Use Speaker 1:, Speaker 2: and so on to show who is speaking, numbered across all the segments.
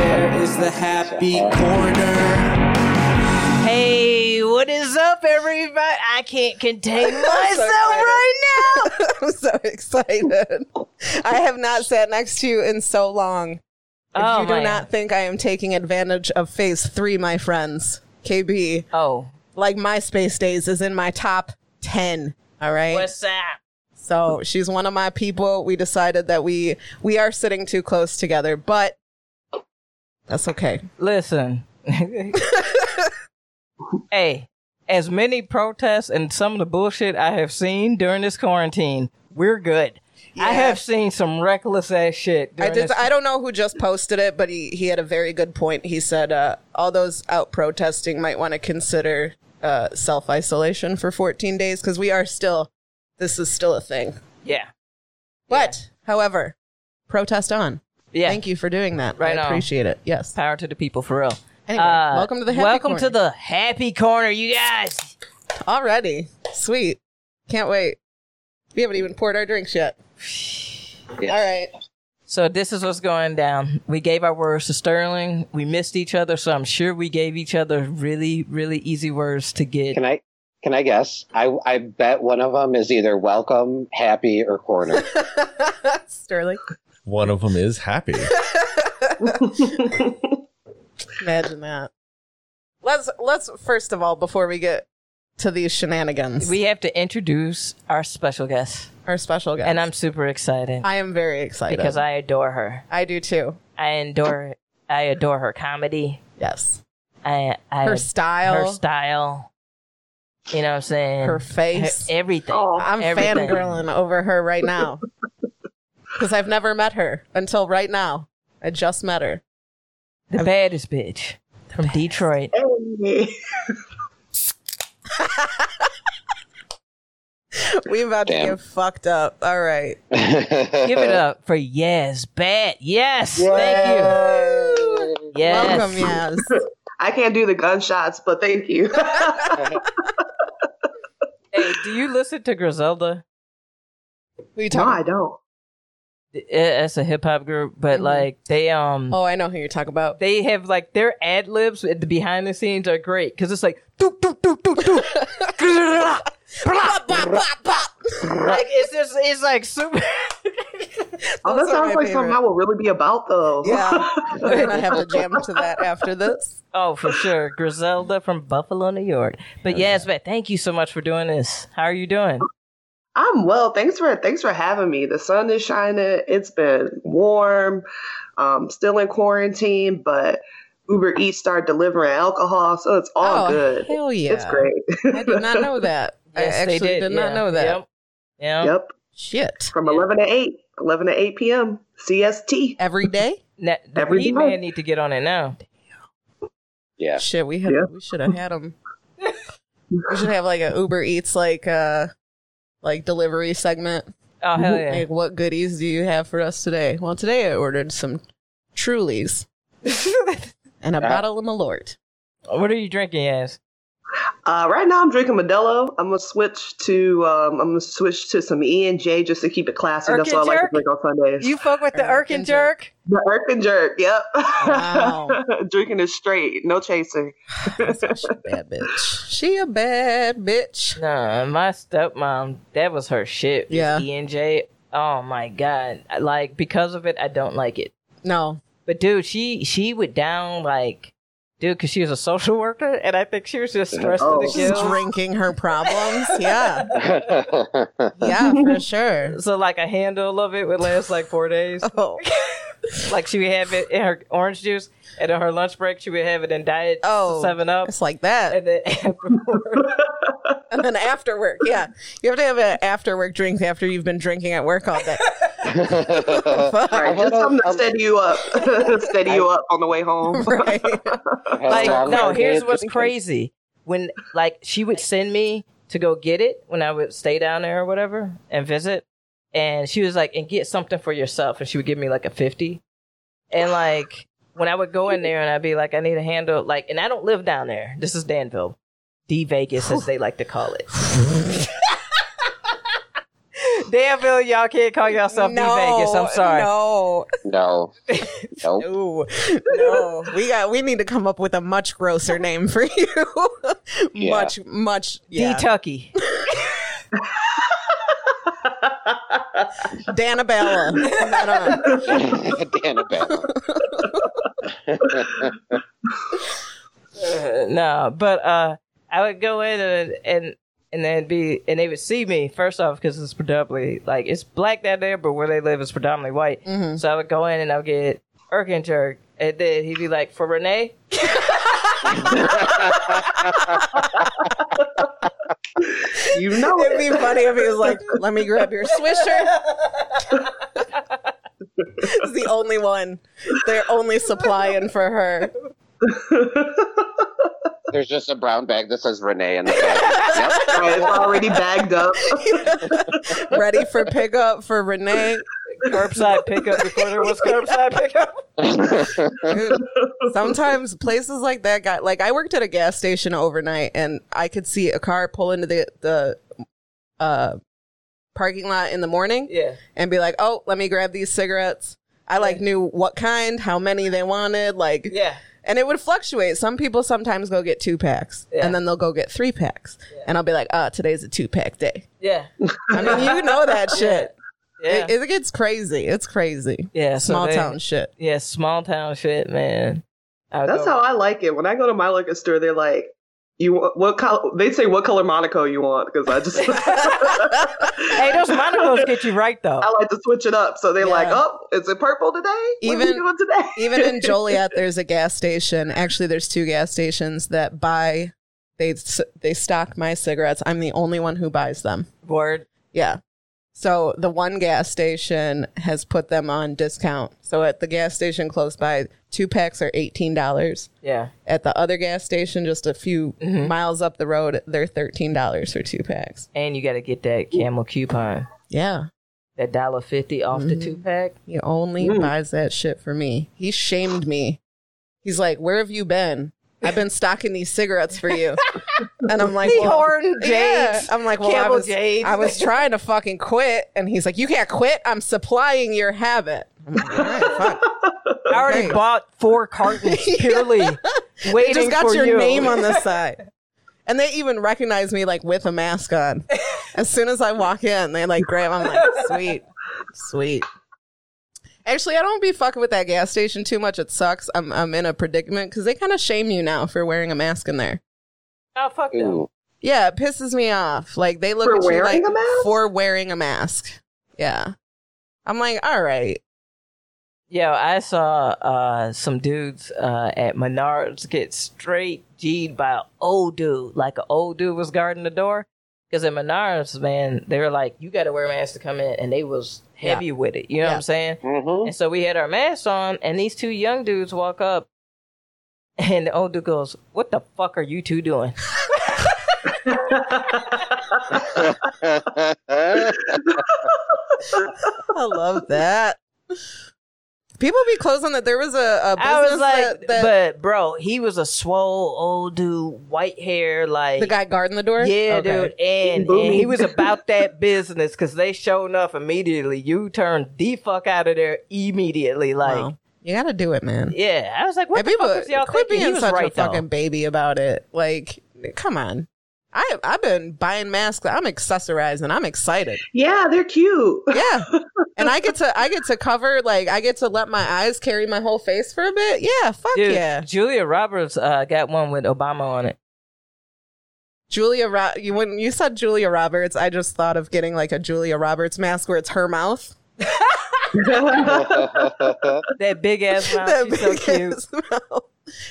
Speaker 1: the happy corner.
Speaker 2: Hey, what is up, everybody? I can't contain myself right now.
Speaker 3: I'm so excited. I have not sat next to you in so long. If
Speaker 2: Oh,
Speaker 3: you do
Speaker 2: my-
Speaker 3: not think I am taking advantage of phase three, my friends, KB,
Speaker 2: Oh,
Speaker 3: like MySpace days is in my top 10. All right.
Speaker 2: what's up?
Speaker 3: So she's one of my people. We decided that we, we are sitting too close together, but that's okay.
Speaker 2: Listen. hey, as many protests and some of the bullshit I have seen during this quarantine, we're good. I
Speaker 3: Yeah.
Speaker 2: have seen some reckless ass shit.
Speaker 3: I
Speaker 2: During
Speaker 3: did.
Speaker 2: This-
Speaker 3: I don't know who just posted it, but he, he had a very good point. He said uh, all those out protesting might want to consider uh, self isolation for 14 days because we are still. This is still a thing.
Speaker 2: yeah.
Speaker 3: But however, protest on.
Speaker 2: Yeah.
Speaker 3: Thank you for doing that.
Speaker 2: Right
Speaker 3: I
Speaker 2: on.
Speaker 3: appreciate it. Yes.
Speaker 2: Power to the people for real.
Speaker 3: Anyway,
Speaker 2: Uh,
Speaker 3: welcome to the happy
Speaker 2: welcome
Speaker 3: corner.
Speaker 2: to the happy corner, you guys.
Speaker 3: already sweet. Can't wait. We haven't even poured our drinks yet. All right.
Speaker 2: So this is what's going down. We gave our words to Sterling. We missed each other, so I'm sure we gave each other really, really easy words to get.
Speaker 4: Can I? Can I guess? I, I bet one of them is either welcome, happy, or corner.
Speaker 3: Sterling,
Speaker 1: One of them is happy.
Speaker 3: imagine that. Let's let's first of all before we get to these shenanigans,
Speaker 2: we have to introduce our special guest,
Speaker 3: our special guest,
Speaker 2: and I'm super excited
Speaker 3: I am very excited
Speaker 2: because I adore her.
Speaker 3: I do too.
Speaker 2: I adore, I adore her comedy.
Speaker 3: Yes,
Speaker 2: I, I
Speaker 3: her
Speaker 2: ad-
Speaker 3: style,
Speaker 2: her style. You know what I'm saying?
Speaker 3: her
Speaker 2: Her-
Speaker 3: face.
Speaker 2: everything.
Speaker 3: Oh, I'm
Speaker 2: everything.
Speaker 3: fangirling over her right now because I've never met her until right now. I just met her.
Speaker 2: The baddest bitch from Detroit.
Speaker 3: We about
Speaker 4: Damn.
Speaker 3: to get fucked up. All right.
Speaker 2: Give it up for yes, bad. Yes, thank you. Yes.
Speaker 3: Welcome, yes.
Speaker 5: I can't do the gunshots, but thank you.
Speaker 2: Hey, do you listen to Griselda?
Speaker 3: We
Speaker 5: no,
Speaker 3: talk-
Speaker 5: I don't.
Speaker 2: It's a hip hop group, but
Speaker 3: Mhm.
Speaker 2: like they um
Speaker 3: oh, I know who you're talking about.
Speaker 2: they have like their ad libs at the behind the scenes are great because it's like doop doop doop doop doop. Blah, blah,
Speaker 3: Bop, bop, bop, bop.
Speaker 2: blah. like it's just it's like super.
Speaker 5: Oh, that
Speaker 3: Those are my
Speaker 5: sounds like something
Speaker 3: favorite.
Speaker 5: I will really be about, though.
Speaker 3: Yeah. We're going to have to jam to that after this.
Speaker 2: oh, for sure, Griselda from Buffalo, New York. But yes, but thank you so much for doing this. How are you doing?
Speaker 5: I'm well. Thanks for thanks for having me. The sun is shining. It's been warm. Um, still in quarantine, but Uber Eats started delivering alcohol, so it's all
Speaker 3: oh,
Speaker 5: good.
Speaker 3: hell yeah.
Speaker 5: It's great.
Speaker 3: I did not know that. I actually not
Speaker 2: yeah.
Speaker 3: know that.
Speaker 2: Yep. Yep.
Speaker 5: yep.
Speaker 3: Shit.
Speaker 5: From 11 to 8, 11 to 8 p.m. CST.
Speaker 3: Every day?
Speaker 2: Na- the
Speaker 5: Every
Speaker 2: weed
Speaker 5: month.
Speaker 2: man need to get on it now.
Speaker 4: Yeah.
Speaker 3: Shit, we had
Speaker 5: Yeah.
Speaker 3: we should have had them. we should have like a Uber Eats like uh like delivery segment.
Speaker 2: Oh hell yeah!
Speaker 3: Like, what goodies do you have for us today? Well, today I ordered some Trulies and a
Speaker 4: Yeah.
Speaker 3: bottle of Malort.
Speaker 2: what are you drinking, ass?
Speaker 5: Uh, right now, I'm drinking Modelo. I'm gonna switch to um, I'm gonna switch to some E and J just to keep it classy. That's
Speaker 2: Urchin
Speaker 5: what I like to
Speaker 2: Jerk?
Speaker 5: drink on Sundays.
Speaker 2: You fuck with the
Speaker 3: Irk
Speaker 2: Irkin
Speaker 3: and
Speaker 2: jerk?
Speaker 5: the Irk and Jerk. Yep.
Speaker 3: Wow.
Speaker 5: drinking it straight, no chasing.
Speaker 3: That's why she a bad bitch. She a bad bitch.
Speaker 2: Nah, my stepmom, that was her shit.
Speaker 3: Yeah.
Speaker 2: E and J. Oh my god! I- Like because of it, I don't like it.
Speaker 3: No,
Speaker 2: But dude, she she would down like, dude, because she was a social worker, and I think she was just stressed
Speaker 5: Oh.
Speaker 2: to the
Speaker 3: she's
Speaker 2: gills.
Speaker 3: drinking her problems. Yeah, yeah, for sure.
Speaker 2: So like a handle of it would last like four days.
Speaker 3: Oh,
Speaker 2: like she would have it in her orange juice, and on her lunch break she would have it in diet
Speaker 3: Oh.
Speaker 2: Seven Up,
Speaker 3: it's like that.
Speaker 2: and then afterward,
Speaker 3: And then after work, yeah, you have to have an after work drink after you've been drinking at work all day. Fuck,
Speaker 5: All right,
Speaker 4: Hold
Speaker 5: just
Speaker 4: on,
Speaker 5: something to
Speaker 4: um,
Speaker 5: steady you up, steady you up on the way home.
Speaker 3: right?
Speaker 2: like no here's what's crazy when like she would send me to go get it when i would stay down there or whatever and visit and she was like and get something for yourself and she would give me like a 50 and like when i would go in there and i'd be like i need a handle like and i don't live down there this is danville d vegas as they like to call it Danville, y'all can't call yourself New Vegas. I'm sorry.
Speaker 3: No,
Speaker 4: No. Nope.
Speaker 3: no, no. We got. We need to come up with a much grosser name for you.
Speaker 4: Yeah.
Speaker 3: Much, much. Yeah.
Speaker 2: D-Tucky.
Speaker 3: Danabella. From then on.
Speaker 4: Danabella.
Speaker 2: Uh, no, but uh, I would go in and and and then be and they would see me first off because it's predominantly like it's black down there, but where they live is predominantly white.
Speaker 3: Mm-hmm.
Speaker 2: So I would go in and I would get irk and jerk, and then he'd be like, "For Renee."
Speaker 5: You know
Speaker 3: It'd be funny if he was like, "Let me grab your swisher." It's the only one. They're only supplying for her.
Speaker 4: There's just a brown bag that says Renee in the back. Yep.
Speaker 5: It's already bagged up.
Speaker 3: Ready for pickup for Renee.
Speaker 2: Curbside pickup recorder was curbside pickup.
Speaker 3: Dude, sometimes places like that got like I worked at a gas station overnight and I could see a car pull into the the uh parking lot in the morning
Speaker 2: Yeah.
Speaker 3: and be like, "Oh, let me grab these cigarettes." I like knew what kind, how many they wanted, like
Speaker 2: Yeah.
Speaker 3: and it would fluctuate. Some people sometimes go get two packs
Speaker 2: Yeah.
Speaker 3: and then they'll go get three packs. And I'll be like, "Ah, today's a two pack day."
Speaker 2: Yeah.
Speaker 3: I mean, you know that shit.
Speaker 2: Yeah.
Speaker 3: It, it gets crazy. It's crazy.
Speaker 2: yeah. so
Speaker 3: Small
Speaker 2: they-
Speaker 3: town shit.
Speaker 2: Yeah, small town shit, man. I would
Speaker 5: That's
Speaker 2: go-
Speaker 5: how I like it. When I go to my liquor store, they're like, "You want- what color?" They say, "What color Monaco you want?" Because I just
Speaker 2: Hey, those monocles get you right though.
Speaker 5: I like to switch it up. So they're like,
Speaker 3: Yeah.
Speaker 5: "Oh, is it purple today? What
Speaker 3: Even-
Speaker 5: are we doing today?"
Speaker 3: even in Joliet, there's a gas station. Actually, there's two gas stations that buy. They s- they stock my cigarettes. I'm the only one who buys them.
Speaker 2: Word.
Speaker 3: Yeah. So the one gas station has put them on discount. So at the gas station close by, two packs are eighteen dollars.
Speaker 2: Yeah.
Speaker 3: At the other gas station, just a few miles up the road, they're thirteen dollars for two packs.
Speaker 2: And you got to get that camel coupon,
Speaker 3: Yeah.
Speaker 2: that dollar fifty off
Speaker 3: Mm-hmm.
Speaker 2: the two pack.
Speaker 3: He only buys that shit for me. He shamed me. He's like, "Where have you been? I've been stocking these cigarettes for you." And I'm like,
Speaker 2: He
Speaker 3: well,
Speaker 2: hoarding
Speaker 3: yeah."
Speaker 2: Jades.
Speaker 3: I'm like, "Well, I
Speaker 2: Camel
Speaker 3: was,
Speaker 2: Jades.
Speaker 3: I was trying to fucking quit." And he's like, "You can't quit. I'm supplying your habit." I'm like, "All right, fuck."
Speaker 2: I already
Speaker 3: Okay.
Speaker 2: bought four cartons purely
Speaker 3: They
Speaker 2: waiting
Speaker 3: just got
Speaker 2: for
Speaker 3: your
Speaker 2: you.
Speaker 3: name on the side. And they even recognize me like with a mask on. As soon as I walk in, they like grab. I'm like, sweet, sweet. Actually, I don't be fucking with that gas station too much. It sucks. I'm I'm in a predicament because they kind of shame you now for wearing a mask in there.
Speaker 2: Oh fuck them.
Speaker 4: Ooh.
Speaker 3: Yeah, it pisses me off. Like they look
Speaker 5: For
Speaker 3: at you
Speaker 5: wearing
Speaker 3: like
Speaker 5: a mask?
Speaker 3: for wearing a mask. Yeah, I'm like, all right.
Speaker 2: Yo, I saw uh, some dudes uh, at Menards get straight G'd by an old dude. Like an old dude was guarding the door. Because at Menards, man, they were like, you got to wear a mask to come in. And they was heavy with it. You know what
Speaker 3: Yeah.
Speaker 2: I'm saying?
Speaker 4: Mhm.
Speaker 2: And so we had our masks on, and these two young dudes walk up, and the old dude goes, "What the fuck are you two doing?"
Speaker 3: I love that. People be closing that. There was a, a business
Speaker 2: I was like,
Speaker 3: that, that
Speaker 2: "But bro, he was a swole old dude, white hair, like."
Speaker 3: the guy guarding the door.
Speaker 2: yeah,
Speaker 3: Okay.
Speaker 2: dude, and, and
Speaker 5: Boomy.
Speaker 2: he was about that business because they showed enough immediately. You turned the fuck out of there immediately, like
Speaker 3: Wow. you gotta do it, man.
Speaker 2: yeah. I was like, "What
Speaker 3: And
Speaker 2: the
Speaker 3: people
Speaker 2: fuck was y'all
Speaker 3: quit
Speaker 2: thinking?" He
Speaker 3: being
Speaker 2: was
Speaker 3: such
Speaker 2: right
Speaker 3: a fucking
Speaker 2: though.
Speaker 3: baby about it. Like, come on. I I've been buying masks. I'm accessorizing. I'm excited.
Speaker 5: yeah, they're cute.
Speaker 3: Yeah, and I get to I get to cover like I get to let my eyes carry my whole face for a bit. Yeah, fuck
Speaker 2: Dude,
Speaker 3: yeah.
Speaker 2: Julia Roberts uh, got one with Obama on it.
Speaker 3: Julia, Ro- you when you said Julia Roberts, I just thought of getting like a Julia Roberts mask where it's her mouth.
Speaker 4: Mm-hmm.
Speaker 2: That big ass mouth, Oh,
Speaker 3: That
Speaker 2: she's so
Speaker 3: big
Speaker 2: cute.
Speaker 3: ass mouth.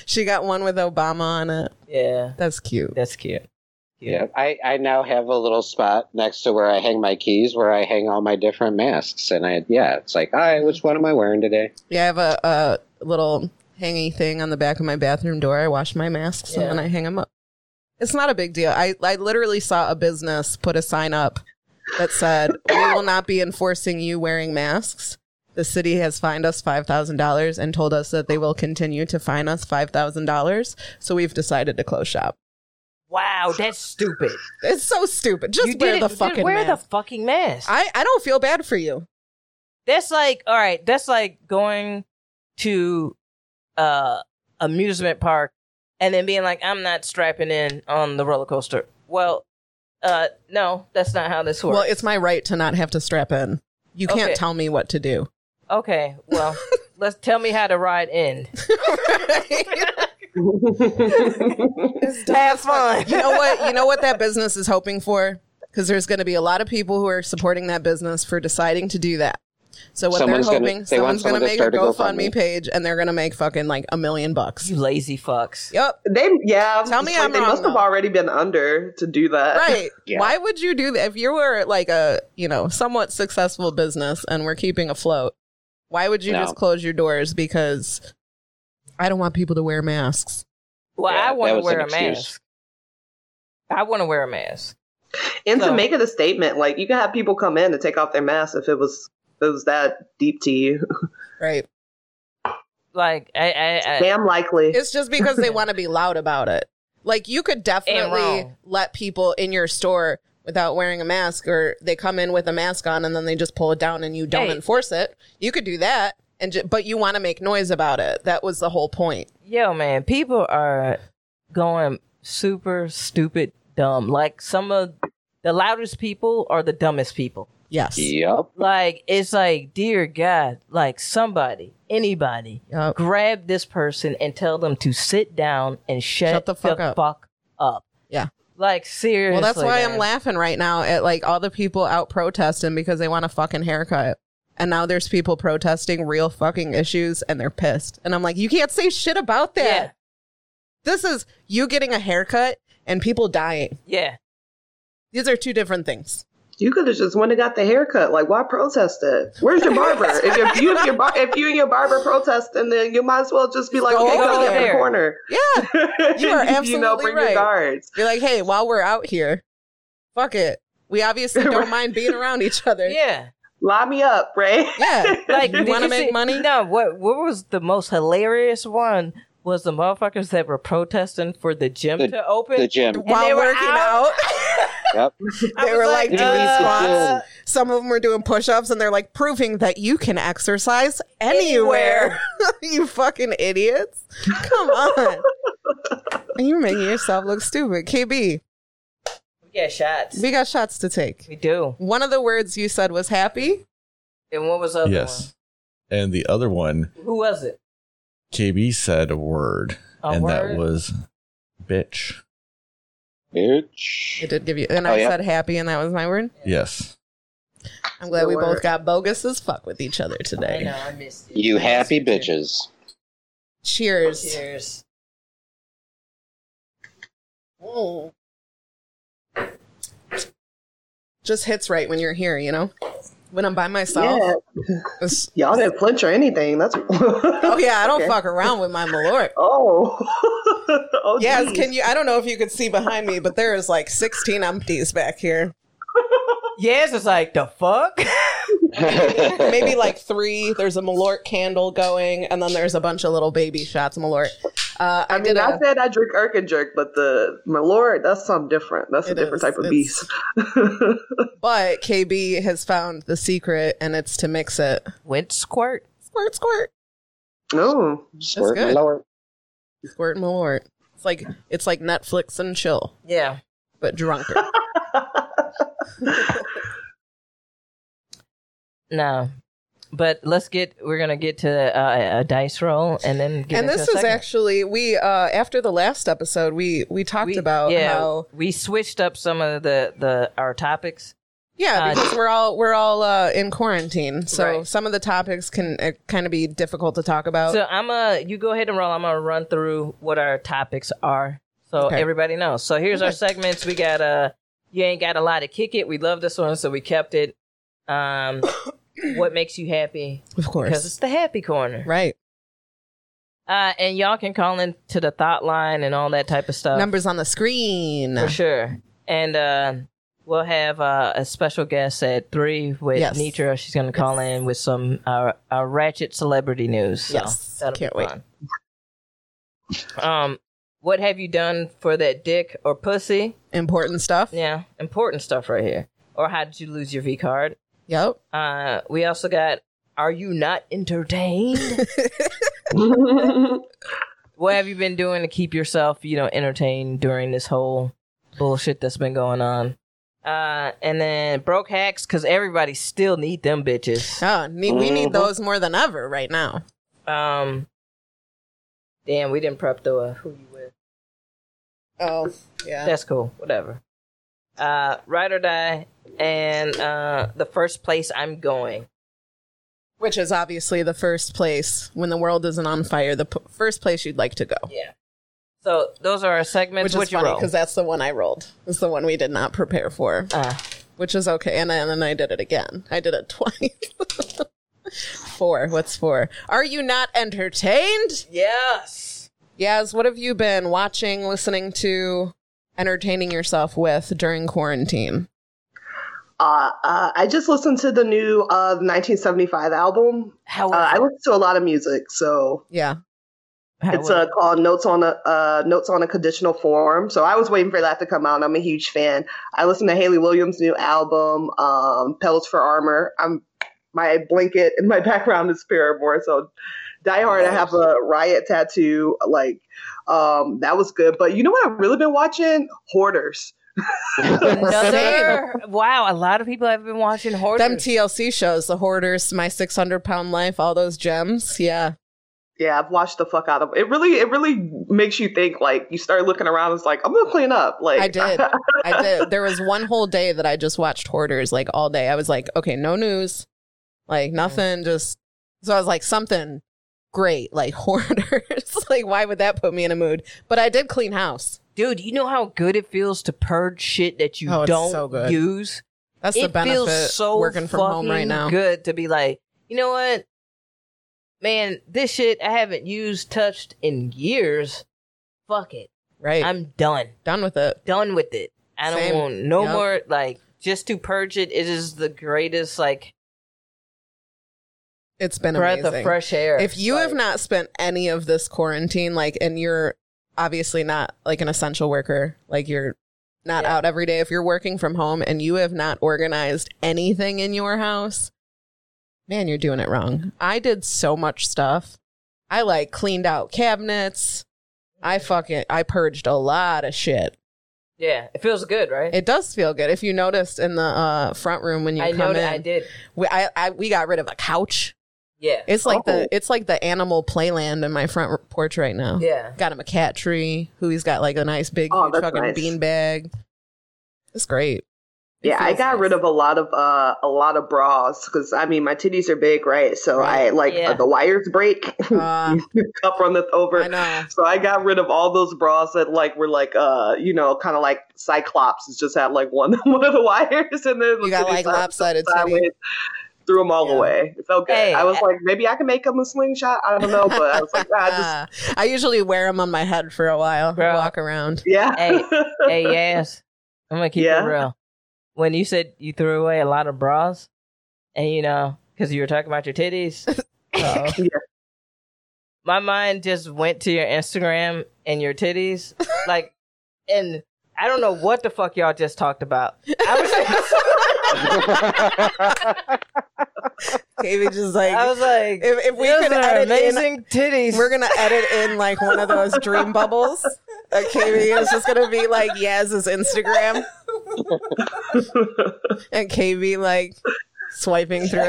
Speaker 3: She got one with Obama on it.
Speaker 2: Yeah,
Speaker 3: That's cute.
Speaker 2: that's cute.
Speaker 4: yeah, I, I now have a little spot next to where I hang my keys, where I hang all my different masks, and I yeah, it's like, all right, which one am I wearing today?
Speaker 3: Yeah, I have a, a little hangy thing on the back of my bathroom door. I wash my masks
Speaker 2: Yeah.
Speaker 3: and then I hang them up. It's not a big deal. I, I literally saw a business put a sign up that said, We will not be enforcing you wearing masks. The city has fined us $5,000 and told us that they will continue to fine us $5,000. So we've decided to close shop.
Speaker 2: Wow, that's stupid.
Speaker 3: It's so stupid. Just
Speaker 2: you
Speaker 3: wear
Speaker 2: did
Speaker 3: the
Speaker 2: it,
Speaker 3: fucking
Speaker 2: wear
Speaker 3: mask.
Speaker 2: the fucking mask.
Speaker 3: I, I don't feel bad for you.
Speaker 2: that's like all right. That's like going to uh amusement park and then being like, I'm not strapping in on the roller coaster. Well, uh, no, that's not how this works.
Speaker 3: Well, it's my right to not have to strap in. You can't
Speaker 2: Okay.
Speaker 3: tell me what to do.
Speaker 2: okay, well, let's tell me how the ride end. Have fun.
Speaker 3: you know what? You know what that business is hoping for? Because there's going to be a lot of people who are supporting that business for deciding to do that. So what
Speaker 4: Someone's
Speaker 3: they're
Speaker 4: gonna-
Speaker 3: hoping,
Speaker 4: they want
Speaker 3: someone's going
Speaker 4: someone
Speaker 3: to
Speaker 4: to
Speaker 3: make a
Speaker 4: start a
Speaker 3: GoFundMe
Speaker 4: GoFundMe.
Speaker 3: page, and they're going to make fucking like a million bucks.
Speaker 2: You lazy fucks.
Speaker 3: Yep.
Speaker 5: They yeah.
Speaker 3: Tell me
Speaker 5: it's like
Speaker 3: I'm
Speaker 5: they
Speaker 3: wrong,
Speaker 5: must have
Speaker 3: though.
Speaker 5: already been under to do that.
Speaker 3: Right.
Speaker 4: Uh, Yeah.
Speaker 3: Why would you do that? If you were like a you know somewhat successful business and we're keeping afloat, why would you
Speaker 4: No.
Speaker 3: just close your doors? Because I don't want people to wear masks.
Speaker 2: Well,
Speaker 4: Yeah,
Speaker 2: I want
Speaker 4: that
Speaker 2: to
Speaker 4: was
Speaker 2: wear
Speaker 4: an
Speaker 2: a
Speaker 4: excuse.
Speaker 2: mask. I want to wear a mask.
Speaker 5: And
Speaker 2: So-
Speaker 5: to make it a statement, like you can have people come in and take off their masks if it was if it was that deep to you.
Speaker 3: Right.
Speaker 2: Like I, I, I
Speaker 5: Damn likely.
Speaker 3: It's just because they want to be loud about it. Like you could definitely
Speaker 2: wrong.
Speaker 3: let people in your store without wearing a mask, or they come in with a mask on and then they just pull it down and you don't
Speaker 2: Hey.
Speaker 3: enforce it. You could do that, and ju- but you want to make noise about it. That was the whole point.
Speaker 2: yo man, people are going super stupid dumb. Like some of the loudest people are the dumbest people.
Speaker 3: Yes.
Speaker 4: Yep.
Speaker 2: Like it's like, dear God, like somebody, anybody,
Speaker 3: Yup.
Speaker 2: grab this person and tell them to sit down and shut,
Speaker 3: Shut the fuck up.
Speaker 2: fuck up.
Speaker 3: Yeah.
Speaker 2: Like seriously.
Speaker 3: Well, that's why I'm
Speaker 2: man.
Speaker 3: laughing right now at like all the people out protesting because they want a fucking haircut. And now there's people protesting real fucking issues and they're pissed. And I'm like, you can't say shit about that.
Speaker 2: Yeah.
Speaker 3: This is you getting a haircut and people dying.
Speaker 2: Yeah.
Speaker 3: These are two different things.
Speaker 5: You could have just went and got the haircut. Like, why protest it? Where's your barber? if you're, you and your bar, if you and your barber protest, and then you might as well just be like,
Speaker 3: Go
Speaker 5: okay,
Speaker 2: over
Speaker 5: go get in
Speaker 2: there.
Speaker 5: the corner.
Speaker 3: Yeah. You are
Speaker 5: you know,
Speaker 3: absolutely
Speaker 5: bring
Speaker 3: right.
Speaker 5: your guards.
Speaker 3: You're like, hey, while we're out here, fuck it. We obviously don't mind being around each other.
Speaker 2: Yeah.
Speaker 5: Line me up, right?
Speaker 3: Yeah.
Speaker 2: Like,
Speaker 3: You
Speaker 2: did
Speaker 3: wanna make
Speaker 2: see-
Speaker 3: money?
Speaker 2: No. What What was the most hilarious one? Was the motherfuckers that were protesting for the gym
Speaker 4: The-
Speaker 2: to open?
Speaker 4: The gym.
Speaker 3: While
Speaker 2: they were
Speaker 3: working out,
Speaker 2: out?
Speaker 4: Yep.
Speaker 2: I
Speaker 3: they
Speaker 2: was
Speaker 3: were like,
Speaker 2: like,
Speaker 3: doing
Speaker 2: uh,
Speaker 3: squats. Some of them were doing push ups and they're like proving that you can exercise
Speaker 2: Anywhere.
Speaker 3: anywhere. you fucking idiots. Come on. You're making yourself look stupid. KB,
Speaker 2: We get shots.
Speaker 3: we got shots to take.
Speaker 2: We do.
Speaker 3: One of the words you said was happy.
Speaker 2: And what was the other
Speaker 1: Yes. And the other one,
Speaker 2: one? Who was it?
Speaker 1: KB said a word,
Speaker 2: A
Speaker 1: and
Speaker 2: word?
Speaker 1: that was bitch.
Speaker 3: It
Speaker 4: Bitch.
Speaker 3: did give you, and
Speaker 4: Oh,
Speaker 3: I
Speaker 4: yeah.
Speaker 3: said happy, and that was my word.
Speaker 1: Yes.
Speaker 3: I'm glad
Speaker 5: Good
Speaker 3: we both
Speaker 5: word.
Speaker 3: got bogus as fuck with each other
Speaker 2: I know.
Speaker 3: today.
Speaker 2: I missed it.
Speaker 4: You
Speaker 2: I missed
Speaker 4: happy
Speaker 2: it too.
Speaker 4: bitches.
Speaker 3: Cheers.
Speaker 2: Cheers.
Speaker 3: Mm. Just hits right when you're here, you know? When I'm by myself.
Speaker 5: Yeah.
Speaker 3: it's-
Speaker 5: Y'all didn't flinch or anything. That's
Speaker 3: oh, yeah, I don't
Speaker 5: Okay.
Speaker 3: fuck around with my malort.
Speaker 5: Oh. oh
Speaker 3: Yes,
Speaker 5: geez.
Speaker 3: can you? I don't know if you could see behind me, but there is like 16 empties back here.
Speaker 2: Yes, it's like the fuck.
Speaker 3: Maybe like three. There's a Malort candle going, and then there's a bunch of little baby shots of Malort. Uh, I,
Speaker 5: I mean,
Speaker 3: did
Speaker 5: I
Speaker 3: a,
Speaker 5: said I drink Irk and Jerk, but the my lord, that's something different. That's a
Speaker 3: It
Speaker 5: different
Speaker 3: is.
Speaker 5: type of
Speaker 3: It's-
Speaker 5: beast.
Speaker 3: but KB has found the secret, and it's to mix it.
Speaker 2: Went squirt.
Speaker 3: Squirt, squirt.
Speaker 5: oh.
Speaker 4: Squirt my
Speaker 3: good.
Speaker 4: lord.
Speaker 3: Squirt Malort. It's like it's like Netflix and chill,
Speaker 2: Yeah.
Speaker 3: but drunker.
Speaker 2: No. But let's get. We're gonna get to uh, a dice roll and then. Get
Speaker 3: and
Speaker 2: into
Speaker 3: this
Speaker 2: a
Speaker 3: was
Speaker 2: second.
Speaker 3: actually we uh after the last episode we we talked about
Speaker 2: yeah,
Speaker 3: how
Speaker 2: we switched up some of the the our topics.
Speaker 3: yeah
Speaker 2: Uh,
Speaker 3: because we're all we're all uh in quarantine so
Speaker 2: Right.
Speaker 3: some of the topics can uh, kind of be difficult to talk about
Speaker 2: So I'm a you go ahead and roll. I'm gonna run through what our topics are, so
Speaker 3: Okay.
Speaker 2: everybody knows. So here's our
Speaker 3: Okay.
Speaker 2: segments. We got uh you ain't got a lot to kick it. We love this one, so we kept it. Um, what makes you happy?
Speaker 3: of
Speaker 2: Because
Speaker 3: course
Speaker 2: it's the happy corner.
Speaker 3: right
Speaker 2: Uh, and y'all can call in to the thought line and all that type of stuff
Speaker 3: numbers on the screen
Speaker 2: uh, for sure. And uh, we'll have uh, a special guest at three with
Speaker 3: Yes.
Speaker 2: Nitra. She's gonna call in with some uh, uh, ratchet celebrity news. So
Speaker 3: Yes.
Speaker 2: that'll be
Speaker 3: Can't wait.
Speaker 2: fun. Um, what have you done for that dick or pussy?
Speaker 3: Important stuff.
Speaker 2: Yeah, important stuff right here. Or how did you lose your V card?
Speaker 3: Yep.
Speaker 2: Uh, we also got, are you not entertained? what have you been doing to keep yourself, you know, entertained during this whole bullshit that's been going on? Uh, and then broke hacks because everybody still need them bitches.
Speaker 3: Oh, ne- we need those more than ever right now.
Speaker 2: Um, damn, we didn't prep the uh, who you with.
Speaker 3: Oh, yeah.
Speaker 2: That's cool. Whatever. Uh, ride or die, and uh, the first place I'm going.
Speaker 3: Which is obviously the first place when the world isn't on fire, the p- first place you'd like to go.
Speaker 2: Yeah. So those are our segments.
Speaker 3: Which
Speaker 2: What
Speaker 3: is
Speaker 2: you
Speaker 3: funny
Speaker 2: roll?
Speaker 3: because that's the one I rolled. It's the one we did not prepare for,
Speaker 2: Uh,
Speaker 3: which is okay. And then and I did it again. I did it twice. four. What's four? Are you not entertained?
Speaker 2: yes.
Speaker 3: Yaz, what have you been watching, listening to, entertaining yourself with during quarantine?
Speaker 5: Uh, uh, I just listened to the new uh, 1975 album.
Speaker 2: How?
Speaker 5: Uh, I listen to a lot of music, so
Speaker 3: Yeah.
Speaker 2: how was
Speaker 5: it's uh,
Speaker 2: it?
Speaker 5: called Notes on a uh, Notes on a Conditional Form. So I was waiting for that to come out. I'm a huge fan. I listened to Haley Williams' new album, um, Pedals for Armor. I'm my blanket and my background is Paramore. So Die Hard. I have a Riot tattoo. Like um, that was good. But you know what? I've really been watching Hoarders.
Speaker 2: another. wow, a lot of people have been watching Hoarders.
Speaker 3: Them TLC shows, The Hoarders, My 600 Pound Life, all those gems. Yeah.
Speaker 5: Yeah, I've watched the fuck out of it. Really, it really makes you think. Like you start looking around, it's like I'm gonna clean up. Like
Speaker 3: I did. I did. There was one whole day that I just watched Hoarders like all day. I was like, okay, no news, like nothing, just so I was like something great, like Hoarders. like why would that put me in a mood? But I did clean house.
Speaker 2: Dude, you know how good it feels to purge shit that you
Speaker 3: Oh, it's
Speaker 2: don't
Speaker 3: so good.
Speaker 2: use?
Speaker 3: That's the
Speaker 2: it
Speaker 3: benefit
Speaker 2: feels so
Speaker 3: working from home right
Speaker 2: fucking
Speaker 3: now.
Speaker 2: good to be like, you know what? Man, this shit I haven't used, touched in years. Fuck it.
Speaker 3: Right, I'm
Speaker 2: I'm done.
Speaker 3: done with it.
Speaker 2: Done with it. I don't
Speaker 3: Same.
Speaker 2: want no
Speaker 3: Yup.
Speaker 2: more like just to purge it, it is the greatest like
Speaker 3: It's been
Speaker 2: breath
Speaker 3: amazing.
Speaker 2: of fresh air.
Speaker 3: If you have
Speaker 2: Like,
Speaker 3: not spent any of this quarantine, like, and you're obviously not like an essential worker, like you're not
Speaker 2: Yeah.
Speaker 3: out every day, if you're working from home and you have not organized anything in your house, man, you're doing it wrong. I did so much stuff. I like cleaned out cabinets. I fucking I purged a lot of shit.
Speaker 2: Yeah, it feels good, right?
Speaker 3: It does feel good. If you noticed in the uh, front room when you
Speaker 2: I
Speaker 3: come
Speaker 2: know
Speaker 3: in,
Speaker 2: that I did.
Speaker 3: We, I, I we got rid of a couch.
Speaker 2: Yeah.
Speaker 3: It's like
Speaker 5: Oh.
Speaker 3: the it's like the animal playland in my front porch right now.
Speaker 2: yeah.
Speaker 3: Got him a cat tree. Who he's got like a nice big
Speaker 5: Oh,
Speaker 3: huge
Speaker 5: that's
Speaker 3: fucking
Speaker 5: nice.
Speaker 3: bean bag. It's great. It
Speaker 5: Yeah, I
Speaker 3: feels
Speaker 5: got
Speaker 3: nice.
Speaker 5: rid of a lot of uh, a lot of bras because I mean my titties are big, right? So I like
Speaker 2: Yeah.
Speaker 5: uh, the wires break,
Speaker 3: Uh,
Speaker 5: cup runneth over.
Speaker 3: I know.
Speaker 5: So I got rid of all those bras that like were like uh you know kind of like Cyclops just had like one one of the wires and then
Speaker 3: You got
Speaker 5: the titties
Speaker 3: like
Speaker 5: are
Speaker 3: lopsided
Speaker 5: sideways.
Speaker 3: titty.
Speaker 5: Threw them all
Speaker 3: Yeah.
Speaker 5: away. It felt good.
Speaker 2: Hey,
Speaker 5: I was
Speaker 2: I-
Speaker 5: like, maybe I can make them a slingshot. I don't know, but I was like, nah, just
Speaker 3: Ah, I usually wear them on my head for a while.
Speaker 2: Bro.
Speaker 3: Walk around.
Speaker 5: yeah.
Speaker 2: Hey, hey, yes. I'm gonna keep
Speaker 5: Yeah.
Speaker 2: it real. When you said you threw away a lot of bras, and you know, because you were talking about your titties,
Speaker 5: Oh, Yeah.
Speaker 2: my mind just went to your Instagram and your titties, like, and I don't know what the fuck y'all just talked about. I was,
Speaker 3: Katie just like
Speaker 2: I was like,
Speaker 3: if, if we
Speaker 2: those
Speaker 3: could
Speaker 2: are
Speaker 3: edit in,
Speaker 2: amazing titties.
Speaker 3: we're gonna edit in like one of those dream bubbles. Uh, Katie is just gonna be like Yaz's Instagram and KB like swiping through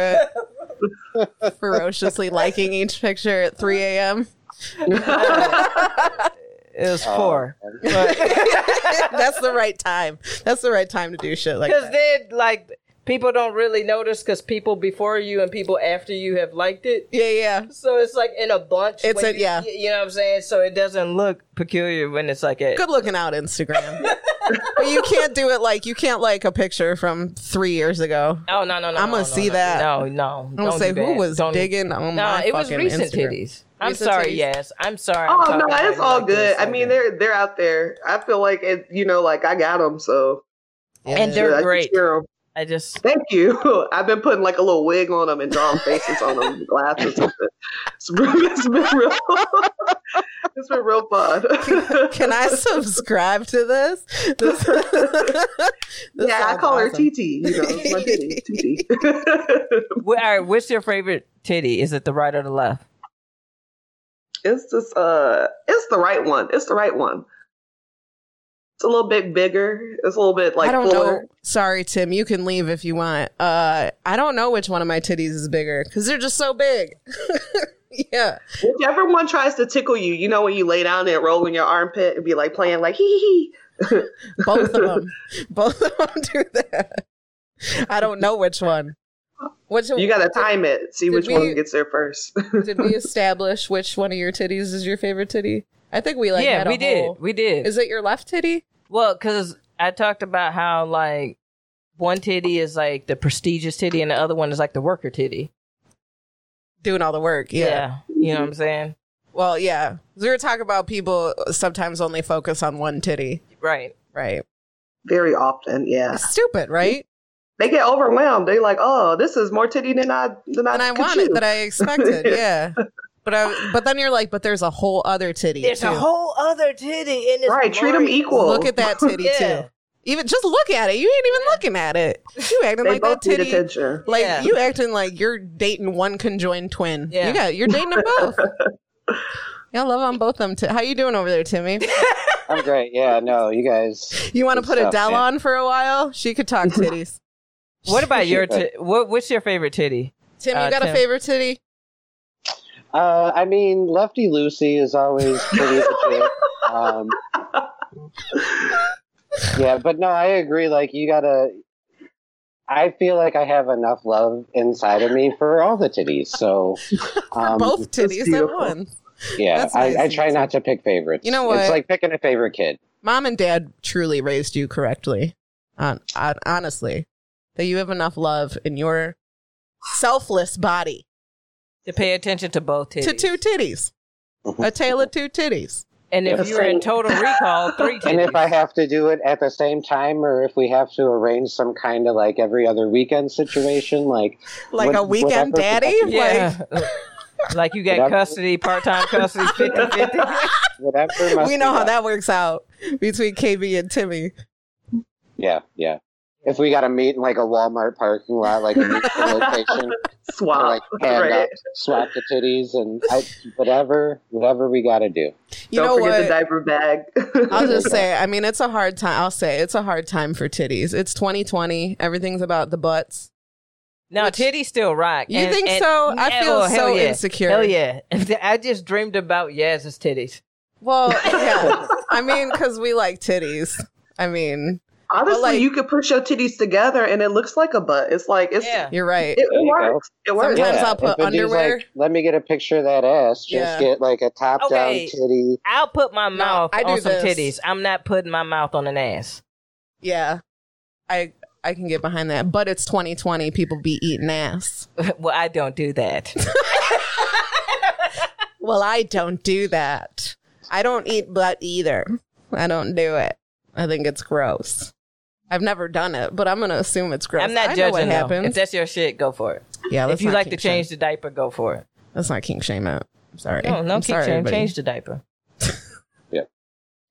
Speaker 3: it, ferociously liking each picture at 3 a.m.
Speaker 2: it was
Speaker 4: Oh,
Speaker 2: four.
Speaker 4: man.
Speaker 3: That's the right time. That's the right time to do shit like
Speaker 2: Because
Speaker 3: that.
Speaker 2: then, like, people don't really notice because people before you and people after you have liked it.
Speaker 3: Yeah, yeah.
Speaker 2: So it's like in a bunch.
Speaker 3: It's
Speaker 2: when
Speaker 3: a-
Speaker 2: you,
Speaker 3: yeah.
Speaker 2: You know what I'm saying? So it doesn't look peculiar when it's like a.
Speaker 3: Good looking out Instagram. but you can't do it like you can't like a picture from three years ago.
Speaker 2: Oh no no no!
Speaker 3: I'm
Speaker 2: no,
Speaker 3: gonna see
Speaker 2: no,
Speaker 3: that.
Speaker 2: No no.
Speaker 3: I'm gonna say who was digging on
Speaker 2: No,
Speaker 3: my
Speaker 2: it was
Speaker 3: fucking
Speaker 2: recent
Speaker 3: Instagram.
Speaker 2: titties. I'm
Speaker 3: Recent
Speaker 2: sorry.
Speaker 3: titties.
Speaker 2: Yes, I'm sorry. I'm
Speaker 5: Oh
Speaker 2: talking
Speaker 5: no,
Speaker 2: about
Speaker 5: it's
Speaker 2: it
Speaker 5: all
Speaker 2: like
Speaker 5: good.
Speaker 2: this,
Speaker 5: I
Speaker 2: like
Speaker 5: mean,
Speaker 2: that.
Speaker 5: they're they're out there. I feel like it. You know, like I got them, so
Speaker 2: And
Speaker 5: I
Speaker 2: they're
Speaker 5: can
Speaker 2: great.
Speaker 5: share 'em.
Speaker 2: I just
Speaker 5: Thank you. I've been putting like a little wig on them and drawing faces on them, glasses. It's, been- it's been real. it's has been real fun.
Speaker 3: Can I subscribe to this? This- this
Speaker 5: yeah, I
Speaker 3: sounds
Speaker 5: call her
Speaker 3: awesome.
Speaker 5: TT. You know, it's my titty, TT.
Speaker 2: Wh- all right, what's your favorite titty? Is it the right or the left?
Speaker 5: it's this. Uh, it's the right one. It's the right one. It's a little bit bigger. It's a little bit like
Speaker 3: I don't
Speaker 5: fuller.
Speaker 3: know. Sorry, Tim. You can leave if you want. Uh, I don't know which one of my titties is bigger because they're just so big. yeah.
Speaker 5: Whichever one tries to tickle you, you know when you lay down and roll in your armpit and be like playing like hee hee.
Speaker 3: Both of them. Both of them do that. I don't know which one. Which
Speaker 5: hee. You gotta time it, see
Speaker 3: Did
Speaker 5: which
Speaker 3: we-
Speaker 5: one gets there first.
Speaker 3: Did we establish which one of your titties is your favorite titty? I think we like. had
Speaker 2: yeah,
Speaker 3: a
Speaker 2: we did.
Speaker 3: whole-
Speaker 2: We did.
Speaker 3: Is it your left titty?
Speaker 2: Well, because I talked about how like one titty is like the prestigious titty and the other one is like the worker titty.
Speaker 3: Doing all the work.
Speaker 2: Yeah.
Speaker 3: Yeah.
Speaker 2: You know what I'm saying?
Speaker 3: Well, yeah. 'Cause We were talking about people sometimes only focus on one titty.
Speaker 2: Right.
Speaker 3: Right.
Speaker 5: Very often, yeah.
Speaker 3: It's stupid, right?
Speaker 5: They get overwhelmed. They like, oh, this is more titty than I than I,
Speaker 3: And I
Speaker 5: could
Speaker 3: want it
Speaker 5: chew.
Speaker 3: that I expected. yeah. But I, but then you're like, but there's a whole other titty.
Speaker 2: There's a
Speaker 3: too.
Speaker 2: whole other titty in this.
Speaker 5: right, treat them equal.
Speaker 3: Look at that titty
Speaker 2: Yeah.
Speaker 3: too. Even just look at it. You ain't even looking at it. You acting
Speaker 5: They
Speaker 3: like that
Speaker 5: both need
Speaker 3: titty.
Speaker 5: attention.
Speaker 3: Like
Speaker 2: Yeah.
Speaker 3: you acting like you're dating one conjoined twin.
Speaker 2: Yeah.
Speaker 3: You got you're dating them both. Yeah, I love on both them. T- How you doing over there, Timmy?
Speaker 4: I'm great. Yeah, no, you guys.
Speaker 3: You want to
Speaker 4: Good
Speaker 3: put
Speaker 4: stuff,
Speaker 3: Adele
Speaker 4: man.
Speaker 3: on for a while? She could talk titties.
Speaker 2: What about your t- what? What's your favorite titty?
Speaker 3: Tim, you
Speaker 2: Uh,
Speaker 3: got a
Speaker 2: Tim.
Speaker 3: favorite titty?
Speaker 4: Uh, I mean, Lefty Lucy is always pretty legit. Um, yeah, but no, I agree. Like, you gotta. I feel like I have enough love inside of me for all the titties. So, um,
Speaker 3: both titties at
Speaker 5: beautiful.
Speaker 3: once.
Speaker 4: yeah,
Speaker 3: That's
Speaker 4: I, I
Speaker 3: nice.
Speaker 4: try not to pick favorites.
Speaker 3: You know what?
Speaker 4: It's like picking a favorite kid.
Speaker 3: Mom and Dad truly raised you correctly. On, on, honestly, that you have enough love in your selfless body
Speaker 2: To pay attention to both titties.
Speaker 3: to two titties, a tale of two titties.
Speaker 2: and if
Speaker 5: Yes.
Speaker 2: you're in total recall, three titties.
Speaker 4: And if I have to do it at the same time, or if we have to arrange some kind of like every other weekend situation, like
Speaker 3: Like a
Speaker 4: What-
Speaker 3: weekend
Speaker 4: whatever-
Speaker 3: daddy.
Speaker 2: yeah. Like, you got
Speaker 4: Whatever.
Speaker 2: custody, part time custody, 50 50.
Speaker 4: whatever.
Speaker 3: Like
Speaker 4: Must
Speaker 3: we know how
Speaker 4: be done.
Speaker 3: that works out between KB and Timmy.
Speaker 4: Yeah, yeah. If we got to meet in like a Walmart parking lot, like a mutual location, or,
Speaker 5: Swap.
Speaker 4: like hand
Speaker 5: right.
Speaker 4: up, swap the titties, and I, whatever, whatever we got to do.
Speaker 3: You
Speaker 5: Don't
Speaker 3: know
Speaker 5: forget
Speaker 3: what?
Speaker 5: the diaper bag.
Speaker 3: I'll just say, I mean, it's a hard time. I'll say it's a hard time for titties. It's 2020. Everything's about the butts.
Speaker 2: Now,
Speaker 3: Which-
Speaker 2: titties still rock.
Speaker 3: You think so? I
Speaker 2: Yeah,
Speaker 3: feel
Speaker 2: oh, hell
Speaker 3: so
Speaker 2: yeah.
Speaker 3: insecure.
Speaker 2: Hell yeah. I just dreamed about Yaz's titties.
Speaker 3: Well, yeah. I mean, because we like titties. I mean,
Speaker 5: Honestly,
Speaker 3: like-
Speaker 5: you could push your titties together and it looks like a butt. It's like it's
Speaker 2: Yeah.
Speaker 3: you're right.
Speaker 5: it, it
Speaker 4: There you go.
Speaker 5: works. It works.
Speaker 3: Sometimes I'll
Speaker 4: if
Speaker 3: put
Speaker 4: a dude's
Speaker 3: underwear.
Speaker 4: Like, Let me get a picture of that ass. Just
Speaker 3: Yeah. Oh,
Speaker 4: get like a top
Speaker 2: Okay.
Speaker 4: down titty.
Speaker 2: I'll put my mouth
Speaker 3: I do
Speaker 2: on some
Speaker 3: this.
Speaker 2: titties. I'm not putting my mouth on an ass.
Speaker 3: Yeah, I I can get behind that. But it's 2020. People be eating ass.
Speaker 2: well, I don't do that.
Speaker 3: Well, I don't do that. I don't eat butt either. I don't do it. I think it's gross. I've never done it, but I'm gonna assume it's gross.
Speaker 2: I'm not
Speaker 3: I
Speaker 2: judging.
Speaker 3: Know what
Speaker 2: though.
Speaker 3: happens?
Speaker 2: If that's your shit, go for it.
Speaker 3: yeah,
Speaker 2: if
Speaker 3: let's
Speaker 2: you
Speaker 3: not
Speaker 2: like to
Speaker 3: kink
Speaker 2: change the
Speaker 3: shame.
Speaker 2: diaper, go for it.
Speaker 3: let's not king shame out. I'm sorry.
Speaker 2: No, no,
Speaker 3: I'm
Speaker 2: keep
Speaker 3: sorry,
Speaker 2: change,
Speaker 3: everybody.
Speaker 2: change the diaper.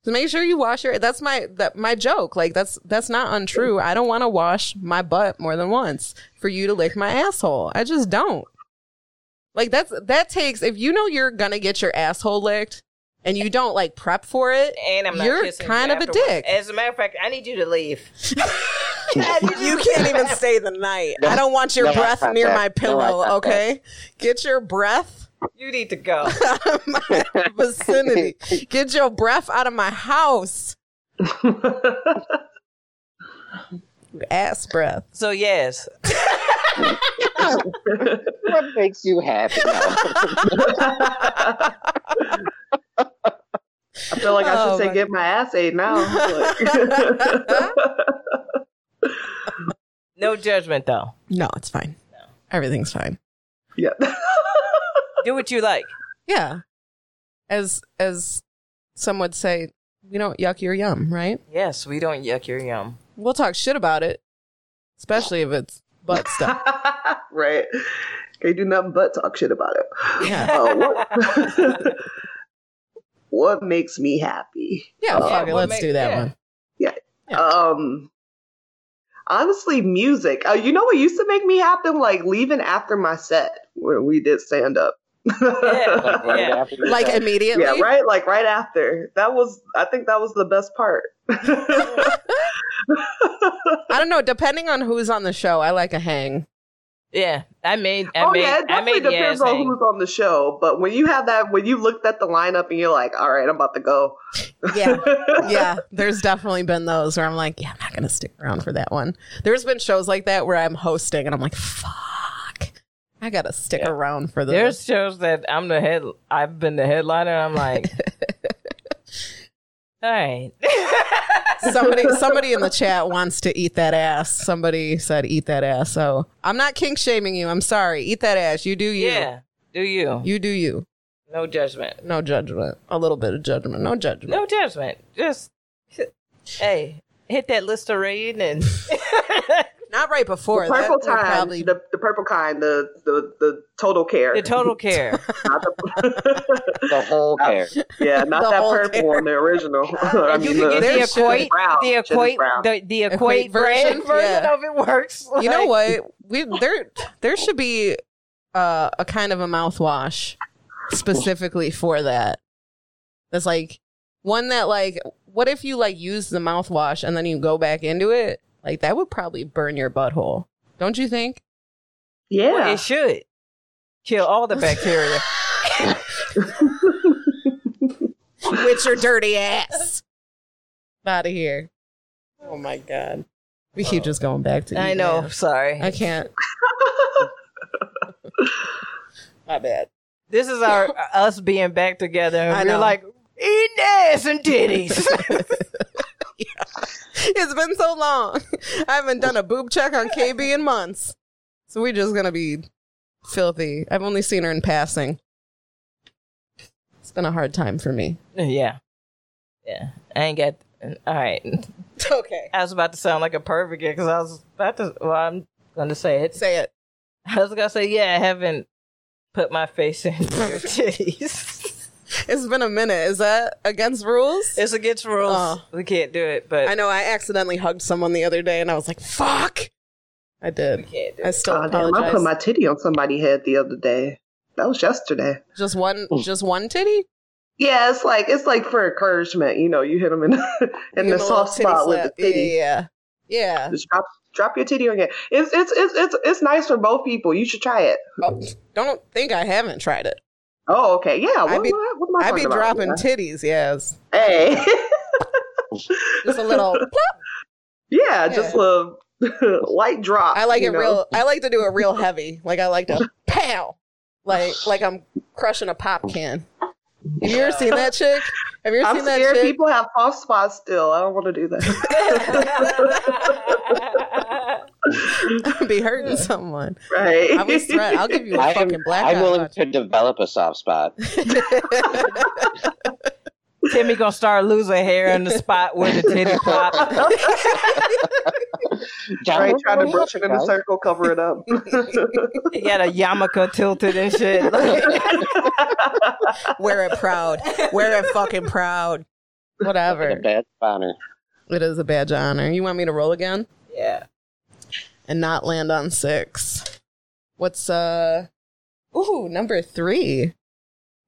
Speaker 3: So make sure you wash your. That's my that my joke. Like that's that's not untrue. I don't want to wash my butt more than once for you to lick my asshole. I just don't. Like that's that takes. If you know you're gonna get your asshole licked and you don't like prep for it,
Speaker 2: And I'm not
Speaker 3: You're
Speaker 2: kissing
Speaker 3: kind
Speaker 2: you
Speaker 3: of a
Speaker 2: afterwards.
Speaker 3: dick.
Speaker 2: As a matter of fact, I need you to leave.
Speaker 3: you can't even stay the night. I don't want your
Speaker 4: No eye
Speaker 3: breath near
Speaker 4: contact.
Speaker 3: my
Speaker 4: No eye
Speaker 3: pillow.
Speaker 4: contact.
Speaker 3: okay, get your breath
Speaker 2: You need to go.
Speaker 3: out of my vicinity. Get your breath out of my house. Ass breath.
Speaker 2: So yes,
Speaker 4: What makes you happy?
Speaker 5: I feel like I
Speaker 3: Oh,
Speaker 5: should say
Speaker 3: my
Speaker 5: get my ass ate now. Like-
Speaker 2: no judgment though.
Speaker 3: No, it's fine. Everything's fine.
Speaker 5: yeah.
Speaker 2: Do what you like.
Speaker 3: Yeah. As as some would say, we don't yuck your yum, right?
Speaker 2: Yes, we don't yuck your yum.
Speaker 3: We'll talk shit about it, especially if it's butt stuff.
Speaker 5: right. Can't do nothing but talk shit about it.
Speaker 3: Yeah.
Speaker 5: Uh, what, Oh, what makes me happy?
Speaker 3: Yeah,
Speaker 5: Uh,
Speaker 3: fuck it,
Speaker 2: we'll
Speaker 3: let's
Speaker 2: make-
Speaker 3: do that
Speaker 2: yeah.
Speaker 3: one. Yeah.
Speaker 5: Um, honestly, music. Uh, you know what used to make me happy? Like leaving after my set where we did stand up.
Speaker 2: Yeah.
Speaker 4: right
Speaker 2: Yeah.
Speaker 4: after the
Speaker 3: Like
Speaker 4: show.
Speaker 3: immediately.
Speaker 5: yeah, right. Like right after. That was. I think that was the best part.
Speaker 3: I don't know. Depending on who's on the show, I like a hang.
Speaker 2: Yeah, I made. I
Speaker 5: oh
Speaker 2: made.
Speaker 5: yeah, it
Speaker 2: I
Speaker 5: definitely
Speaker 2: made the
Speaker 5: depends
Speaker 2: ass
Speaker 5: on
Speaker 2: hang.
Speaker 5: who's on the show. But when you have that, when you looked at the lineup and you're like, "All right, I'm about to go."
Speaker 3: Yeah. yeah, there's definitely been those where I'm like, yeah, I'm not gonna stick around for that one. There's been shows like that where I'm hosting and I'm like, fuck, I gotta stick around for this.
Speaker 2: There's shows that I'm the head. I've been the headliner. and I'm like, all right.
Speaker 3: somebody, somebody in the chat wants to eat that ass. Somebody said, eat that ass. So I'm not kink shaming you. I'm sorry. Eat that ass. You do you.
Speaker 2: yeah. Do you?
Speaker 3: You do you.
Speaker 2: No judgment.
Speaker 3: No judgment. A little bit of judgment. No judgment.
Speaker 2: No judgment. Just hey, hit that Listerine and
Speaker 3: Not right before.
Speaker 5: The purple
Speaker 3: That would
Speaker 5: time,
Speaker 3: probably-
Speaker 5: the, the purple kind, the the the total care,
Speaker 2: the total care.
Speaker 5: Not the-
Speaker 4: the whole pair.
Speaker 5: yeah, not
Speaker 3: The
Speaker 5: that
Speaker 3: whole
Speaker 5: purple
Speaker 3: care.
Speaker 5: one, the original. I uh,
Speaker 2: And you can get
Speaker 3: there's
Speaker 2: the
Speaker 3: shit
Speaker 2: equate,
Speaker 5: brown,
Speaker 2: the
Speaker 5: shit is
Speaker 2: equate,
Speaker 5: brown.
Speaker 2: the, the equate,
Speaker 3: Equate version?
Speaker 2: brand version
Speaker 3: Yeah.
Speaker 2: of it works.
Speaker 3: you know
Speaker 2: Like,
Speaker 3: what? We there there should be uh, a kind of a mouthwash specifically for that. That's like one that like what if you like use the mouthwash and then you go back into it? Like that would probably burn your butthole. Don't you think?
Speaker 5: yeah,
Speaker 2: well, it should kill all the bacteria.
Speaker 3: With your dirty ass. Out of here. Oh my god. We keep just going back to
Speaker 2: I
Speaker 3: eating
Speaker 2: know.
Speaker 3: ass.
Speaker 2: Sorry.
Speaker 3: I can't. My bad.
Speaker 2: This is our us being back together.
Speaker 3: I
Speaker 2: And we're
Speaker 3: know.
Speaker 2: like eating ass and titties.
Speaker 3: It's been so long. I haven't done a boob check on KB in months. So we're just going to be filthy. I've only seen her in passing. It's been a hard time for me.
Speaker 2: yeah, yeah. I ain't got. All right.
Speaker 3: Okay.
Speaker 2: I was about to sound like a pervert because I was about to. Well, I'm gonna say it.
Speaker 3: Say it.
Speaker 2: I was gonna say, yeah, I haven't put my face in your titties.
Speaker 3: It's been a minute. Is that against rules?
Speaker 2: it's against rules.
Speaker 3: Oh.
Speaker 2: Uh. We can't do it, but
Speaker 3: I know I accidentally hugged someone the other day and I was like, fuck. I
Speaker 2: we
Speaker 3: did.
Speaker 2: can't do
Speaker 3: I
Speaker 2: it.
Speaker 3: still
Speaker 5: God damn, I
Speaker 3: apologize.
Speaker 5: put my titty on somebody's head the other day. That was yesterday.
Speaker 3: just one
Speaker 5: Mm.
Speaker 3: just one titty?
Speaker 5: Yeah, it's like it's like for encouragement. You know, you hit them in in
Speaker 3: Give a
Speaker 5: the
Speaker 3: little
Speaker 5: soft
Speaker 3: titty
Speaker 5: spot with the
Speaker 3: slap.
Speaker 5: titty.
Speaker 3: Yeah. Yeah. yeah.
Speaker 5: Just drop drop your titty on it. It's it's it's it's it's nice for both people. You should try it.
Speaker 3: Oh, don't think I haven't tried it.
Speaker 5: Oh, okay, yeah. What,
Speaker 3: be-
Speaker 5: what, what am I
Speaker 3: I
Speaker 5: talking
Speaker 3: be
Speaker 5: about?
Speaker 3: dropping titties, yes.
Speaker 5: Hey,
Speaker 3: just a little plop.
Speaker 5: yeah, just a light drop.
Speaker 3: I like
Speaker 5: you
Speaker 3: it
Speaker 5: know?
Speaker 3: real I like to do it real heavy. Like I like to pow. Like like I'm crushing a pop can. Have you ever seen that chick? Have you ever
Speaker 5: I'm
Speaker 3: seen that
Speaker 5: scared
Speaker 3: chick?
Speaker 5: people have soft spots still. I don't want to do that.
Speaker 3: be hurting someone.
Speaker 5: right.
Speaker 3: I was threat. I'll give you a
Speaker 4: I am,
Speaker 3: fucking black
Speaker 4: I'm
Speaker 3: eye.
Speaker 4: willing to develop a soft spot.
Speaker 2: Timmy gonna start losing hair in the spot where the titty pop.
Speaker 5: Right,
Speaker 4: John,
Speaker 5: trying to brush it in a
Speaker 4: guys?
Speaker 5: circle, cover it up.
Speaker 2: He got a yarmulke tilted and shit.
Speaker 3: Wear it proud. Wear it fucking proud.
Speaker 4: Like a
Speaker 3: Whatever.
Speaker 4: bad spawner.
Speaker 3: It is a badge of honor. You want me to roll again
Speaker 2: yeah.
Speaker 3: and not land on six? What's uh? Ooh, number three.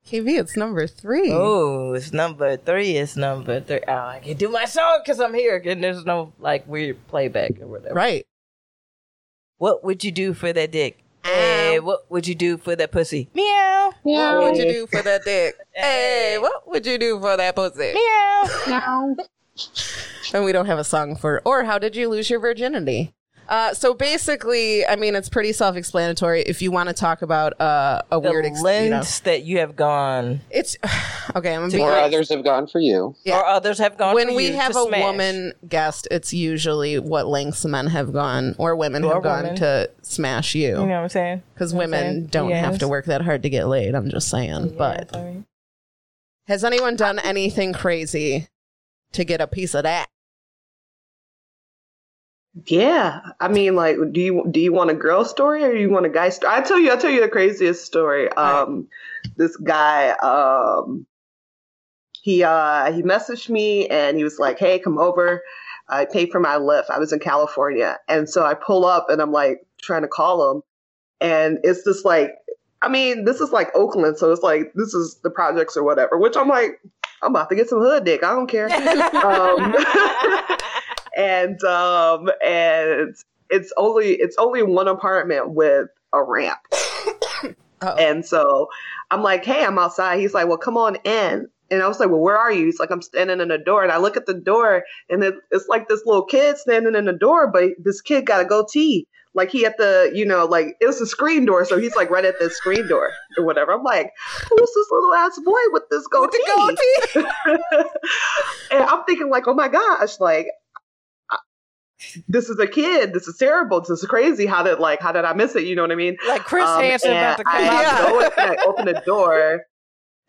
Speaker 3: KV, it's number three.
Speaker 2: Oh, it's number three. It's number three. Oh, I can do my song because I'm here and there's no like weird playback or whatever.
Speaker 3: right.
Speaker 2: What would you do for that dick? Hey, what would you do for that pussy? Meow.
Speaker 3: What would you do for that dick?
Speaker 2: Hey.
Speaker 3: hey, what would you do for that pussy?
Speaker 2: Meow.
Speaker 3: And we don't have a song for or how did you lose your virginity? Uh, so basically, I mean, it's pretty self-explanatory. If you want to talk about uh, a
Speaker 2: The
Speaker 3: weird ex-
Speaker 2: lengths
Speaker 3: you know,
Speaker 2: that you have gone,
Speaker 3: it's okay. I'm gonna be
Speaker 4: Or
Speaker 3: honest.
Speaker 4: others have gone for you.
Speaker 3: Yeah.
Speaker 2: or others have gone.
Speaker 3: when
Speaker 2: for
Speaker 3: we
Speaker 2: you
Speaker 3: have
Speaker 2: to
Speaker 3: a
Speaker 2: smash.
Speaker 3: woman guest, it's usually what lengths men have gone or women
Speaker 2: Or
Speaker 3: have gone
Speaker 2: women.
Speaker 3: to smash
Speaker 2: you know
Speaker 3: you
Speaker 2: what I'm saying?
Speaker 3: because
Speaker 2: what I'm
Speaker 3: women
Speaker 2: saying?
Speaker 3: don't have
Speaker 2: Yes.
Speaker 3: to work that hard to get laid. I'm just saying, but.
Speaker 2: Yeah, I mean,
Speaker 3: Has anyone done anything crazy to get a piece of that?
Speaker 5: Yeah, I mean, like, do you do you want a girl story or you want a guy story? I tell you, I will tell you the craziest story. Um, this guy, um, he uh, he messaged me and he was like, "Hey, come over." I paid for my lift. I was in California, and so I pull up and I'm like trying to call him, and it's just like, I mean, this is like Oakland, so it's like this is the projects or whatever. Which I'm like, I'm about to get some hood dick. I don't care. um, and um, and it's only it's only one apartment with a ramp.
Speaker 3: Oh.
Speaker 5: And so I'm like, hey, I'm outside. He's like, well, come on in. And I was like, well, where are you? He's like, I'm standing in the door. And I look at the door, and it, it's like this little kid standing in the door, but this kid got a goatee. Like he at the, you know, like it was a screen door, so he's like right at the screen door or whatever. I'm like, who's this little ass boy with this
Speaker 3: With
Speaker 5: goatee?
Speaker 3: the goatee.
Speaker 5: and I'm thinking like, oh my gosh, like I- this is a kid. This is terrible. This is crazy. How did like how did I miss it? You know what I mean?
Speaker 2: Like Chris
Speaker 5: Um,
Speaker 2: Hansen
Speaker 5: and
Speaker 2: about to come
Speaker 5: I,
Speaker 2: out.
Speaker 3: out.
Speaker 5: go in and I opened the door,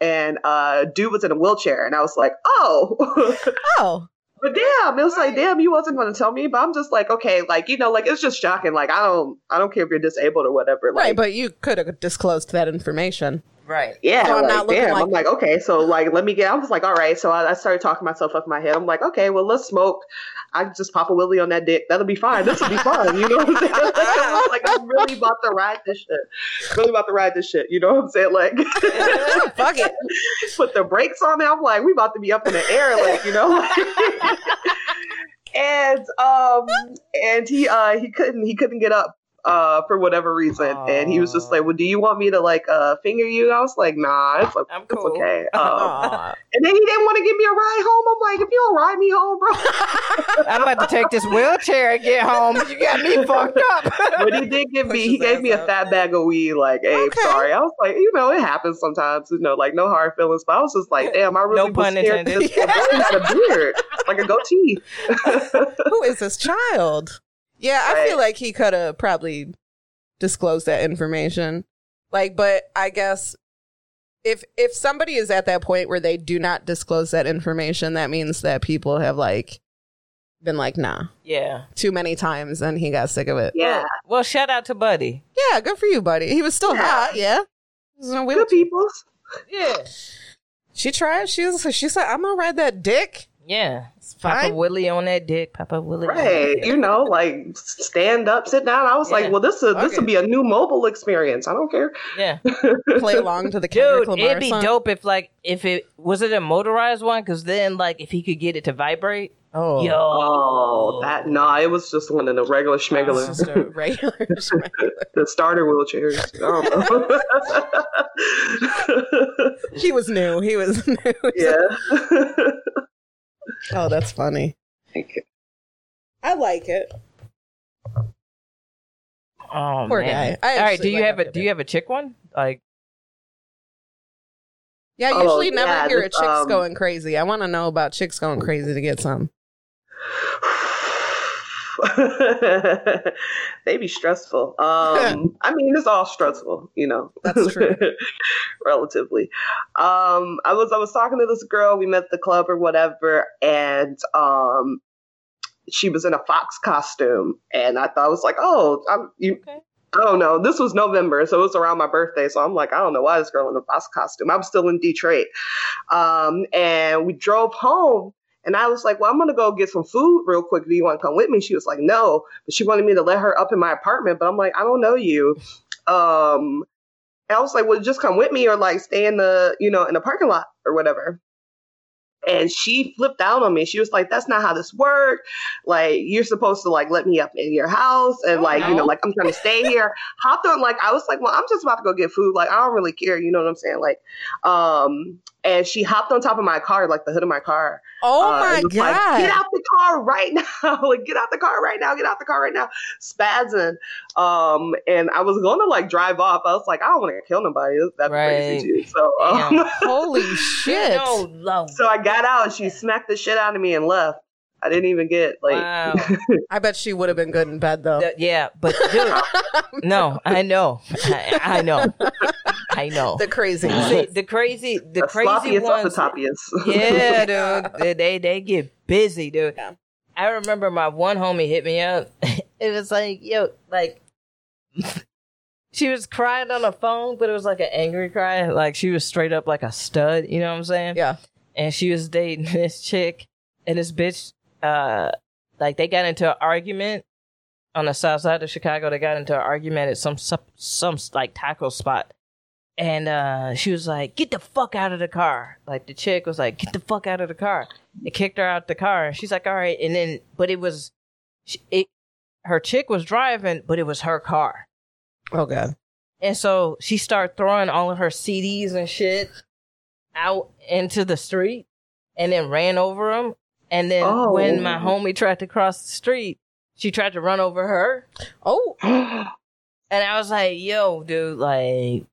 Speaker 5: and uh, dude was in a wheelchair, and I was like, oh.
Speaker 3: Oh,
Speaker 5: But damn, it was like, damn, you wasn't going to tell me. But I'm just like, okay, like you know, like it's just shocking. Like I don't, I don't care if you're disabled or whatever. Like,
Speaker 3: right. But you could have disclosed that information.
Speaker 2: Right.
Speaker 5: yeah,
Speaker 3: So I'm
Speaker 5: like,
Speaker 3: not looking
Speaker 5: damn.
Speaker 3: like-
Speaker 5: I'm like, okay, so like, let me get. I was like, all right. So I, I started talking myself up in my head. I'm like, okay, well, let's smoke. I can just pop a willy on that dick. That'll be fine. This will be fun. You know what I'm saying? Like, I was like, I'm really about to ride this shit. Really about to ride this shit. You know what I'm saying? Like,
Speaker 3: Fuck it.
Speaker 5: put the brakes on it. I'm like, we about to be up in the air, like you know. and um, and he uh he couldn't he couldn't get up uh for whatever reason, and he was just like, well, do you want me to like uh finger you? And I was like, nah, it's, like,
Speaker 2: I'm
Speaker 5: it's
Speaker 2: cool.
Speaker 5: okay. Um,
Speaker 3: Oh. Aw.
Speaker 5: and then he didn't want to give me a ride home. I'm like, if you don't ride me home, bro.
Speaker 2: I'm about to take this wheelchair and get home. You got me fucked up.
Speaker 5: but he did give
Speaker 3: Push
Speaker 5: me he
Speaker 3: his
Speaker 5: gave
Speaker 3: ass
Speaker 5: me a
Speaker 3: out.
Speaker 5: fat bag of weed like hey
Speaker 3: Okay.
Speaker 5: sorry i was like you know it happens sometimes you know like no hard feelings but i was just like damn i really was
Speaker 2: pun
Speaker 5: scared
Speaker 2: intended.
Speaker 5: this boy had a beard like a goatee
Speaker 3: Who is this child? Yeah, I feel like he could have probably disclosed that information. Like, but I guess if if somebody is at that point where they do not disclose that information, that means that people have like been like, nah,
Speaker 2: Yeah.
Speaker 3: too many times, and he got sick of it.
Speaker 5: yeah
Speaker 2: Well, shout out to Buddy.
Speaker 3: Yeah, good for you, buddy. He was still
Speaker 5: Yeah.
Speaker 3: hot. Yeah. He was in a wheel-
Speaker 5: good people
Speaker 2: Yeah.
Speaker 3: She tried. She was. She said, "I'm gonna ride that dick."
Speaker 2: Yeah.
Speaker 3: It's
Speaker 2: Papa
Speaker 3: fine.
Speaker 2: Willie on that dick. Papa Willie. on that
Speaker 5: right
Speaker 2: dick.
Speaker 5: you know like stand up sit down i was
Speaker 2: Yeah.
Speaker 5: like well this is this
Speaker 3: Okay.
Speaker 5: would be a new mobile experience i don't care
Speaker 2: Yeah.
Speaker 3: Play along to the
Speaker 2: Dude,
Speaker 3: Kendrick Lamar
Speaker 2: it'd be
Speaker 3: song.
Speaker 2: dope if like if it was it a motorized one because then like if he could get it to vibrate.
Speaker 3: Oh,
Speaker 2: Yo.
Speaker 5: oh that nah it was just one of the regular
Speaker 3: It's
Speaker 5: schmegalers
Speaker 3: just a regular.
Speaker 5: the starter wheelchairs i don't know
Speaker 3: he was new. He was new.
Speaker 5: yeah
Speaker 3: Oh, that's funny.
Speaker 4: Thank you.
Speaker 3: I like it.
Speaker 2: Oh
Speaker 3: Poor
Speaker 2: man.
Speaker 3: guy. I
Speaker 2: All right.
Speaker 3: actually
Speaker 2: Do you
Speaker 3: like
Speaker 2: have
Speaker 3: that
Speaker 2: a Do you have a chick one? Like
Speaker 3: Yeah, I
Speaker 5: Oh,
Speaker 3: usually never
Speaker 5: yeah,
Speaker 3: hear a
Speaker 5: this,
Speaker 3: chicks
Speaker 5: um,
Speaker 3: going crazy. I want to know about chicks
Speaker 2: Oh.
Speaker 3: going crazy to get some.
Speaker 5: they be stressful. Um, I mean, it's all stressful, you know.
Speaker 3: That's true.
Speaker 5: Relatively. Um, I was I was talking to this girl. We met at the club or whatever, and um, she was in a fox costume, and I thought I was like, oh, I'm you.
Speaker 2: Okay.
Speaker 5: I don't know. This was November, so it was around my birthday. So I'm like, I don't know why this girl in a fox costume. I'm still in Detroit, um, and we drove home. And I was like, well, I'm going to go get some food real quick. Do you want to come with me? She was like, no. But she wanted me to let her up in my apartment. But I'm like, I don't know you. Um, and I was like, well, just come with me or like stay in the, you know, in the parking lot or whatever. And she flipped out on me. She was like, that's not how this works. Like, you're supposed to like let me up in your house. And like, you know, like I'm trying to stay here. Hopped on, like, I was like, well, I'm just about to go get food. Like, I don't really care. You know what I'm saying? Like, um, and she hopped on top of my car, like the hood of my car.
Speaker 3: Oh
Speaker 5: Uh,
Speaker 3: my
Speaker 5: it was like,
Speaker 3: god!
Speaker 5: get out the car right now! like, get out the car right now! Get out the car right now! Spazzing. Um, and I was gonna like drive off. I was like, I don't want to kill nobody. That's
Speaker 2: Right.
Speaker 5: crazy too. So,
Speaker 2: Damn.
Speaker 5: um,
Speaker 3: Holy shit!
Speaker 2: No love.
Speaker 5: so I got out. and She smacked the shit out of me and left. I didn't even get like.
Speaker 2: Wow.
Speaker 3: I bet she would have been good in bed though.
Speaker 2: Th- yeah, but dude, no, I know, I, I know, I know.
Speaker 3: The crazy
Speaker 2: See,
Speaker 3: one.
Speaker 2: the crazy, the
Speaker 5: The
Speaker 2: crazy
Speaker 5: sloppiest of the
Speaker 2: ones.
Speaker 5: toppiest.
Speaker 2: yeah, dude. They, they they get busy, dude.
Speaker 3: Yeah.
Speaker 2: I remember my one homie hit me up. It was like, yo, like she was crying on the phone, but it was like an angry cry. Like she was straight up like a stud, you know what I'm saying?
Speaker 3: Yeah.
Speaker 2: and she was dating this chick and this bitch uh like they got into an argument on the south side of Chicago. They got into an argument at some some, some like taco spot. And uh, she was like, "Get the fuck out of the car!" Like the chick was like, "Get the fuck out of the car!" It kicked her out the car, and she's like, "All right." And then, but it was, she- it, her chick was driving, but it was her car.
Speaker 3: Oh god.
Speaker 2: And so she started throwing all of her CDs and shit out into the street and then ran over him. And then
Speaker 5: Oh.
Speaker 2: when my homie tried to cross the street, she tried to run over her.
Speaker 3: Oh,
Speaker 2: And I was like, yo, dude, like,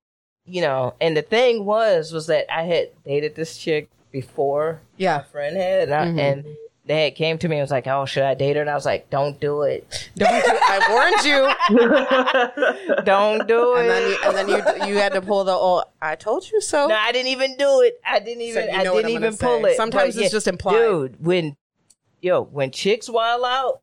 Speaker 2: you know. And the thing was, was that I had dated this chick before
Speaker 3: yeah.
Speaker 2: my friend had. And, I,
Speaker 5: Mm-hmm.
Speaker 3: Mhm.
Speaker 2: and they had came to me and was like, oh, should I date her? And I was like, don't do it.
Speaker 3: Don't do, I warned you.
Speaker 2: Don't do it.
Speaker 3: And then you, and then you you had to pull the old I told you so.
Speaker 2: No, I didn't even do it. I didn't
Speaker 3: So
Speaker 2: even.
Speaker 3: you
Speaker 2: I
Speaker 3: know what
Speaker 2: didn't
Speaker 3: I'm gonna
Speaker 2: even pull
Speaker 3: say.
Speaker 2: it.
Speaker 3: Sometimes
Speaker 2: But
Speaker 3: it's just implied.
Speaker 2: dude. When yo, when chicks wild out,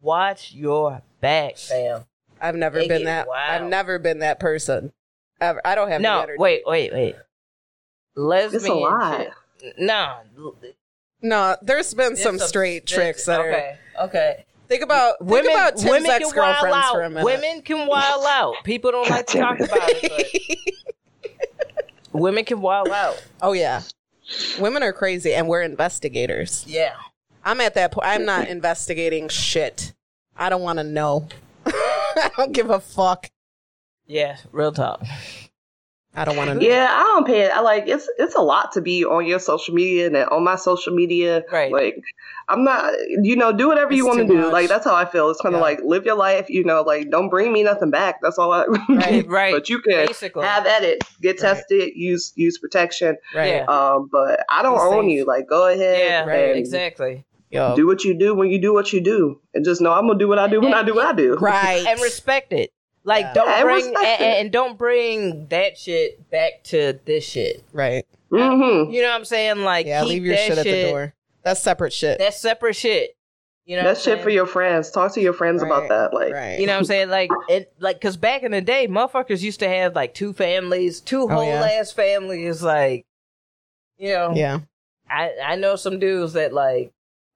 Speaker 2: watch your back, fam.
Speaker 3: I've never
Speaker 2: They
Speaker 3: been
Speaker 2: get
Speaker 3: that.
Speaker 2: wild.
Speaker 3: I've never been that person. Ever. I don't have the
Speaker 2: No,
Speaker 3: energy.
Speaker 2: wait, wait, wait. Lesbian.
Speaker 5: It's a lot.
Speaker 2: chick- No. l-
Speaker 3: No, there's been some
Speaker 2: it's a-
Speaker 3: straight tricks that are.
Speaker 2: Okay. Okay.
Speaker 3: Think about think
Speaker 2: Women.
Speaker 3: about Tim's
Speaker 2: women
Speaker 3: ex
Speaker 2: can wild
Speaker 3: girlfriends
Speaker 2: out.
Speaker 3: for a minute.
Speaker 2: Women can wild out. People don't like to talk
Speaker 4: Goddamn
Speaker 2: about it. But women can wild out.
Speaker 3: Oh yeah, women are crazy, and we're investigators.
Speaker 2: Yeah.
Speaker 3: I'm at that point. I'm not investigating shit. I don't want to know. I don't give a fuck.
Speaker 2: Yeah. Real talk.
Speaker 3: I don't want to know.
Speaker 5: Yeah, I don't pay it. I like it's it's a lot to be on your social media and on my social media.
Speaker 2: Right.
Speaker 5: Like I'm not you know, do whatever you
Speaker 3: It's
Speaker 5: want to
Speaker 3: too
Speaker 5: do.
Speaker 3: much.
Speaker 5: Like that's how I feel. It's kinda
Speaker 3: Yeah.
Speaker 5: like live your life, you know, like don't bring me nothing back. That's all I
Speaker 3: Right,
Speaker 2: right.
Speaker 5: But you can
Speaker 2: Basically.
Speaker 5: have at it. Get
Speaker 3: Right.
Speaker 5: tested, use use protection.
Speaker 3: Right.
Speaker 2: Yeah.
Speaker 5: Um, but I don't
Speaker 3: Be
Speaker 5: own
Speaker 3: safe.
Speaker 5: you. Like go ahead
Speaker 2: Yeah.
Speaker 3: Right.
Speaker 5: and
Speaker 2: Exactly.
Speaker 3: Yo.
Speaker 5: do what you do when you do what you do. And just know I'm gonna do what I do when I do what I do.
Speaker 3: right.
Speaker 2: and respect it. Like
Speaker 3: Yeah.
Speaker 2: don't
Speaker 5: Yeah, and
Speaker 2: bring and,
Speaker 5: respect it.
Speaker 2: and don't bring that shit back to this shit.
Speaker 3: right.
Speaker 5: Mm-hmm.
Speaker 2: You know what I'm saying? Like
Speaker 3: Yeah.
Speaker 2: keep
Speaker 3: Leave your
Speaker 2: that
Speaker 3: shit at the door. That's separate shit.
Speaker 2: That's separate shit. You know
Speaker 5: That
Speaker 2: what I'm
Speaker 5: shit for
Speaker 2: saying?
Speaker 5: your friends. Talk to your friends
Speaker 3: Right,
Speaker 5: about that. Like
Speaker 3: right.
Speaker 2: You know what I'm saying? Like it like cause back in the day, motherfuckers used to have like two families, two whole
Speaker 3: Oh, yeah.
Speaker 2: ass families, like you know.
Speaker 3: Yeah.
Speaker 2: I, I know some dudes that like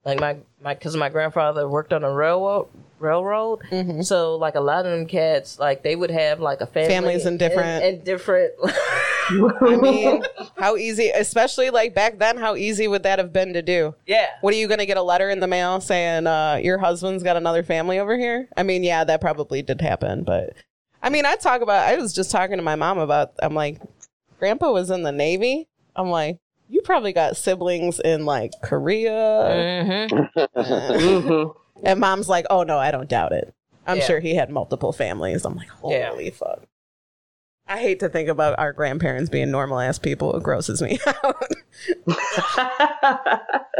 Speaker 2: like my my cause my grandfather worked on a railroad railroad
Speaker 3: hmm
Speaker 2: So like a lot of them cats, like they would have like a family
Speaker 3: Families in
Speaker 2: and,
Speaker 3: different-
Speaker 2: and different.
Speaker 3: I mean, how easy, especially like back then, how easy would that have been to do?
Speaker 2: yeah,
Speaker 3: What are you going to get a letter in the mail saying uh, your husband's got another family over here? I mean, yeah, that probably did happen, but I mean, I talk about. I was just talking to my mom about. I'm like, Grandpa was in the Navy. I'm like, you probably got siblings in like Korea,
Speaker 2: mm-hmm.
Speaker 5: Mhm.
Speaker 3: and Mom's like, oh no, I don't doubt it. I'm
Speaker 2: Yeah.
Speaker 3: sure he had multiple families. I'm like, holy
Speaker 2: Yeah.
Speaker 3: fuck. I hate to think about our grandparents being normal ass people. It grosses me out.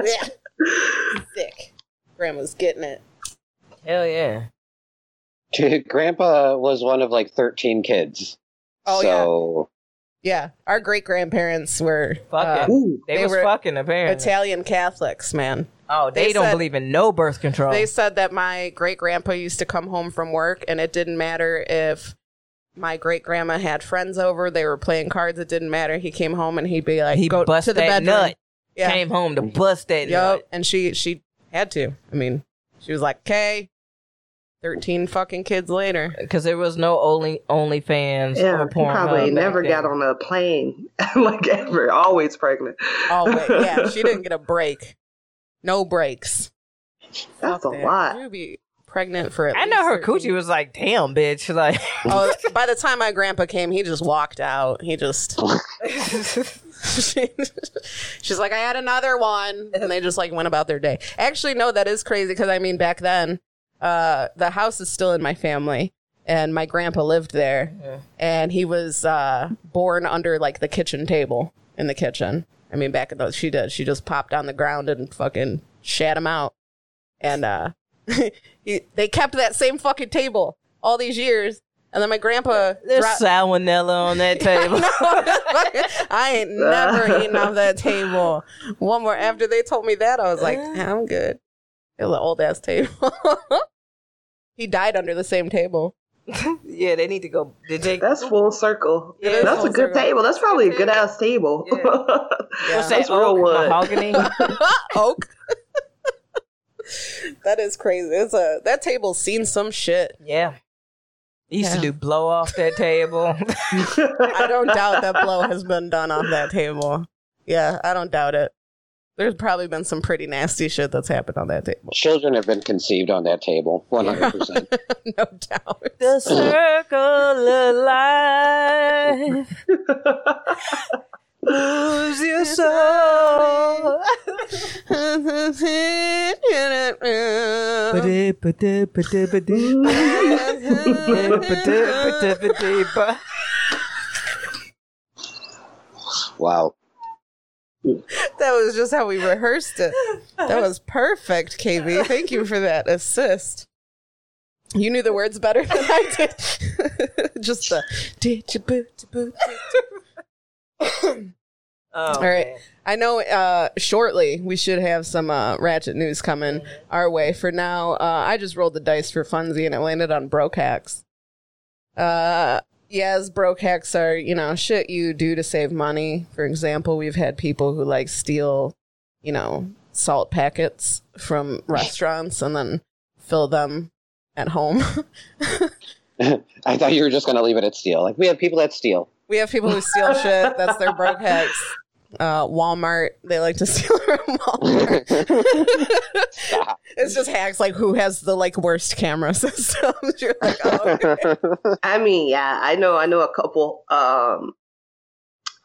Speaker 3: Yeah. Sick. Grandma's getting it.
Speaker 2: hell yeah.
Speaker 4: Dude, Grandpa was one of like 13 kids.
Speaker 3: Oh,
Speaker 4: so,
Speaker 3: Yeah. Our great grandparents were
Speaker 2: Fuck
Speaker 3: uh,
Speaker 2: it.
Speaker 5: Ooh.
Speaker 2: They,
Speaker 3: They
Speaker 2: was
Speaker 3: were
Speaker 2: fucking apparently.
Speaker 3: Italian Catholics, man.
Speaker 2: oh, they,
Speaker 3: they
Speaker 2: don't
Speaker 3: said-
Speaker 2: believe in no birth control.
Speaker 3: They said that my great grandpa used to come home from work and it didn't matter if my great grandma had friends over, they were playing cards, it didn't matter. He came home and he'd be like,
Speaker 2: he
Speaker 3: go
Speaker 2: bust
Speaker 3: to the
Speaker 2: that
Speaker 3: bedroom.
Speaker 2: nut.
Speaker 3: Yeah.
Speaker 2: Came home to bust that nut.
Speaker 3: Yep. And she she had to. I mean, she was like, Okay. Thirteen fucking kids later.
Speaker 2: Because there was no only OnlyFans
Speaker 5: Yeah,
Speaker 2: or
Speaker 5: you
Speaker 2: porn.
Speaker 5: probably never got on a plane like ever. Always pregnant.
Speaker 3: Oh wait, yeah, she didn't get a break. No breaks.
Speaker 5: That's
Speaker 3: Fuck
Speaker 5: a
Speaker 3: that.
Speaker 5: lot.
Speaker 3: You'd be pregnant for. At
Speaker 2: I know
Speaker 3: least
Speaker 2: her
Speaker 3: 13
Speaker 2: coochie was like, damn, bitch. Like,
Speaker 3: Oh, by the time my grandpa came, he just walked out. He just. she's like, I had another one, and they just like went about their day. Actually, no, that is crazy because I mean, back then, uh, the house is still in my family, and my grandpa lived there, and he was uh, born under like the kitchen table in the kitchen. I mean, back in those, she did. She just popped on the ground and fucking shat him out, and uh, he, they kept that same fucking table all these years. And then my grandpa
Speaker 2: there's
Speaker 3: dro-
Speaker 2: salmonella on that table.
Speaker 3: I ain't never eaten off that table. One more after they told me that, I was like, I'm good. It was an old ass table. he died under the same table.
Speaker 2: yeah, they need to go. Did they?
Speaker 5: That's full circle.
Speaker 2: Yeah, it's
Speaker 5: that's
Speaker 2: full
Speaker 5: a good
Speaker 2: circle.
Speaker 5: table. That's probably a good ass table.
Speaker 2: Yeah.
Speaker 3: Yeah.
Speaker 5: That's real
Speaker 2: oak,
Speaker 5: wood.
Speaker 2: Mahogany.
Speaker 3: Oak. that is crazy. It's a that table's seen some shit.
Speaker 2: yeah. They used to
Speaker 3: Yeah.
Speaker 2: do blow off that table.
Speaker 3: I don't doubt that blow has been done off that table. Yeah, I don't doubt it. There's probably been some pretty nasty shit that's happened on that table.
Speaker 4: Children have been conceived on that table, 100%.
Speaker 3: no doubt.
Speaker 2: the circle of life. Lose your soul.
Speaker 3: But
Speaker 2: Ba-dee-ba-dee-ba-dee-ba-dee. Ba-dee-ba-dee-ba-dee-ba.
Speaker 4: wow.
Speaker 3: That was just how we rehearsed it. That was perfect, KB. Thank you for that assist. You knew the words better than I did. just the did you boo to boo.
Speaker 2: Oh,
Speaker 3: All right.
Speaker 2: man.
Speaker 3: I know uh, shortly we should have some uh, ratchet news coming our way. For now, uh, I just rolled the dice for funsie and it landed on broke hacks. Uh, yes, broke hacks are you know shit you do to save money. For example, we've had people who like steal, you know, salt packets from restaurants and then fill them at home.
Speaker 4: I thought you were just going to leave it at steel. Like, we have people that steal.
Speaker 3: we have people who steal shit. That's their broke hacks. Uh, Walmart. They like to steal from Walmart.
Speaker 4: Stop.
Speaker 3: It's just hacks like who has the like worst camera systems. You're like, oh, okay.
Speaker 5: I mean, yeah, I know, I know a couple. Um,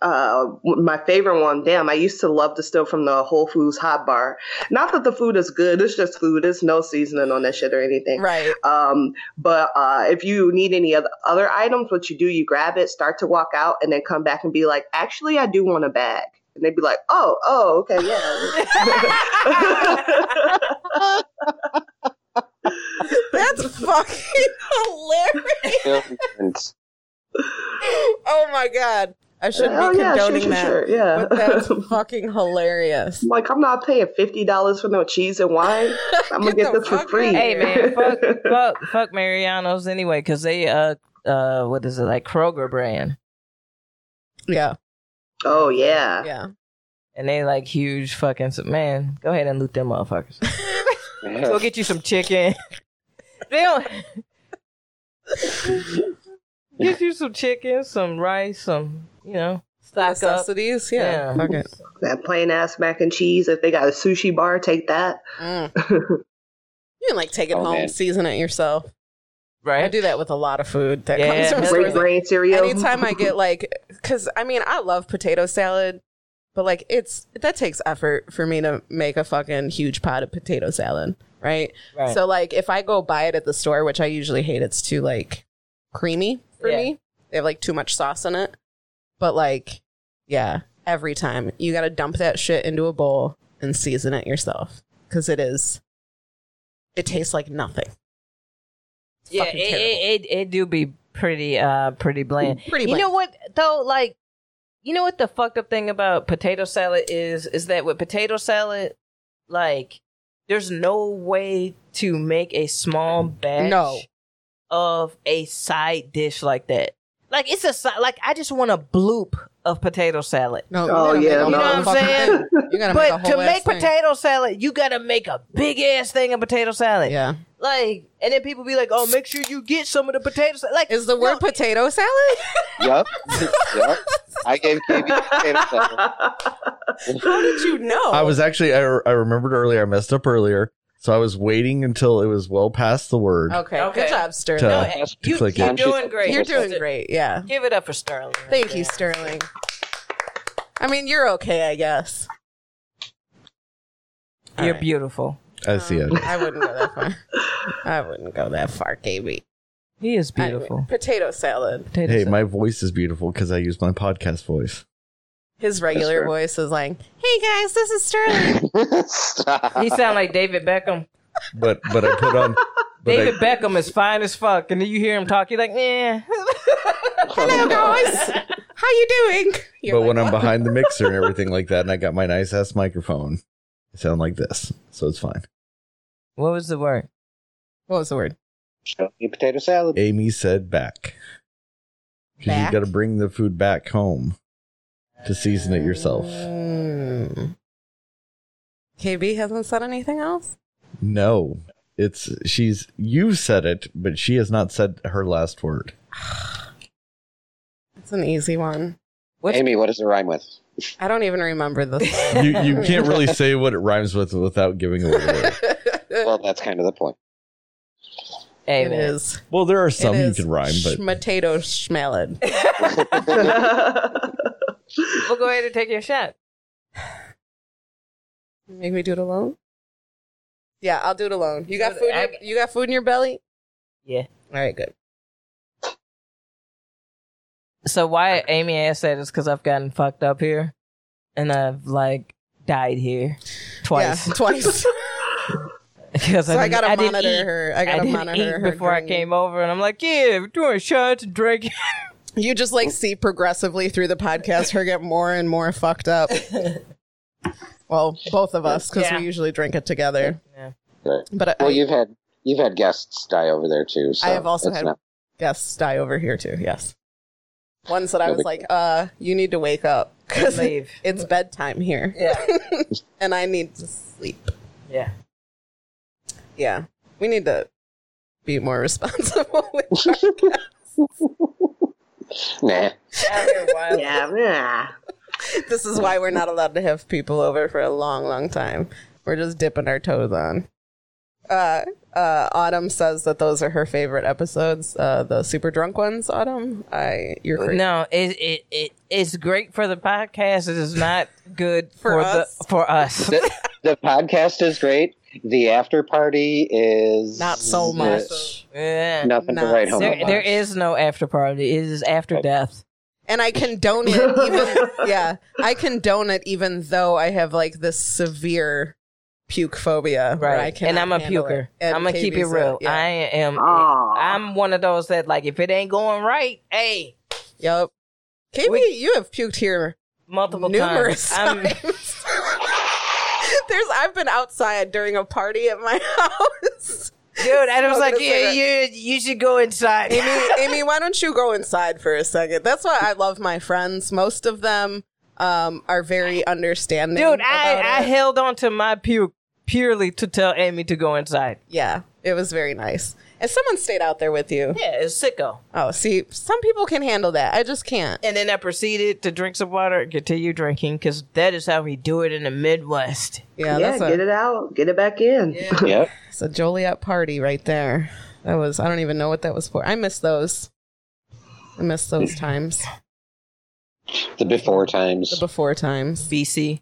Speaker 5: uh, my favorite one, damn, I used to love to steal from the Whole Foods hot bar. Not that the food is good; it's just food. There's no seasoning on that shit or anything.
Speaker 3: right.
Speaker 5: Um, but uh, if you need any other other items, what you do, you grab it, start to walk out, and then come back and be like, actually, I do want a bag. And they'd be like, oh, oh, okay, yeah.
Speaker 3: That's fucking hilarious. Oh my god, I shouldn't
Speaker 5: oh,
Speaker 3: be
Speaker 5: yeah, sure,
Speaker 3: condoning
Speaker 5: sure,
Speaker 3: that,
Speaker 5: sure, yeah.
Speaker 3: but that's fucking hilarious.
Speaker 5: I'm like, I'm not paying fifty dollars for no cheese and wine. I'm gonna
Speaker 3: Get
Speaker 5: get,
Speaker 3: the
Speaker 5: this for
Speaker 3: fuck
Speaker 5: free.
Speaker 3: out.
Speaker 2: Hey man, fuck, fuck, fuck Mariano's anyway, because they uh uh what is it like Kroger brand,
Speaker 3: Yeah,
Speaker 5: oh yeah.
Speaker 3: yeah.
Speaker 2: and they like huge fucking so, man. Go ahead and loot them motherfuckers. Go get you some chicken. they don't. get you some chicken, some rice, some you know stock up.
Speaker 3: Necessities, yeah.
Speaker 2: Yeah.
Speaker 3: Fuck it.
Speaker 5: That plain ass mac and cheese. If they got a sushi bar, take that.
Speaker 3: Mm. You can like take it
Speaker 4: Oh,
Speaker 3: home,
Speaker 4: man.
Speaker 3: season it yourself. I
Speaker 2: Right?
Speaker 3: do that with a lot of food that
Speaker 2: Yeah,
Speaker 3: comes from
Speaker 2: that's
Speaker 3: stores.
Speaker 2: right.
Speaker 5: Great grain cereal.
Speaker 3: anytime I get like, because I mean, I love potato salad, but like, it's that takes effort for me to make a fucking huge pot of potato salad, right?
Speaker 2: Right.
Speaker 3: So like, if I go buy it at the store, which I usually hate, it's too like creamy for
Speaker 2: Yeah.
Speaker 3: me. They have like too much sauce in it, but like, yeah, every time you got to dump that shit into a bowl and season it yourself because it is, it tastes like nothing. It's
Speaker 2: yeah, it,
Speaker 3: fucking terrible.
Speaker 2: it, it it do be pretty uh pretty bland.
Speaker 3: Pretty
Speaker 2: You know what though, like you know what the fucked up thing about potato salad is is that with potato salad, like there's no way to make a small batch
Speaker 3: No.
Speaker 2: of a side dish like that. Like it's a si- like I just want a bloop of potato salad.
Speaker 3: No,
Speaker 5: Oh,
Speaker 3: you gotta make
Speaker 5: yeah,
Speaker 3: a
Speaker 5: no.
Speaker 3: whole
Speaker 2: what I'm
Speaker 5: You know
Speaker 3: fucking
Speaker 2: saying?
Speaker 3: thing. You gotta make a
Speaker 2: But
Speaker 3: whole
Speaker 2: to
Speaker 3: ass
Speaker 2: make
Speaker 3: thing.
Speaker 2: potato salad, you gotta make a big ass thing of potato salad.
Speaker 3: Yeah.
Speaker 2: Like, and then people be like, "Oh, make sure you get some of the potato salad." Like,
Speaker 3: Is the word
Speaker 2: no,
Speaker 3: potato salad?
Speaker 4: Yep. Yep. I gave KB potato salad.
Speaker 3: How did you
Speaker 2: Oh.
Speaker 3: know?
Speaker 1: I was actually I, I remembered earlier. I messed up earlier, so I was waiting until it was well past the word.
Speaker 3: okay,
Speaker 2: Okay.
Speaker 3: Good job, Sterling.
Speaker 1: To-
Speaker 2: no,
Speaker 4: Yes,
Speaker 2: you,
Speaker 1: click
Speaker 2: you're
Speaker 4: it.
Speaker 2: doing great.
Speaker 3: You're doing great. Yeah.
Speaker 2: Give it up for Sterling. right
Speaker 3: Thank you,
Speaker 2: there.
Speaker 3: Sterling. I mean, you're okay, I guess. All
Speaker 2: You're
Speaker 3: right.
Speaker 2: beautiful.
Speaker 1: I see it.
Speaker 3: Um, I wouldn't go that far. I wouldn't go that far, KB.
Speaker 2: He is
Speaker 3: Anyway,
Speaker 2: beautiful.
Speaker 3: potato salad.
Speaker 2: Potato
Speaker 1: Hey,
Speaker 2: salad.
Speaker 1: my voice is beautiful because I use my podcast voice.
Speaker 3: His regular
Speaker 4: fair.
Speaker 3: voice is like, "Hey guys, this is Sterling."
Speaker 4: Stop.
Speaker 2: he sound like David Beckham.
Speaker 1: But but I put on. But
Speaker 2: David
Speaker 1: I,
Speaker 2: Beckham is fine as fuck, and then you hear him talk, you're like, "Yeah."
Speaker 3: Hello, guys. How you doing? You're
Speaker 1: but
Speaker 3: like,
Speaker 1: when I'm
Speaker 3: "What?"
Speaker 1: behind the mixer and everything like that, and I got my nice ass microphone, I sound like this, so it's fine.
Speaker 2: what was the word?
Speaker 3: what was the word?
Speaker 4: Show me potato salad.
Speaker 1: Amy said back. 'Cause You
Speaker 3: Back?
Speaker 1: got to bring the food back home to season it yourself.
Speaker 3: Mm. KB hasn't said anything else?
Speaker 1: No, it's she's you've said it, but she has not said her last word.
Speaker 3: It's an easy one.
Speaker 2: What's-
Speaker 4: Amy, what does it rhyme with?
Speaker 3: I don't even remember this.
Speaker 1: You you can't really say what it rhymes with without giving away. the word.
Speaker 4: Well, that's kind of the point.
Speaker 2: Hey,
Speaker 3: It
Speaker 2: man.
Speaker 3: is.
Speaker 1: Well, there are some
Speaker 3: it
Speaker 1: you
Speaker 3: is
Speaker 1: can rhyme, but
Speaker 3: Schmatato schmalad.
Speaker 2: Well, go ahead and take your shot.
Speaker 3: Make me do it alone. Yeah, I'll do it alone. You got
Speaker 2: Dude,
Speaker 3: food. In your,
Speaker 2: I-
Speaker 3: you got food in your belly.
Speaker 2: Yeah.
Speaker 3: All right, good.
Speaker 2: So why Amy Ann said it's because I've gotten fucked up here, and I've like died here twice
Speaker 3: Yeah, twice.
Speaker 2: because
Speaker 3: so I,
Speaker 2: didn't-
Speaker 3: gotta
Speaker 2: I didn't
Speaker 3: monitor
Speaker 2: eat.
Speaker 3: her. I
Speaker 2: I
Speaker 3: gotta
Speaker 2: didn't
Speaker 3: monitor
Speaker 2: eat
Speaker 3: her
Speaker 2: before I
Speaker 3: during-
Speaker 2: came over, and I'm like, yeah, we're doing shots and drinking.
Speaker 3: You just like see progressively through the podcast her get more and more fucked up. well, both of us because
Speaker 2: Yeah.
Speaker 3: we usually drink it together.
Speaker 2: Yeah.
Speaker 4: Right.
Speaker 3: But I,
Speaker 4: Well, you've had you've had guests die over there too. So
Speaker 3: I have also
Speaker 4: it's
Speaker 3: had
Speaker 4: not-
Speaker 3: guests die over here too. Yes, ones that I
Speaker 4: Yeah,
Speaker 3: was
Speaker 4: but-
Speaker 3: like, "Uh, you need to wake up because
Speaker 2: Leave.
Speaker 3: it's bedtime here,
Speaker 2: Yeah,
Speaker 3: and I need to sleep."
Speaker 2: yeah.
Speaker 3: Yeah, we need to be more responsible. with our-
Speaker 4: nah.
Speaker 5: yeah, yeah.
Speaker 3: this is why we're not allowed to have people over for a long, long time. We're just dipping our toes on. Uh, uh, Autumn says that those are her favorite episodes, uh, the super drunk ones. Autumn, I you're crazy.
Speaker 2: No, it, it it it's great for the podcast. It is not good for,
Speaker 3: us.
Speaker 2: the for us.
Speaker 4: The, the podcast is great. The after party is
Speaker 3: not so much.
Speaker 2: yeah.
Speaker 4: Nothing
Speaker 3: Not
Speaker 4: to write home
Speaker 2: there,
Speaker 4: about.
Speaker 2: there is no after party. It is after death.
Speaker 3: and I condone it. Even, yeah, I condone it, even though I have like this severe puke phobia. where I
Speaker 2: Right. And
Speaker 3: cannot
Speaker 2: I'm a
Speaker 3: handle it.
Speaker 2: puker.
Speaker 3: And
Speaker 2: I'm gonna keep it
Speaker 3: KB's a-
Speaker 2: real.
Speaker 3: yeah.
Speaker 2: I am
Speaker 5: Aw.
Speaker 2: I'm one of those that like if it ain't going right, hey,
Speaker 3: yep. KB,
Speaker 2: We-
Speaker 3: you have puked here
Speaker 2: multiple
Speaker 3: numerous
Speaker 2: times. Um, I'm-
Speaker 3: times. There's, I've been outside during a party at my house.
Speaker 2: dude, Adam's like,
Speaker 3: Smoking a
Speaker 2: yeah, you you should go inside.
Speaker 3: Amy, Amy, why don't you go inside for a second? That's why I love my friends. Most of them um, are very understanding.
Speaker 2: Dude, I,
Speaker 3: about
Speaker 2: I
Speaker 3: it.
Speaker 2: held on to my puke purely to tell Amy to go inside.
Speaker 3: yeah, it was very nice. And someone stayed out there with you.
Speaker 2: Yeah, it's sicko.
Speaker 3: Oh, see, some people can handle that. I just can't.
Speaker 2: And then I proceeded to drink some water and continue drinking because that is how we do it in the Midwest.
Speaker 3: Yeah,
Speaker 5: yeah,
Speaker 3: that's a,
Speaker 5: get it out, get it back in.
Speaker 4: Yep.
Speaker 3: it's a Joliet party right there. That was I don't even know what that was for. I miss those. I miss those times.
Speaker 4: The before times.
Speaker 3: The before times.
Speaker 2: BC.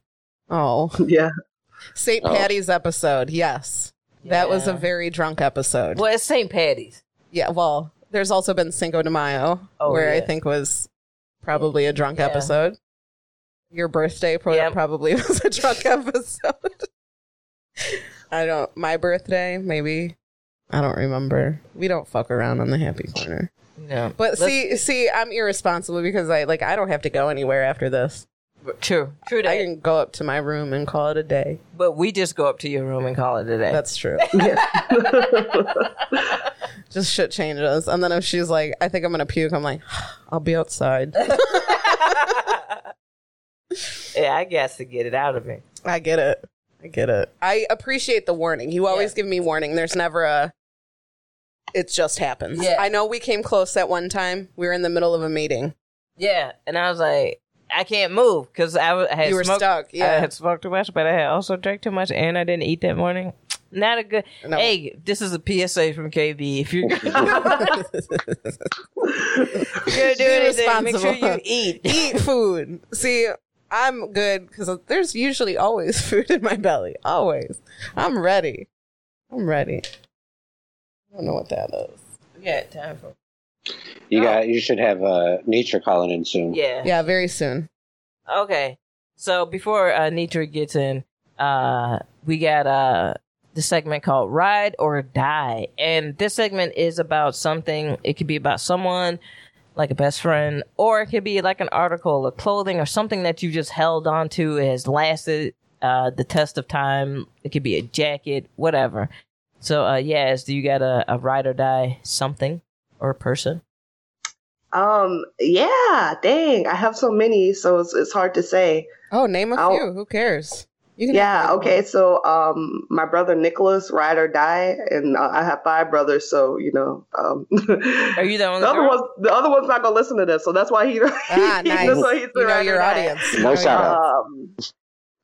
Speaker 3: Oh.
Speaker 5: Yeah.
Speaker 3: St.
Speaker 4: Oh.
Speaker 3: Patty's episode, yes. That was a
Speaker 2: Yeah.
Speaker 3: very drunk episode.
Speaker 2: Well, it's St. Patty's.
Speaker 3: Yeah, well, there's also been Cinco de Mayo,
Speaker 2: Oh,
Speaker 3: where I
Speaker 2: yeah.
Speaker 3: think was probably a drunk
Speaker 2: Yeah.
Speaker 3: episode. Your birthday pro-
Speaker 2: Yep.
Speaker 3: probably was a drunk episode. I don't. My birthday, maybe. I don't remember. We don't fuck around on the happy corner.
Speaker 2: No.
Speaker 3: But see, see, I'm irresponsible because I like I don't have to go anywhere after this.
Speaker 2: True. True
Speaker 3: I
Speaker 2: that.
Speaker 3: can go up to my room and call it a day.
Speaker 2: But we just go up to your room and call it a day.
Speaker 3: That's true.
Speaker 5: Yeah.
Speaker 3: Just shit changes. And then if she's like, I think I'm gonna puke, I'm like, I'll be outside.
Speaker 2: yeah, I guess to get it out of me.
Speaker 3: I get it. I get it. I appreciate the warning. You always give me warning. There's never a. It just happens.
Speaker 2: Yeah.
Speaker 3: I know we came close at one time. We were in the middle of a meeting.
Speaker 2: Yeah. And I was like, I can't move because I, w- I had
Speaker 3: you were
Speaker 2: smoked.
Speaker 3: stuck.
Speaker 2: I
Speaker 3: Yeah.
Speaker 2: had smoked too much, but I had also drank too much and I didn't eat that morning. Not a good.
Speaker 3: No.
Speaker 2: Hey, this is a PSA from KB. If you're gonna do anything, make sure you
Speaker 3: responsible.
Speaker 2: eat.
Speaker 3: Eat food. See, I'm good because there's usually always food in my belly. Always. I'm ready. I'm ready. I don't know what that is.
Speaker 2: Yeah, time for.
Speaker 4: You got. You should have uh, Nietzsche calling in soon.
Speaker 2: Yeah.
Speaker 3: Yeah, very soon.
Speaker 2: Okay. So before uh, Nitra gets in, uh, we got uh, the segment called Ride or Die. And this segment is about something. It could be about someone, like a best friend, or it could be like an article of clothing or something that you just held on to. It has lasted uh, the test of time. It could be a jacket, whatever. So, uh, yes, do you got a, a ride or die something or person?
Speaker 5: Um, yeah, dang, I have so many, so it's, it's hard to say.
Speaker 3: Oh, name a
Speaker 5: I'll-
Speaker 3: few. Who cares? You
Speaker 5: Yeah, okay, so um, my brother Nicholas, ride or die, and uh, I have five brothers, so you know. Um,
Speaker 2: Are you the only
Speaker 5: the other
Speaker 2: girl?
Speaker 5: one's the other one's not gonna listen to this, so that's why he.
Speaker 3: Ah, nice.
Speaker 5: that's why he's the
Speaker 3: You know
Speaker 5: ride or
Speaker 3: your
Speaker 5: die.
Speaker 3: audience. Oh, You
Speaker 4: No
Speaker 3: know your
Speaker 4: shout out.
Speaker 5: Um,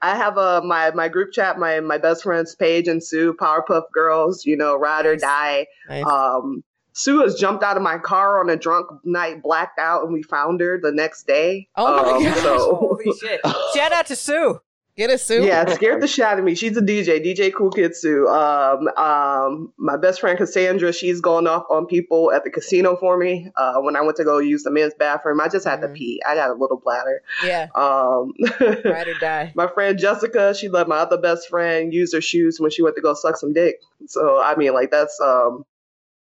Speaker 5: I have a my my group chat, my my best friends Paige and Sue, Powerpuff Girls, you know, ride or die.
Speaker 3: Nice.
Speaker 5: Um, Sue has jumped out of my car on a drunk night, blacked out, and we found her the next day.
Speaker 3: Oh my
Speaker 5: um,
Speaker 3: gosh.
Speaker 5: So
Speaker 2: Holy shit. Shout out to Sue.
Speaker 3: Get a suit.
Speaker 5: yeah, it scared the shit out of me. She's a DJ, DJ Cool Kid Sue. Um, um, my best friend Cassandra, she's going off on people at the casino for me. Uh, when I went to go use the men's bathroom, I just had to
Speaker 3: Mhm.
Speaker 5: pee. I got a little bladder.
Speaker 3: Yeah.
Speaker 5: Um,
Speaker 3: Ride or die.
Speaker 5: my friend Jessica, she let my other best friend use her shoes when she went to go suck some dick. So I mean, like that's um,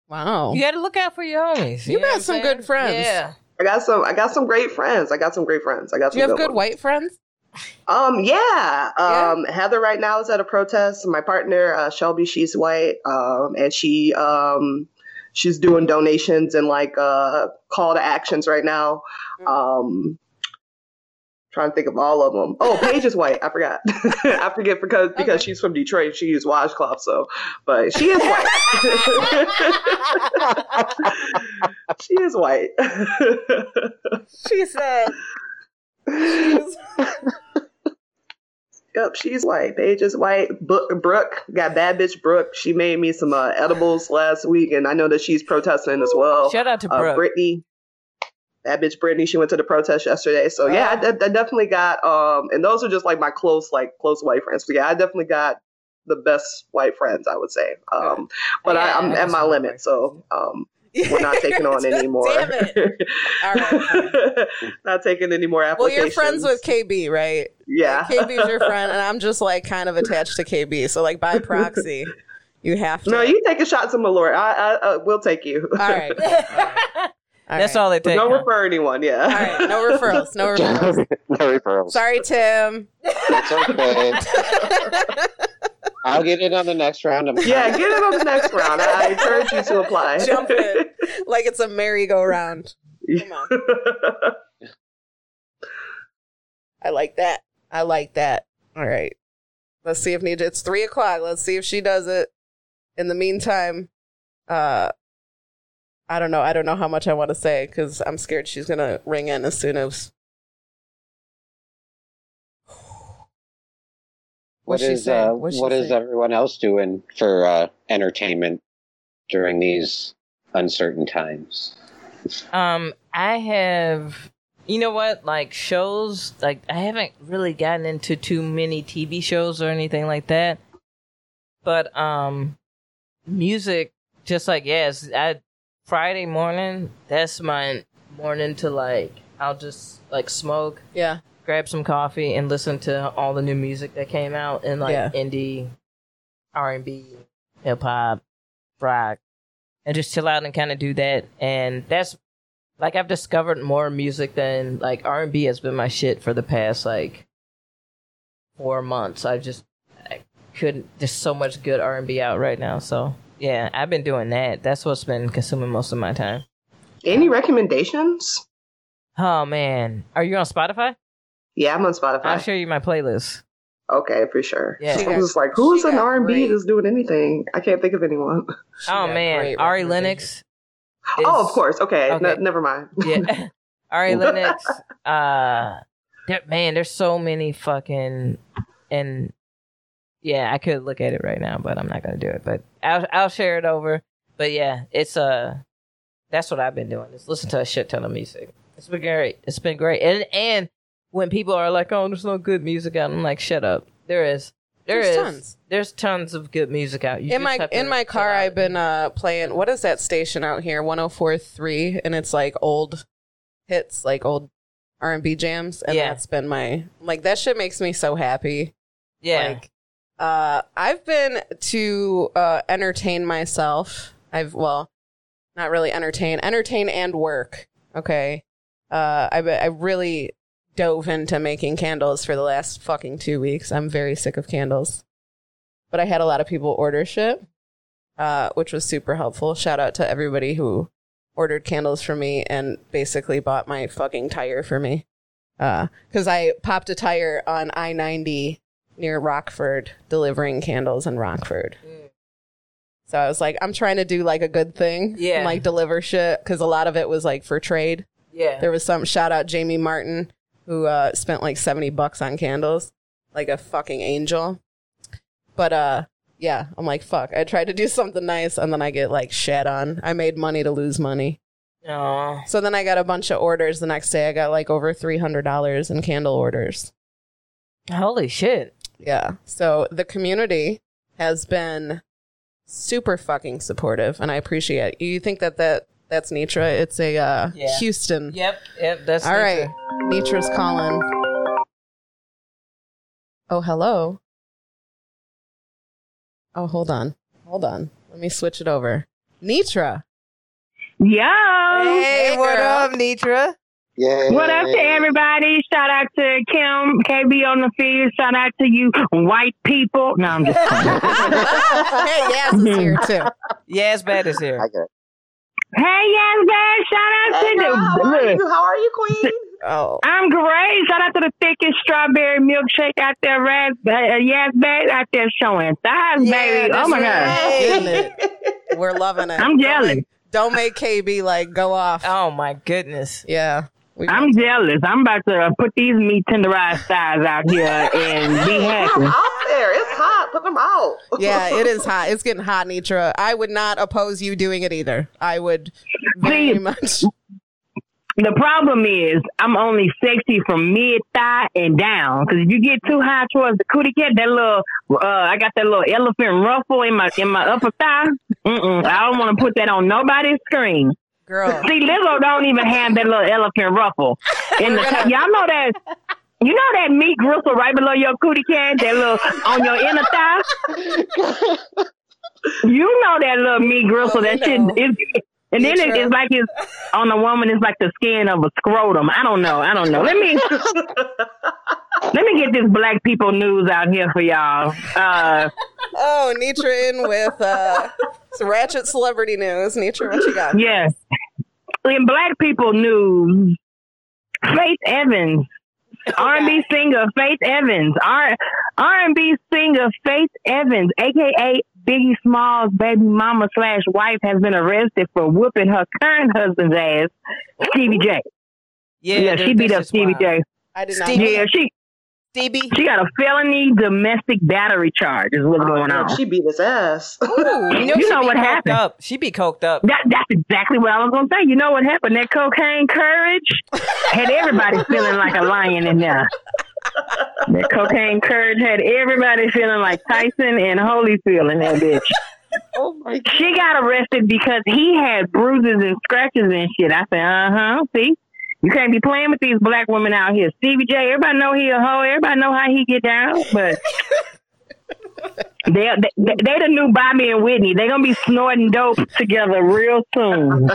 Speaker 3: Wow.
Speaker 2: You got to look out for your homies.
Speaker 3: Oh. You
Speaker 2: know
Speaker 3: got
Speaker 2: what I'm
Speaker 3: some
Speaker 2: saying?
Speaker 3: good friends.
Speaker 2: Yeah.
Speaker 5: I got some, I got some great friends. I got some great friends. I got
Speaker 3: Do you
Speaker 5: some
Speaker 3: have good
Speaker 5: ones.
Speaker 3: white friends?
Speaker 5: Um, yeah.
Speaker 3: Yeah?
Speaker 5: Um, Heather right now is at a protest. My partner, uh, Shelby, she's white. Um, and she, um, she's doing donations and like, uh, call to actions right now.
Speaker 3: Mm.
Speaker 5: Um, trying to think of all of them. Oh, Paige is white. I forgot. I forget because, because she's from Detroit. She used washcloth. So, but she is white. she is white.
Speaker 3: She said.
Speaker 5: Yep, she's white. Paige is white. Book, Brooke got bad bitch Brooke. She made me some uh, edibles last week, and I know that she's protesting as well.
Speaker 2: Shout out to
Speaker 5: Uh,
Speaker 2: Brooke.
Speaker 5: Brittany, bad bitch Brittany. She went to the protest yesterday, so yeah, I, de- I definitely got. Um, and those are just like my close, like close white friends. But yeah, I definitely got the best white friends, I would say. Um, but
Speaker 2: Yeah,
Speaker 5: I, I'm
Speaker 2: I
Speaker 5: at
Speaker 2: just
Speaker 5: my
Speaker 2: wanna
Speaker 5: limit,
Speaker 2: break.
Speaker 5: so um, we're not taking on anymore.
Speaker 3: Damn it. All right. fine.
Speaker 5: not taking any more
Speaker 3: Well,
Speaker 5: applications.
Speaker 3: you're friends with KB, right?
Speaker 5: yeah.
Speaker 3: KB's your friend, and I'm just like kind of attached to KB. So like by proxy, you have to.
Speaker 5: No, you taking shots at Malort. I, I, uh, we'll take you.
Speaker 3: All right. All
Speaker 2: That's
Speaker 3: right.
Speaker 2: all it takes.
Speaker 5: Don't
Speaker 2: huh?
Speaker 5: refer anyone. Yeah.
Speaker 3: All right. No referrals. No referrals.
Speaker 4: no referrals.
Speaker 3: Sorry, Tim.
Speaker 4: It's okay. I'll get in on the next round. I'm
Speaker 5: Yeah, get it on the next round. I encourage you to apply.
Speaker 3: Jump in like it's a merry-go-round. Come on. I like that. I like that. All right. Let's see if Nija. It's three o'clock. Let's see if she does it. In the meantime, uh, I don't know. I don't know how much I want to say because I'm scared she's gonna ring in as soon as.
Speaker 4: What
Speaker 3: What'd she
Speaker 4: is
Speaker 3: say?
Speaker 4: uh,
Speaker 3: What'd she
Speaker 4: what is
Speaker 3: say?
Speaker 4: everyone else doing for uh, entertainment during these uncertain times?
Speaker 2: Um, I have, you know what, like shows, like I haven't really gotten into too many TV shows or anything like that. But um, music, just like yes, I Friday morning, that's my morning to like I'll just like smoke,
Speaker 3: Yeah.
Speaker 2: grab some coffee, and listen to all the new music that came out in like
Speaker 3: Yeah.
Speaker 2: indie, R and B, hip hop, rock, and just chill out and kind of do that. And that's like I've discovered more music than like R and B has been my shit for the past like four months. I just I couldn't. There's so much good R and B out right now. So yeah, I've been doing that. That's what's been consuming most of my time.
Speaker 5: Any recommendations?
Speaker 2: Oh man, are you on Spotify?
Speaker 5: Yeah, I'm on Spotify.
Speaker 2: I'll show you my playlist.
Speaker 5: Okay, for sure.
Speaker 2: Yeah.
Speaker 3: She
Speaker 5: I'm
Speaker 3: got-
Speaker 5: just like, who's
Speaker 3: she
Speaker 5: an
Speaker 3: got
Speaker 5: R and B
Speaker 3: great-
Speaker 5: that's doing anything? I can't think of anyone.
Speaker 3: she
Speaker 2: Oh
Speaker 3: got
Speaker 2: man,
Speaker 3: great
Speaker 2: Ari Lennox.
Speaker 3: recommendations.
Speaker 5: oh, of
Speaker 2: is-
Speaker 5: course. Okay,
Speaker 2: Okay.
Speaker 5: ne- never mind.
Speaker 2: Yeah. Ari Lennox. Uh, there, man, there's so many fucking and yeah, I could look at it right now, but I'm not gonna do it. But I'll I'll share it over. But yeah, it's uh that's what I've been doing. Is listen to a shit ton of music. It's been great. It's been great. And and when people are like, "Oh, there's no good music out," I'm like, "Shut up. There is. There
Speaker 3: There's
Speaker 2: is.
Speaker 3: tons.
Speaker 2: There's tons of good music out." You
Speaker 3: in
Speaker 2: just
Speaker 3: my
Speaker 2: have to
Speaker 3: in my
Speaker 2: chill
Speaker 3: car
Speaker 2: out.
Speaker 3: i've been uh playing what is that station out here 1043 and it's like old hits like old r&b jams and
Speaker 2: Yeah.
Speaker 3: that's been my like that shit makes me so happy
Speaker 2: yeah.
Speaker 3: like uh i've been to uh entertain myself i've well not really entertain entertain and work okay uh i i really dove into making candles for the last fucking 2 weeks i'm very sick of candles but i had a lot of people order shit uh, which was super helpful. Shout out to everybody who ordered candles for me and basically bought my fucking tire for me. Because I popped a tire on I 90 near Rockford, delivering candles in Rockford. So I was like, I'm trying to do like a good thing.
Speaker 2: Yeah.
Speaker 3: And, like deliver shit. Because a lot of it was like for trade.
Speaker 2: Yeah.
Speaker 3: There was some shout out Jamie Martin who uh, spent like 70 bucks on candles, like a fucking angel. But uh, yeah, I'm like, fuck. I tried to do something nice and then I get like shat on. I made money to lose money.
Speaker 2: Aw.
Speaker 3: So then I got a bunch of orders the next day. I got like over $300 in candle orders.
Speaker 2: Holy shit.
Speaker 3: Yeah. So the community has been super fucking supportive, and I appreciate it. You think that that that's Nitra? It's a uh,
Speaker 2: Yeah.
Speaker 3: Houston.
Speaker 2: Yep, yep, that's
Speaker 3: All right, Nitra's calling. Oh, hello. Oh, hold on, hold on. Let me switch it over. Nitra.
Speaker 6: Yo.
Speaker 2: Hey,
Speaker 3: Hey,
Speaker 2: what
Speaker 3: girl.
Speaker 2: up, Nitra?
Speaker 4: Yay.
Speaker 6: What up to everybody? Shout out to Kim, KB on the field. Shout out to you, white people. No, I'm just kidding.
Speaker 3: Oh, hey, yes, is here too.
Speaker 2: Yes, bad is
Speaker 4: I
Speaker 2: here.
Speaker 4: get it.
Speaker 6: hey, yes, man. Shout out
Speaker 5: Hey,
Speaker 6: to
Speaker 5: girl, how
Speaker 6: the.
Speaker 5: are
Speaker 6: Look,
Speaker 5: you? How are you, Queen?
Speaker 3: Oh,
Speaker 6: I'm great. Shout out to the thickest strawberry milkshake out there, ras- uh, yes, babe, out there showing thighs,
Speaker 2: Yeah,
Speaker 6: baby. Oh
Speaker 2: that's
Speaker 6: my
Speaker 2: right.
Speaker 6: god,
Speaker 3: getting it. We're loving it.
Speaker 6: I'm jealous.
Speaker 3: Don't make KB like go off.
Speaker 2: Oh my goodness.
Speaker 3: Yeah. We-
Speaker 6: I'm jealous. I'm about to uh, put these meat tenderized thighs out here and be
Speaker 5: Put them
Speaker 6: happy.
Speaker 5: out there. It's hot. Put them out.
Speaker 3: yeah, it is hot. It's getting hot, Nitra. I would not oppose you doing it either. I would very
Speaker 6: Please.
Speaker 3: much.
Speaker 6: The problem is, I'm only sexy from mid thigh and down. Because if you get too high towards the cootie cat, that little, uh, I got that little elephant ruffle in my in my upper thigh. Mm-mm, I don't want to put that on nobody's screen.
Speaker 3: Girl,
Speaker 6: See, Lizzo don't even have that little elephant ruffle. In the
Speaker 3: We're gonna-
Speaker 6: y'all know that. You know that meat gristle right below your cootie can, that little on your inner thigh. you know that little meat gristle.
Speaker 3: Oh, we
Speaker 6: that shit
Speaker 3: know.
Speaker 6: is, and then it,
Speaker 3: Nature.
Speaker 6: it's like it's on a woman. It's like the skin of a scrotum. I don't know. I don't know. Let me let me get this black people news out here for y'all. Uh,
Speaker 3: oh, Nitra in with uh, it's Ratchet Celebrity News. Nitra, what you got?
Speaker 6: Yes. In Black People News, Faith Evans, R&B singer Faith Evans, R- R&B singer Faith Evans, aka Biggie Smalls' baby mama slash wife, has been arrested for whooping her current husband's ass, Stevie J.
Speaker 2: Yeah,
Speaker 6: Yeah, she
Speaker 2: dude,
Speaker 6: beat
Speaker 2: this
Speaker 6: up
Speaker 2: is
Speaker 6: Stevie
Speaker 2: wild.
Speaker 6: J.
Speaker 3: I did not.
Speaker 2: Steve-
Speaker 6: Yeah, she
Speaker 2: DB.
Speaker 6: she got a felony domestic battery charge. Is what's going on.
Speaker 5: Oh, She beat his ass.
Speaker 2: Ooh,
Speaker 6: You know
Speaker 2: be
Speaker 6: what
Speaker 2: coked
Speaker 6: happened.
Speaker 2: Up. She be coked up.
Speaker 6: That, that's exactly what I was gonna say. You know what happened? That cocaine courage had everybody feeling like a lion in there. That cocaine courage had everybody feeling like Tyson and Holyfield in that bitch.
Speaker 4: Oh my god.
Speaker 6: She got arrested because he had bruises and scratches and shit. I said, uh huh. See, you can't be playing with these black women out here. Stevie J, everybody know he a hoe. Everybody know how he get down, but. They, they they the new Bobby and Whitney. They're gonna be snorting dope together real soon.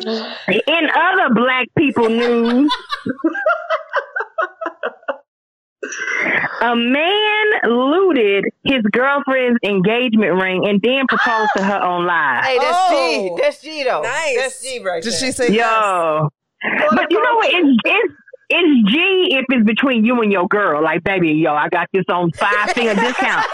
Speaker 6: In other black people news, a man looted his girlfriend's engagement ring and then proposed to her on live.
Speaker 2: Hey, that's
Speaker 3: Oh.
Speaker 2: G. That's G though.
Speaker 3: Nice.
Speaker 2: That's G right
Speaker 3: Did
Speaker 2: there.
Speaker 3: she say yes?
Speaker 6: Yo, but you know what? It's, it's it's G if it's between you and your girl. Like, baby, yo, I got this on five finger discount.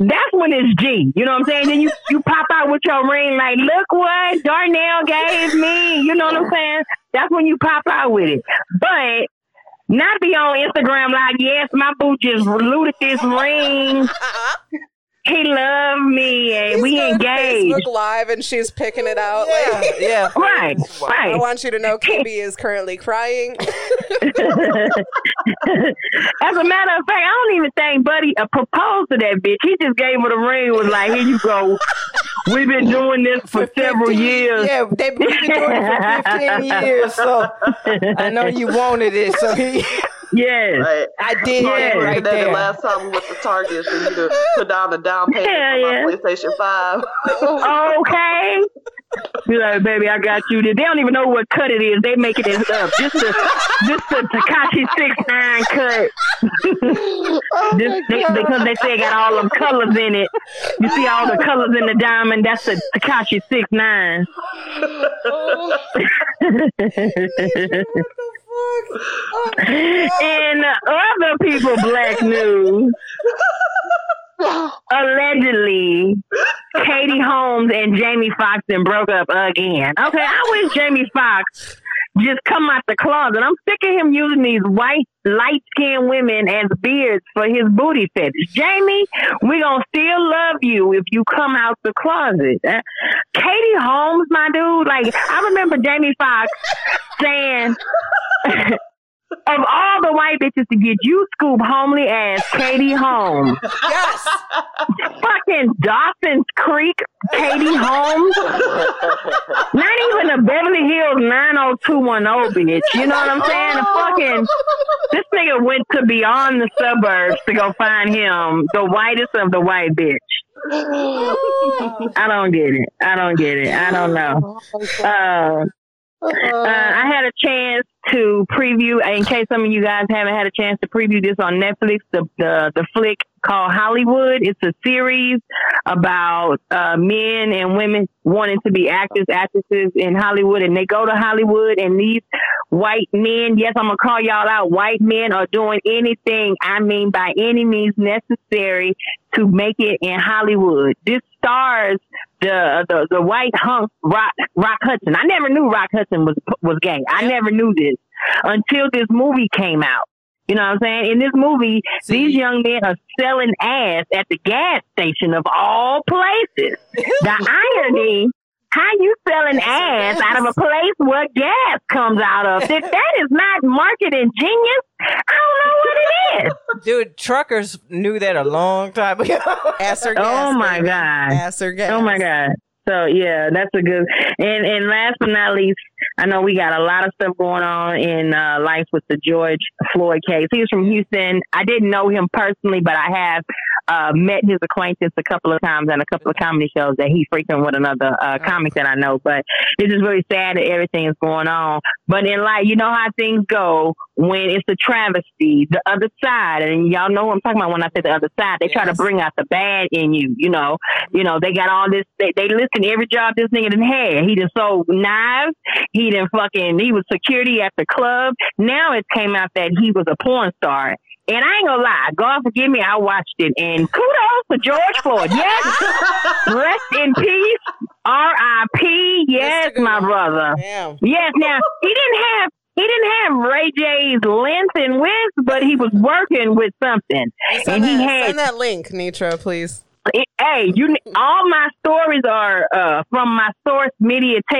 Speaker 6: That's when it's G. You know what I'm saying? Then you, you pop out with your ring, like, look what Darnell gave me. You know what I'm saying? That's when you pop out with it. But not be on Instagram like, yes, my boo just looted this ring. He loved me and
Speaker 3: He's
Speaker 6: we
Speaker 3: going to
Speaker 6: engaged.
Speaker 3: Facebook Live and she's picking it out.
Speaker 2: Yeah,
Speaker 3: Like,
Speaker 2: yeah.
Speaker 6: Right,
Speaker 3: I
Speaker 6: right.
Speaker 3: want you to know KB is currently crying.
Speaker 6: As a matter of fact, I don't even think Buddy uh, proposed to that bitch. He just gave her the ring. Was like, here you go. We've been doing this for several
Speaker 2: 15
Speaker 6: years.
Speaker 2: Yeah, they've been doing it for 15 years, so I know you wanted it. So he,
Speaker 6: Yes.
Speaker 5: Right.
Speaker 2: I did
Speaker 6: Yeah.
Speaker 2: it right
Speaker 5: and then the
Speaker 2: there.
Speaker 5: last time we went to Target for you to put down the down payment
Speaker 6: Yeah, Oh,
Speaker 5: for my
Speaker 6: yeah.
Speaker 5: PlayStation 5.
Speaker 6: Okay. Be like, baby, I got you. They don't even know what cut it is. They making it up. Just the just the Takashi six nine cut.
Speaker 5: Oh
Speaker 6: This,
Speaker 5: my
Speaker 6: they,
Speaker 5: God.
Speaker 6: because they say it got all them colors in it. You see all the colors in the diamond. That's the Takashi six nine. In other people, black news. Allegedly, Katie Holmes and Jamie Foxx then broke up again. Okay, I wish Jamie Foxx just come out the closet. I'm sick of him using these white, light skinned women as beards for his booty fetish. Jamie, we gonna still love you if you come out the closet. Uh, Katie Holmes, my dude, like I remember Jamie Foxx saying Of all the white bitches to get you scoop homely ass Katie Holmes.
Speaker 3: Yes.
Speaker 6: Fucking Dawson's Creek, Katie Holmes. Not even a Beverly Hills 90210 bitch. You know what I'm saying? A fucking this nigga went to beyond the suburbs to go find him, the whitest of the white bitch. I don't get it. I don't get it. I don't know. Uh, uh, I had a chance to preview. In case some of you guys haven't had a chance to preview this on Netflix, the the, the flick called Hollywood. It's a series about uh, men and women wanting to be actors, actresses in Hollywood, and they go to Hollywood, and these white men. Yes, I'm gonna call y'all out. White men are doing anything. I mean, by any means necessary to make it in Hollywood. This stars the uh, the, the white hunk Rock Rock Hudson. I never knew Rock Hudson was was gay. I never knew this until this movie came out. You know what I'm saying? In this movie,
Speaker 2: See.
Speaker 6: these young men are selling ass at the gas station of all places. the irony. How you selling ass out of a place where gas comes out of? If that is not marketing genius, I don't know what it is.
Speaker 2: Dude, truckers knew that a long time ago.
Speaker 3: Ass or
Speaker 6: Oh
Speaker 3: gas,
Speaker 6: my
Speaker 3: baby.
Speaker 6: god.
Speaker 3: Ass or gas.
Speaker 6: Oh my god. So yeah, that's a good. And and last but not least, I know we got a lot of stuff going on in uh, life with the George Floyd case. He was from Houston. I didn't know him personally, but I have uh, met his acquaintance a couple of times on a couple of comedy shows that he frequent with another uh, comic that I know. But it's just really sad that everything is going on. But in life, you know how things go when it's a travesty, the other side, and y'all know what I'm talking about when I say the other side. They try to
Speaker 2: Yes.
Speaker 6: bring out the bad in you, you know. You know, they got all this. They, they listen to every job this nigga done had. He done sold knives. He done fucking. He was security at the club. Now it came out that he was a porn star. And I ain't gonna lie, God forgive me, I watched it. And kudos for George Floyd. Yes, rest in peace, R.I.P. Yes,
Speaker 3: That's a good
Speaker 6: my
Speaker 3: one.
Speaker 6: brother.
Speaker 3: Damn.
Speaker 6: Yes, now he didn't have he didn't have Ray J's length and width, but he was working with something.
Speaker 3: Send,
Speaker 6: And he
Speaker 3: that,
Speaker 6: had-
Speaker 3: send that link, Nitro, please.
Speaker 6: It- hey, you! All my stories are uh, from my source,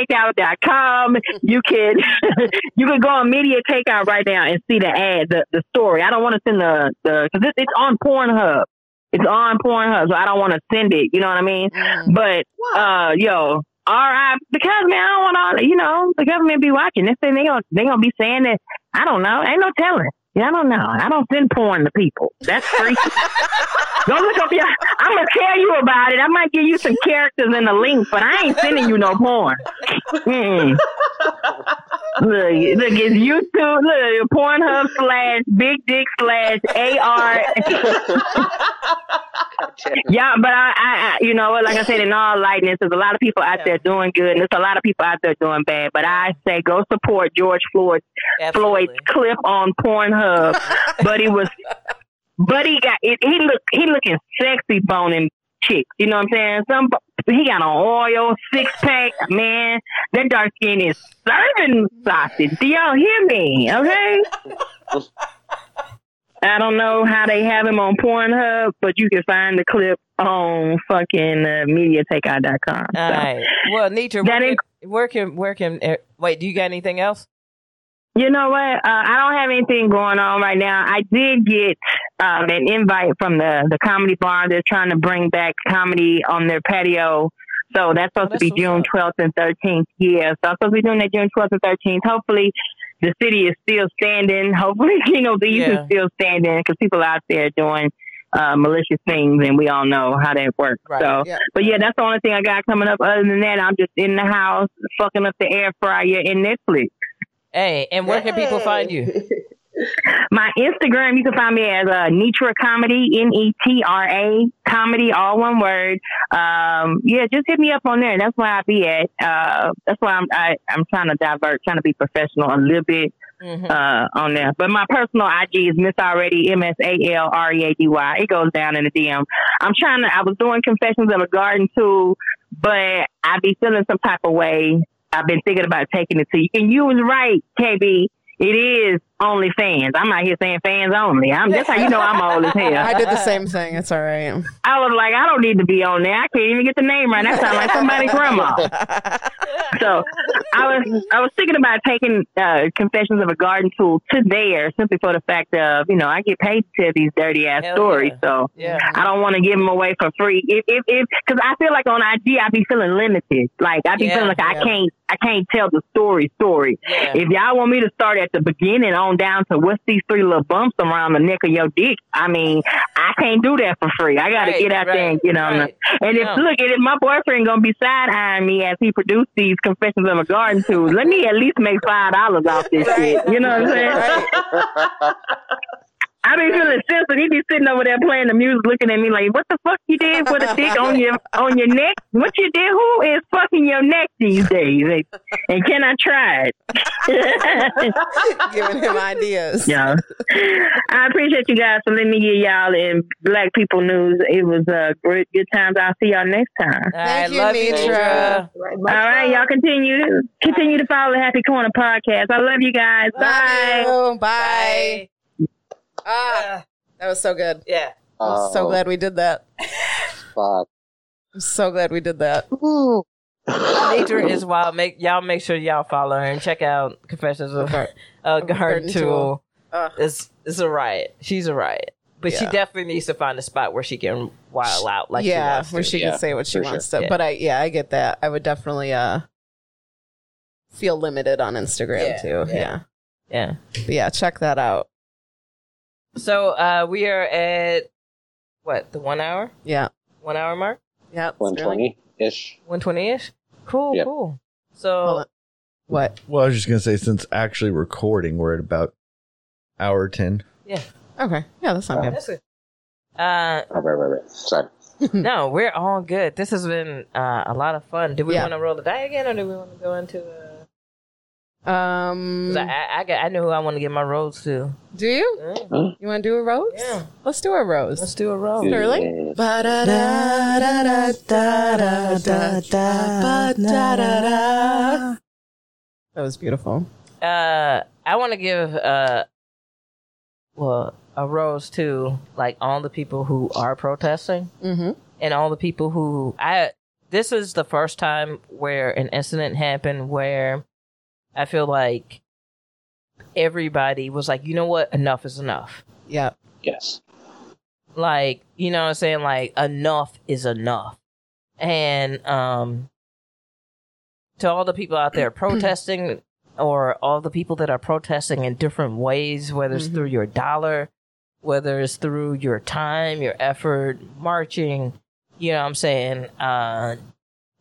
Speaker 6: MediaTakeout.com. You can you can go on Media Takeout right now and see the ad, the, the story. I don't want to send the the because it's, it's on Pornhub. It's on Pornhub, so I don't want to send it. You know what I mean?
Speaker 3: Mm.
Speaker 6: But uh, yo, all right, because man, I don't want all that. You know, the government be watching. They say they gonna they gonna be saying that. I don't know. Ain't no telling. Yeah, I don't know. I don't send porn to people. That's freaky. Go look up your. I'm gonna tell you about it. I might give you some characters and a link, but I ain't sending you no porn. Mm-mm. Look, look, it's YouTube. Look, Pornhub slash Big Dick slash AR yeah, but I, I, I, you know what? Like I said, in all lightness, there's a lot of people out there doing good, and there's a lot of people out there doing bad. But I say go support George Floyd Floyd's clip on Pornhub, but he was, but he got it. He look he looking sexy boning chicks. You know what I'm saying? Some bo- he got an oil six pack. Man, that dark skin is serving sausage. Do y'all hear me? Okay. I don't know how they have him on Pornhub, but you can find the clip on fucking uh, MediaTakeout.com. So.
Speaker 2: All right. Well, Nitra,
Speaker 6: That
Speaker 2: where,
Speaker 6: is-
Speaker 2: can- where can where can eh, wait? Do you got anything else?
Speaker 6: You know what? Uh, I don't have anything going on right now. I did get um, an invite from the the comedy bar. They're trying to bring back comedy on their patio. So that's supposed
Speaker 2: Oh,
Speaker 6: to be
Speaker 2: that's what's
Speaker 6: June
Speaker 2: up.
Speaker 6: 12th and 13th. Yeah, so I'm supposed to be doing that June 12th and 13th. Hopefully, the city is still standing. Hopefully, you know, the youth
Speaker 2: Yeah.
Speaker 6: is still standing because people out there doing uh, malicious things, and we all know how that works.
Speaker 2: Right,
Speaker 6: So,
Speaker 3: yeah.
Speaker 6: but yeah, that's the only thing I got coming up. Other than that, I'm just in the house fucking up the air fryer and Netflix.
Speaker 2: Hey, and where can people find you?
Speaker 6: My Instagram, you can find me as uh, Nitra Comedy, N E T R A Comedy, all one word. Um, yeah, just hit me up on there. That's where I be at. Uh, that's why I'm I, I'm trying to divert, trying to be professional a little bit
Speaker 2: Mhm.
Speaker 6: uh, on there. But my personal IG is Miss Already, M S A L R E A D Y. It goes down in the DM. I'm trying to. I was doing confessions of a garden too, but I be feeling some type of way. I've been thinking about taking it to you, and you was right, KB. It is only fans. I'm out here saying fans only. I'm that's how you know I'm old as hell.
Speaker 3: I did the same thing. It's all right.
Speaker 6: I was like, I don't need to be on there. I can't even get the name right. That sounds like somebody's grandma. So I was I was thinking about taking uh, Confessions of a Garden Tool to there simply for the fact of you know I get paid to tell these dirty ass
Speaker 2: Hell
Speaker 6: stories, so
Speaker 2: Yeah.
Speaker 6: I don't want to give them away for free. If if if because I feel like on IG I be feeling limited. Like I be
Speaker 2: Yeah,
Speaker 6: feeling like
Speaker 3: yeah.
Speaker 6: I can't I can't tell the story story.
Speaker 2: Yeah.
Speaker 6: If y'all want me to start at the beginning on down to what's these three little bumps around the neck of your dick, I mean, I can't do that for free. I got to
Speaker 2: Right,
Speaker 6: get out there
Speaker 2: right,
Speaker 6: and get on.
Speaker 2: right.
Speaker 6: the- And if
Speaker 2: Yeah.
Speaker 6: look, and if my boyfriend gonna be side eyeing me as he produced these confessions of a garden tool, let me at least make five dollars off this shit. You know what I'm saying?
Speaker 3: Right.
Speaker 6: I be feeling sensitive. He be sitting over there playing the music, looking at me like, "What the fuck you did with a dick on your on your neck? What you did? Who is fucking your neck these days? And, and can I try it?"
Speaker 3: Giving him ideas.
Speaker 6: Yeah. I appreciate you guys for letting me get y'all in Black People News. It was uh, great good times. I'll see y'all next time.
Speaker 2: All right,
Speaker 3: you,
Speaker 2: love you,
Speaker 3: Nitra.
Speaker 2: Nitra.
Speaker 5: Right,
Speaker 6: All right, y'all continue continue to follow the Happy Corner podcast. I love you guys.
Speaker 3: Love
Speaker 6: Bye.
Speaker 3: you. Bye. Ah, that was so good.
Speaker 2: Yeah.
Speaker 3: I'm
Speaker 4: Oh.
Speaker 3: so glad we did that.
Speaker 4: Fuck.
Speaker 3: I'm so glad we did that.
Speaker 4: um,
Speaker 2: Nature is wild. Make y'all make sure y'all follow her and check out Confessions of a uh, Garden
Speaker 3: Garden
Speaker 2: Tool.
Speaker 3: Tool. Uh.
Speaker 2: It's it's a riot. She's a riot, but she
Speaker 3: Yeah.
Speaker 2: definitely needs to find a spot where she can wild out like she
Speaker 3: yeah,
Speaker 2: wants
Speaker 3: where
Speaker 2: to.
Speaker 3: she
Speaker 4: Yeah,
Speaker 3: can say what she
Speaker 4: for sure.
Speaker 3: wants to.
Speaker 2: Yeah.
Speaker 3: But I, yeah, I get that. I would definitely uh feel limited on Instagram
Speaker 2: Yeah,
Speaker 3: too.
Speaker 2: yeah.
Speaker 3: Yeah.
Speaker 2: yeah.
Speaker 3: But yeah, check that out.
Speaker 2: So uh, we are at what the one hour
Speaker 3: Yeah.
Speaker 2: one hour mark
Speaker 3: Yeah. it's
Speaker 4: One
Speaker 3: really-
Speaker 4: twenty ish.
Speaker 2: one twenty ish. Cool,
Speaker 4: Yeah.
Speaker 2: cool.
Speaker 3: Hold
Speaker 2: So
Speaker 3: on. What?
Speaker 1: Well, I was just gonna say, since actually recording, we're at about hour ten.
Speaker 3: Okay. Yeah, that's not bad.
Speaker 2: that's it. Uh,
Speaker 4: Oh, right, right, right. Sorry.
Speaker 2: no, we're all good. This has been uh, a lot of fun. Do we
Speaker 3: Yeah.
Speaker 2: want to roll the die again, or do we want to go into? Uh,
Speaker 3: Um,
Speaker 2: 'Cause I, I, I, got, I know who I want to get my rose to.
Speaker 3: do you?
Speaker 2: Mm,
Speaker 3: You want to do a rose?
Speaker 2: Yeah.
Speaker 3: Let's do a rose.
Speaker 2: let's do a rose.
Speaker 3: Sterling? That was beautiful.
Speaker 2: Uh, I want to give uh, well, a rose to like all the people who are protesting
Speaker 3: Mm-hmm.
Speaker 2: and all the people who I. This is the first time where an incident happened where I feel like everybody was like, you know what, enough is enough.
Speaker 3: Yeah.
Speaker 4: Yes.
Speaker 2: like you know what i'm saying like enough is enough and um to all the people out there protesting or all the people that are protesting in different ways whether it's
Speaker 3: Mhm.
Speaker 2: through your dollar whether it's through your time your effort marching you know what i'm saying uh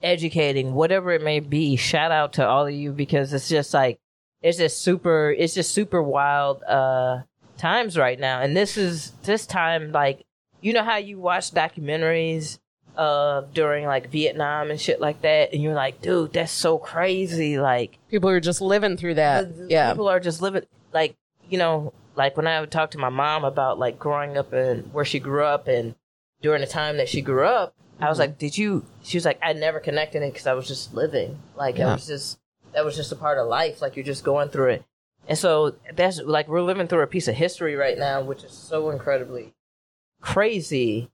Speaker 2: educating whatever it may be shout out to all of you because it's just like it's just super it's just super wild uh times right now and this is this time like you know how you watch documentaries uh during like vietnam and shit like that and you're like dude that's so crazy like
Speaker 3: People who are just living through that.
Speaker 2: the- the
Speaker 3: Yeah.
Speaker 2: people are just living like you know like when i would talk to my mom about like growing up and where she grew up and during the time that she grew up i
Speaker 3: Mm-hmm.
Speaker 2: was like did you she was like i never connected it because i was just living like i
Speaker 3: Yeah.
Speaker 2: was just that was just a part of life like you're just going through it and so that's like we're living through a piece of history right now which is so incredibly crazy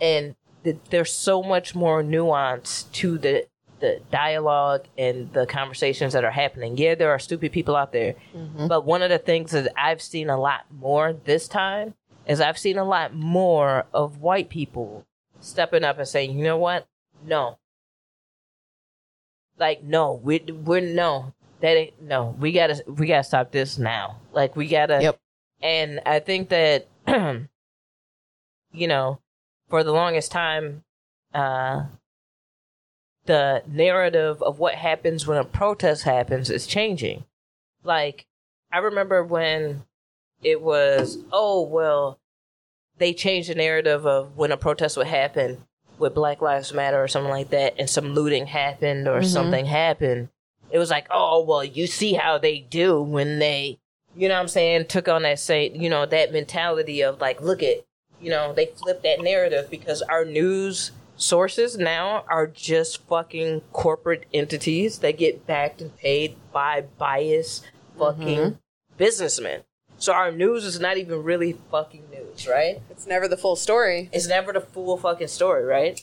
Speaker 2: and th- there's so much more nuance to the the dialogue and the conversations that are happening. Yeah, there are stupid people out there,
Speaker 3: Mhm.
Speaker 2: but one of the things that I've seen a lot more this time is I've seen a lot more of white people stepping up and saying, "You know what? No, like no, we we're no that ain't no. We gotta we gotta stop this now. Like we gotta.
Speaker 3: Yep.
Speaker 2: And I think that you know, for the longest time, uh, the narrative of what happens when a protest happens is changing. Like, I remember when it was, oh, well, they changed the narrative of when a protest would happen with Black Lives Matter or something like that, and some looting happened or
Speaker 3: Mhm.
Speaker 2: something happened. It was like, oh, well, you see how they do when they, you know what I'm saying, took on that, say, you know, that mentality of like, look at, you know, they flipped that narrative because our news sources now are just fucking corporate entities that get backed and paid by biased fucking businessmen. So our news is not even really fucking news, right?
Speaker 3: It's never the full story.
Speaker 2: It's never the full fucking story, right?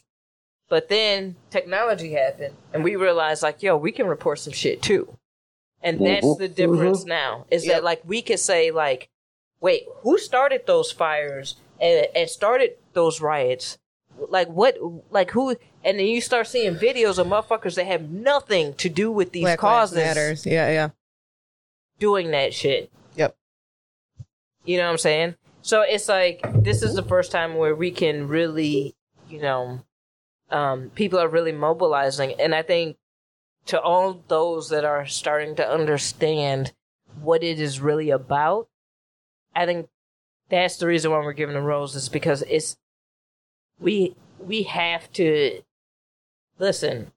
Speaker 2: But then technology happened and we realized like, yo, we can report some shit too. And that's
Speaker 4: Mhm.
Speaker 2: the difference now. Is that
Speaker 3: Yep.
Speaker 2: like we could say like, wait, who started those fires and, and started those riots? Like what like who and then you start seeing videos of motherfuckers that have nothing to do with these
Speaker 3: Black Lives
Speaker 2: causes
Speaker 3: matters. Yeah, yeah.
Speaker 2: doing that shit.
Speaker 3: Yep.
Speaker 2: You know what I'm saying? So it's like this is the first time where we can really, you know, um, people are really mobilizing, and I think to all those that are starting to understand what it is really about, I think that's the reason why we're giving the roses because it's we we have to listen.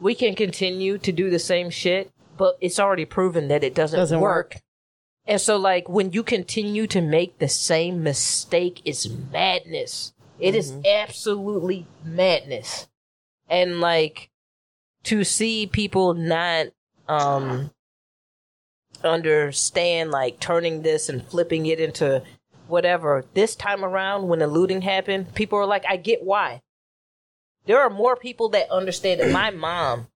Speaker 2: We can continue to do the same shit, but it's already proven that it doesn't,
Speaker 3: Doesn't
Speaker 2: work.
Speaker 3: work.
Speaker 2: And so, like, when you continue to make the same mistake, it's madness. It is absolutely madness. And, like, to see people not, um, understand, like, turning this and flipping it into whatever. This time around, when the looting happened, people are like, I get why. There are more people that understand that my mom,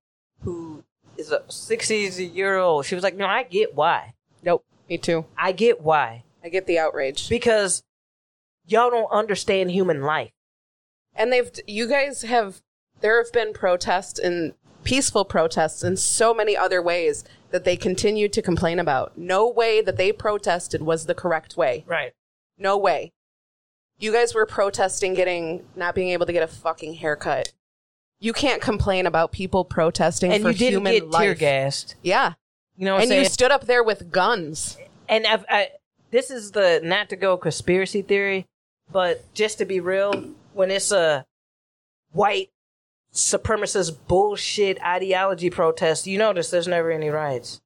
Speaker 2: who is a 60 year old, she was like, No, I get why.
Speaker 3: Nope. Me too.
Speaker 2: I get why.
Speaker 3: I get the outrage.
Speaker 2: Because y'all don't understand human life.
Speaker 3: And they've you guys have there have been protests and peaceful protests in so many other ways that they continue to complain about. No way that they protested was the correct way.
Speaker 2: Right.
Speaker 3: No way. You guys were protesting getting not being able to get a fucking haircut. You can't complain about people protesting
Speaker 2: And
Speaker 3: for
Speaker 2: you didn't
Speaker 3: human
Speaker 2: get tear
Speaker 3: life.
Speaker 2: gassed.
Speaker 3: Yeah.
Speaker 2: You know what I'm
Speaker 3: And
Speaker 2: saying?
Speaker 3: you stood up there with guns.
Speaker 2: and I've, I, this is the not to go conspiracy theory, but just to be real, when it's a white supremacist bullshit ideology protest, you notice there's never any riots.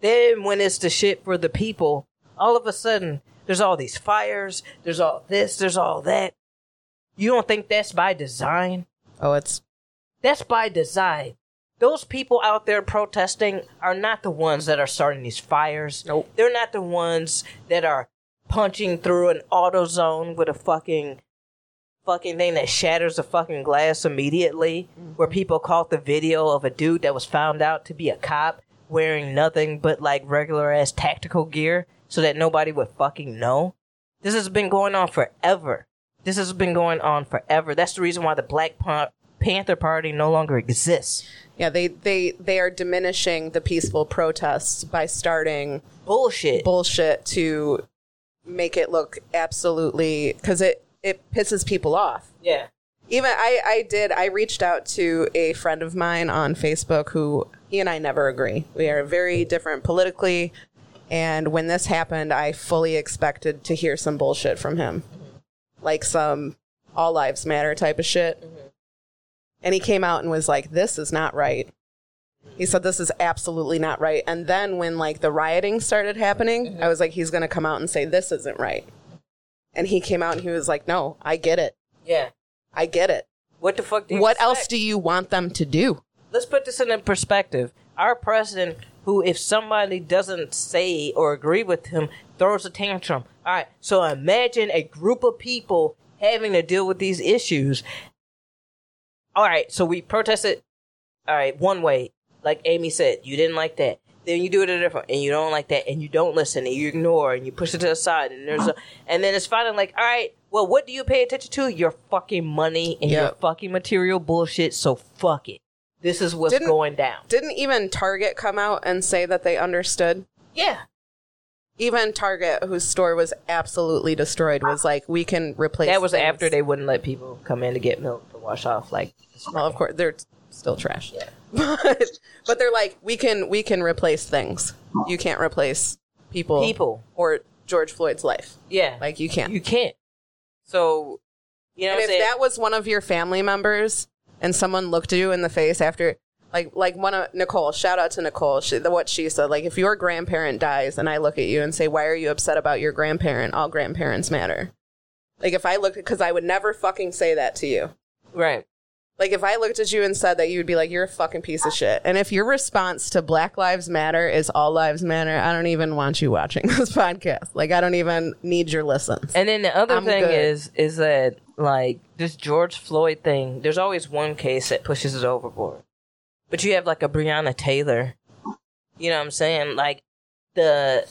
Speaker 2: Then when it's the shit for the people, all of a sudden there's all these fires, there's all this, there's all that. You don't think that's by design?
Speaker 3: Oh, it's
Speaker 2: That's by design. Those people out there protesting are not the ones that are starting these fires.
Speaker 3: Nope.
Speaker 2: They're not the ones that are punching through an auto zone with a fucking fucking thing that shatters the fucking glass immediately where people caught the video of a dude that was found out to be a cop wearing nothing but like regular ass tactical gear so that nobody would fucking know. This has been going on forever. This has been going on forever. That's the reason why the Black Pan- Panther Party no longer exists.
Speaker 3: yeah, they they they are diminishing the peaceful protests by starting
Speaker 2: Bullshit.
Speaker 3: bullshit to make it look absolutely because it it pisses people off.
Speaker 2: yeah.
Speaker 3: Even I I did I reached out to a friend of mine on Facebook who he and I never agree. We are very different politically, and when this happened, I fully expected to hear some bullshit from him, like some all lives matter type of shit. And he came out and was like, "This is not right." he said this is absolutely not right and then when like the rioting started happening i was like he's going to come out and say this isn't right and he came out and he was like no i get it
Speaker 2: Yeah.
Speaker 3: i get it
Speaker 2: What the fuck do you
Speaker 3: what
Speaker 2: expect?
Speaker 3: else do you want them to do
Speaker 2: let's put this in a perspective. Our president, who if somebody doesn't say or agree with him, throws a tantrum. All right, so imagine a group of people having to deal with these issues. All right, so we protested. All right, one way, like Amy said, you didn't like that. Then you do it a different, and you don't like that, and you don't listen, and you ignore, and you push it to the side, and there's a, and then it's finally like, all right, well, what do you pay attention to? Your fucking money and your
Speaker 3: Yep.
Speaker 2: fucking material bullshit. So fuck it this is what's
Speaker 3: Didn't-
Speaker 2: going down.
Speaker 3: didn't even target come out and say that they understood
Speaker 2: Yeah.
Speaker 3: even Target, whose store was absolutely destroyed, was like, we can replace.
Speaker 2: That was
Speaker 3: things.
Speaker 2: after they wouldn't let people come in to get milk to wash off. Like,
Speaker 3: Well, of course, they're still trash. But, but they're like, we can we can replace things. You can't replace people,
Speaker 2: People.
Speaker 3: or George Floyd's life.
Speaker 2: yeah,
Speaker 3: Like you can't.
Speaker 2: you can't. So, you know,
Speaker 3: and
Speaker 2: what I'm
Speaker 3: if
Speaker 2: saying?
Speaker 3: that was one of your family members and someone looked you in the face after like like one of nicole shout out to nicole she, the, what she said like if your grandparent dies and i look at you and say why are you upset about your grandparent all grandparents matter like if i looked because i would never fucking say that to you
Speaker 2: right?
Speaker 3: like if i looked at you and said that you would be like you're a fucking piece of shit and if your response to black lives matter is all lives matter i don't even want you watching this podcast like i don't even need your listens
Speaker 2: And then the other
Speaker 3: I'm
Speaker 2: thing
Speaker 3: good.
Speaker 2: is, is that like this George Floyd thing? There's always one case that pushes it overboard, but you have like a Breonna Taylor. You know what I'm saying? Like the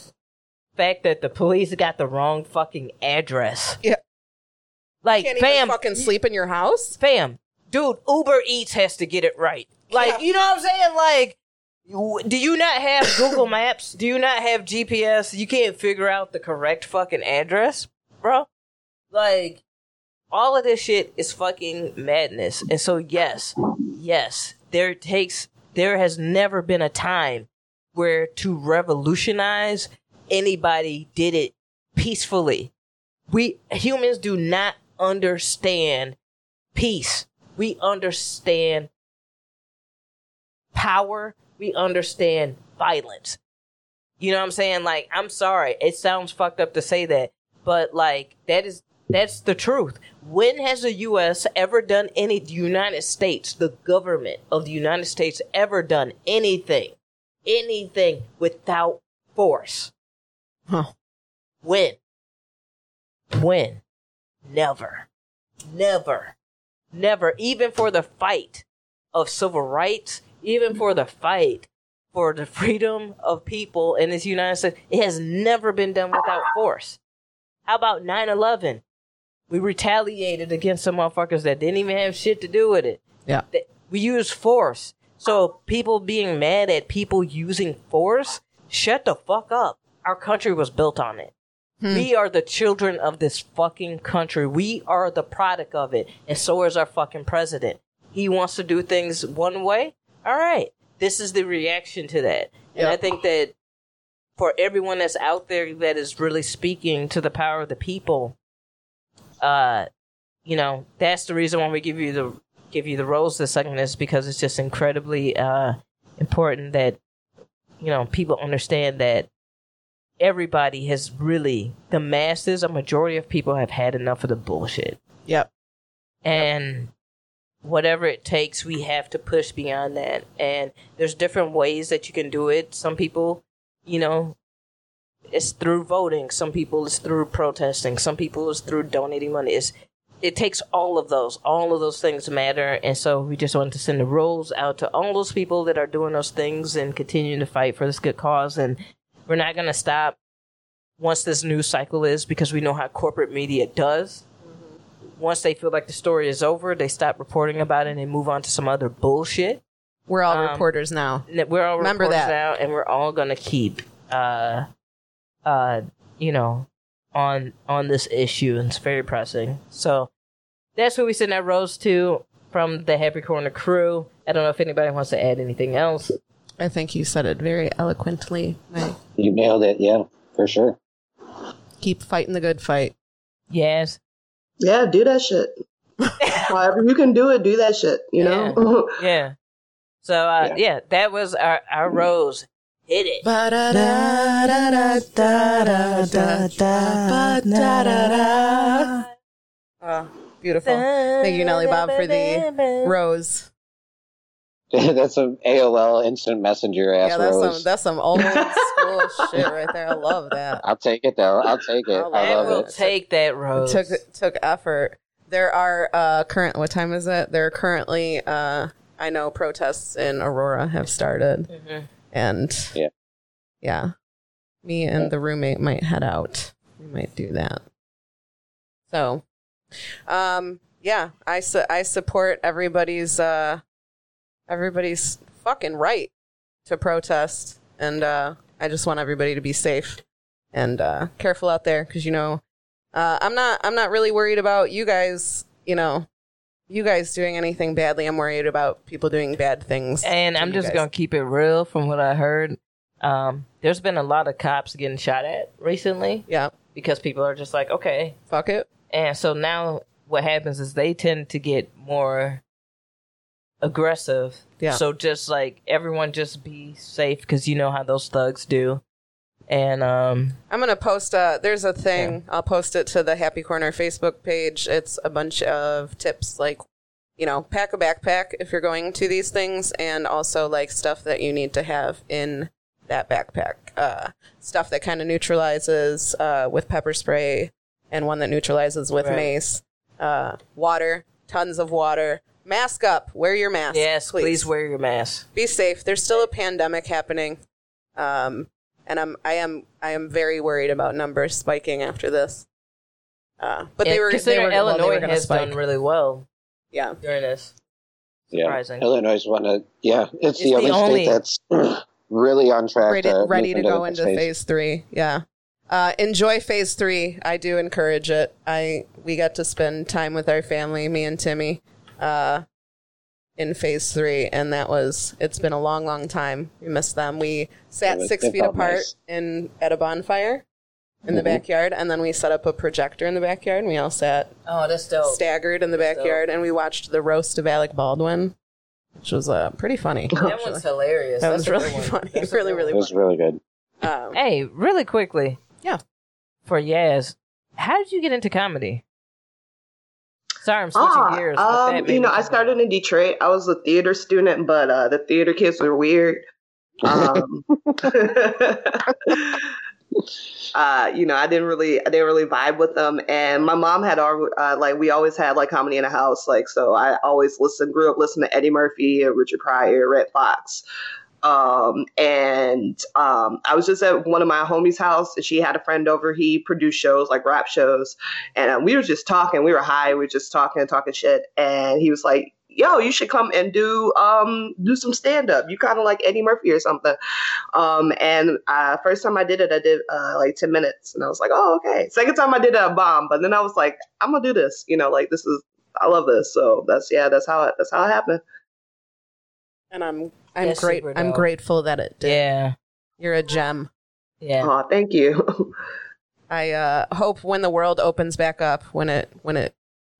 Speaker 2: fact that the police got the wrong fucking address.
Speaker 3: Yeah.
Speaker 2: Like,
Speaker 3: can't
Speaker 2: bam,
Speaker 3: even fucking sleep in your house
Speaker 2: fam, dude, Uber Eats has to get it right. Like, you know what I'm saying? Like, you- do you not have Google Maps? Do you not have GPS? You can't figure out the correct fucking address, bro. Like, all of this shit is fucking madness. And so, yes, yes, there takes, there has never been a time where to revolutionize anybody did it peacefully. We humans do not understand peace. We understand power. We understand violence. You know what I'm saying? Like, I'm sorry. It sounds fucked up to say that, but like, that is, that's the truth. When has the U.S. ever done any, the United States, the government of the United States ever done anything, anything without force?
Speaker 3: Huh.
Speaker 2: When? When? Never. Never never, even for the fight of civil rights, even for the fight for the freedom of people in this United States, it has never been done without force. How about 9 11? We retaliated against some motherfuckers that didn't even have shit to do with it.
Speaker 3: Yeah.
Speaker 2: That- We used force. So people being mad at people using force, shut the fuck up. Our country was built on it. We are the children of this fucking country. We are the product of it. And so is our fucking president. He wants to do things one way. All right. This is the reaction to that. And I think that for everyone that's out there that is really speaking to the power of the people, uh, you know, that's the reason why we give you the give you the roles this second is because it's just incredibly uh important that you know people understand that everybody has really the masses a majority of people have had enough of the bullshit
Speaker 3: yep
Speaker 2: and whatever it takes we have to push beyond that and there's different ways that you can do it some people you know it's through voting some people it's through protesting some people it's through donating money it's it takes all of those all of those things matter and so we just wanted to send the rules out to all those people that are doing those things and continuing to fight for this good cause and we're not going to stop once this news cycle is because we know how corporate media does once they feel like the story is over, they stop reporting about it and they move on to some other bullshit.
Speaker 3: We're all
Speaker 2: Um,
Speaker 3: reporters now.
Speaker 2: And that We're all
Speaker 3: Remember
Speaker 2: reporters
Speaker 3: that.
Speaker 2: now, and we're all gonna keep, uh, uh, you know, on on this issue, and it's very pressing. So that's who we send our rose to from the Happy Corner crew. I don't know if anybody wants to add anything else.
Speaker 3: I think you said it very eloquently. Like,
Speaker 4: You nailed it. Yeah, for sure.
Speaker 3: keep fighting the good fight.
Speaker 2: Yes,
Speaker 5: Yeah, do that shit. However you can do it, do that shit. You know.
Speaker 2: yeah. So uh, yeah. that was our our rose. Hit it.
Speaker 3: Oh, beautiful. Thank you, Nelly Bob, for the rose.
Speaker 4: that's some AOL instant messenger ass
Speaker 3: Yeah, that's some
Speaker 4: rose.
Speaker 3: that's some old school shit right there. I love that.
Speaker 4: I'll take it though. I'll take
Speaker 3: I
Speaker 4: it. I
Speaker 3: love
Speaker 2: I will
Speaker 4: love it.
Speaker 2: take that rose.
Speaker 3: Took took effort. There are uh current what time is it? There are currently uh I know protests in Aurora have started
Speaker 2: Mhm.
Speaker 3: and
Speaker 4: Yeah.
Speaker 3: yeah. Me and the roommate might head out. We might do that. So, um, yeah, I su- I support everybody's uh, everybody's fucking right to protest, and uh, I just want everybody to be safe. and uh, careful out there because you know uh, I'm not I'm not really worried about you guys. You know, you guys doing anything badly. I'm worried about people doing bad things.
Speaker 2: And
Speaker 3: to
Speaker 2: I'm
Speaker 3: you
Speaker 2: just
Speaker 3: guys.
Speaker 2: gonna keep it real from what I heard. Um, there's been a lot of cops getting shot at recently
Speaker 3: yeah,
Speaker 2: because people are just like, okay.
Speaker 3: fuck it.
Speaker 2: And so now what happens is they tend to get more aggressive.
Speaker 3: Yeah.
Speaker 2: So just like everyone just be safe because you know how those thugs do. And um
Speaker 3: I'm gonna post. Uh, there's a thing. I'll post it to the Happy Corner Facebook page. It's a bunch of tips, like you know, pack a backpack if you're going to these things, and also like stuff that you need to have in that backpack. Uh, stuff that kind of neutralizes uh, with pepper spray, and one that neutralizes with
Speaker 2: Right.
Speaker 3: mace. Uh, water, tons of water. Mask up. Wear your mask.
Speaker 2: yes, please. wear your mask.
Speaker 3: be safe. There's still a pandemic happening, um, and I'm I am I am very worried about numbers spiking after this. Uh, but they
Speaker 2: And
Speaker 3: were they
Speaker 2: considering
Speaker 3: were well, they
Speaker 2: Illinois
Speaker 3: were going to
Speaker 2: has
Speaker 3: spike.
Speaker 2: done really well
Speaker 3: yeah,
Speaker 2: during this.
Speaker 4: Yeah,
Speaker 2: Surprising.
Speaker 4: Illinois is one of yeah. It's,
Speaker 2: the
Speaker 4: the, only
Speaker 2: only-
Speaker 4: state that's really on track,
Speaker 3: ready,
Speaker 4: to
Speaker 3: ready
Speaker 4: move
Speaker 3: to go into
Speaker 4: phase.
Speaker 3: phase three. Yeah, uh, enjoy phase three. I do encourage it. I we got to spend time with our family, me and Timmy, uh, in phase three, and that was it's been a long, long time. We missed them. We
Speaker 4: It
Speaker 3: sat
Speaker 4: was-
Speaker 3: six
Speaker 4: it
Speaker 3: feet
Speaker 4: felt
Speaker 3: apart
Speaker 4: nice.
Speaker 3: in at a bonfire. In the
Speaker 4: Mhm.
Speaker 3: backyard, and then we set up a projector in the backyard, and we all sat
Speaker 2: Oh, that's dope.
Speaker 3: staggered in the backyard, and we watched the roast of Alec Baldwin, which was uh, pretty funny.
Speaker 2: That one's hilarious.
Speaker 3: That
Speaker 2: That's
Speaker 3: was
Speaker 2: a good
Speaker 3: really
Speaker 2: one.
Speaker 3: funny.
Speaker 2: That's a
Speaker 3: Really,
Speaker 2: good
Speaker 3: really
Speaker 4: It was really good.
Speaker 3: actually. Um,
Speaker 2: Hey, really quickly.
Speaker 3: Yeah.
Speaker 2: For Yaz, how did you get into comedy? Sorry, I'm switching gears. but
Speaker 5: Ah,
Speaker 2: that
Speaker 5: um,
Speaker 2: made
Speaker 5: you know,
Speaker 2: me
Speaker 5: I
Speaker 2: think-
Speaker 5: started in Detroit. I was a theater student, but uh, the theater kids were weird. Um, uh, you know, I didn't really, I didn't really vibe with them. And my mom had our, uh, like, we always had like comedy in the house, like, so I always listened, grew up listening to Eddie Murphy, uh, Richard Pryor, Red Fox. Um, and um, I was just at one of my homies' house, and she had a friend over. He produced shows like rap shows, and um, we were just talking. We were high. We were just talking, talking shit. And he was like, "Yo, you should come and do um do some stand up. You kind of like Eddie Murphy or something." Um, and uh, first time I did it, I did uh, like ten minutes, and I was like, "Oh, okay." Second time I did a bomb, but then I was like, "I'm gonna do this." You know, like this is I love this. So that's yeah, that's how it that's how it happened.
Speaker 3: and I'm I'm
Speaker 2: That's
Speaker 3: great.
Speaker 2: super
Speaker 3: I'm
Speaker 2: dope. grateful
Speaker 3: grateful that it did.
Speaker 2: Yeah.
Speaker 3: You're a gem.
Speaker 2: Yeah.
Speaker 5: Oh, thank you.
Speaker 3: I uh, hope when the world opens back up, when it when it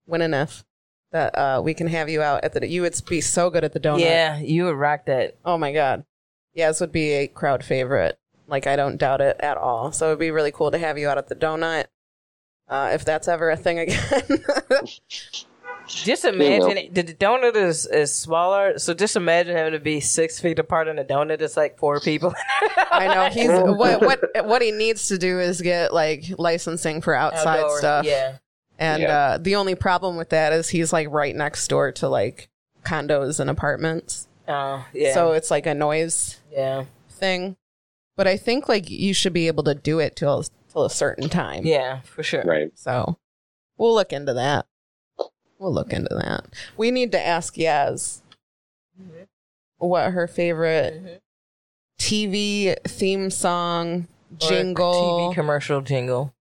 Speaker 3: when enough, that uh, we can have you out at the. You would be so good at the donut.
Speaker 2: yeah, you would rock that.
Speaker 3: Oh my god. Yeah, this would be a crowd favorite. Like I don't doubt it at all. So it'd be really cool to have you out at the donut. Uh, if that's ever a thing again.
Speaker 2: Just
Speaker 4: will.
Speaker 2: imagine it- the the donut is, is smaller, so just imagine having to be six feet apart in a donut. It's like four people.
Speaker 3: I know he's what what what he needs to do is get like licensing for outside
Speaker 2: Outdoor,
Speaker 3: stuff.
Speaker 2: Yeah.
Speaker 3: And
Speaker 4: Yeah.
Speaker 3: uh, the only problem with that is he's like right next door to like condos and apartments.
Speaker 2: Uh, yeah.
Speaker 3: So it's like a noise
Speaker 2: yeah.
Speaker 3: thing. But I think like you should be able to do it till till a certain time.
Speaker 2: Yeah, for sure.
Speaker 4: Right.
Speaker 3: So we'll look into that. We'll look into that. We need to ask Yaz
Speaker 2: Mm-hmm.
Speaker 3: what her favorite TV theme song
Speaker 2: Or
Speaker 3: jingle
Speaker 2: TV commercial jingle.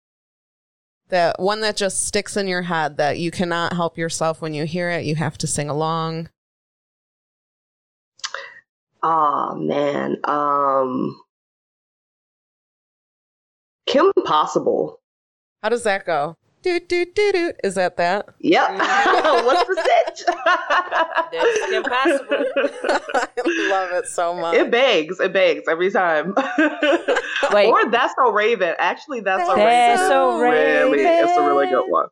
Speaker 3: that one that just sticks in your head that you cannot help yourself when you hear it. You have to sing along.
Speaker 5: Oh man. Um Kim Possible.
Speaker 3: How does that go? Do do do do. Is that that?
Speaker 5: Yep.
Speaker 3: Mm-hmm.
Speaker 5: What's the set?
Speaker 2: That's Kim Possible.
Speaker 3: I love it so much.
Speaker 5: It begs, it begs every time.
Speaker 2: Wait.
Speaker 5: or that's so Raven. Actually, that's so
Speaker 2: That's
Speaker 5: Raven. is
Speaker 2: So
Speaker 5: Really, it's a really good
Speaker 2: Raven.
Speaker 5: one.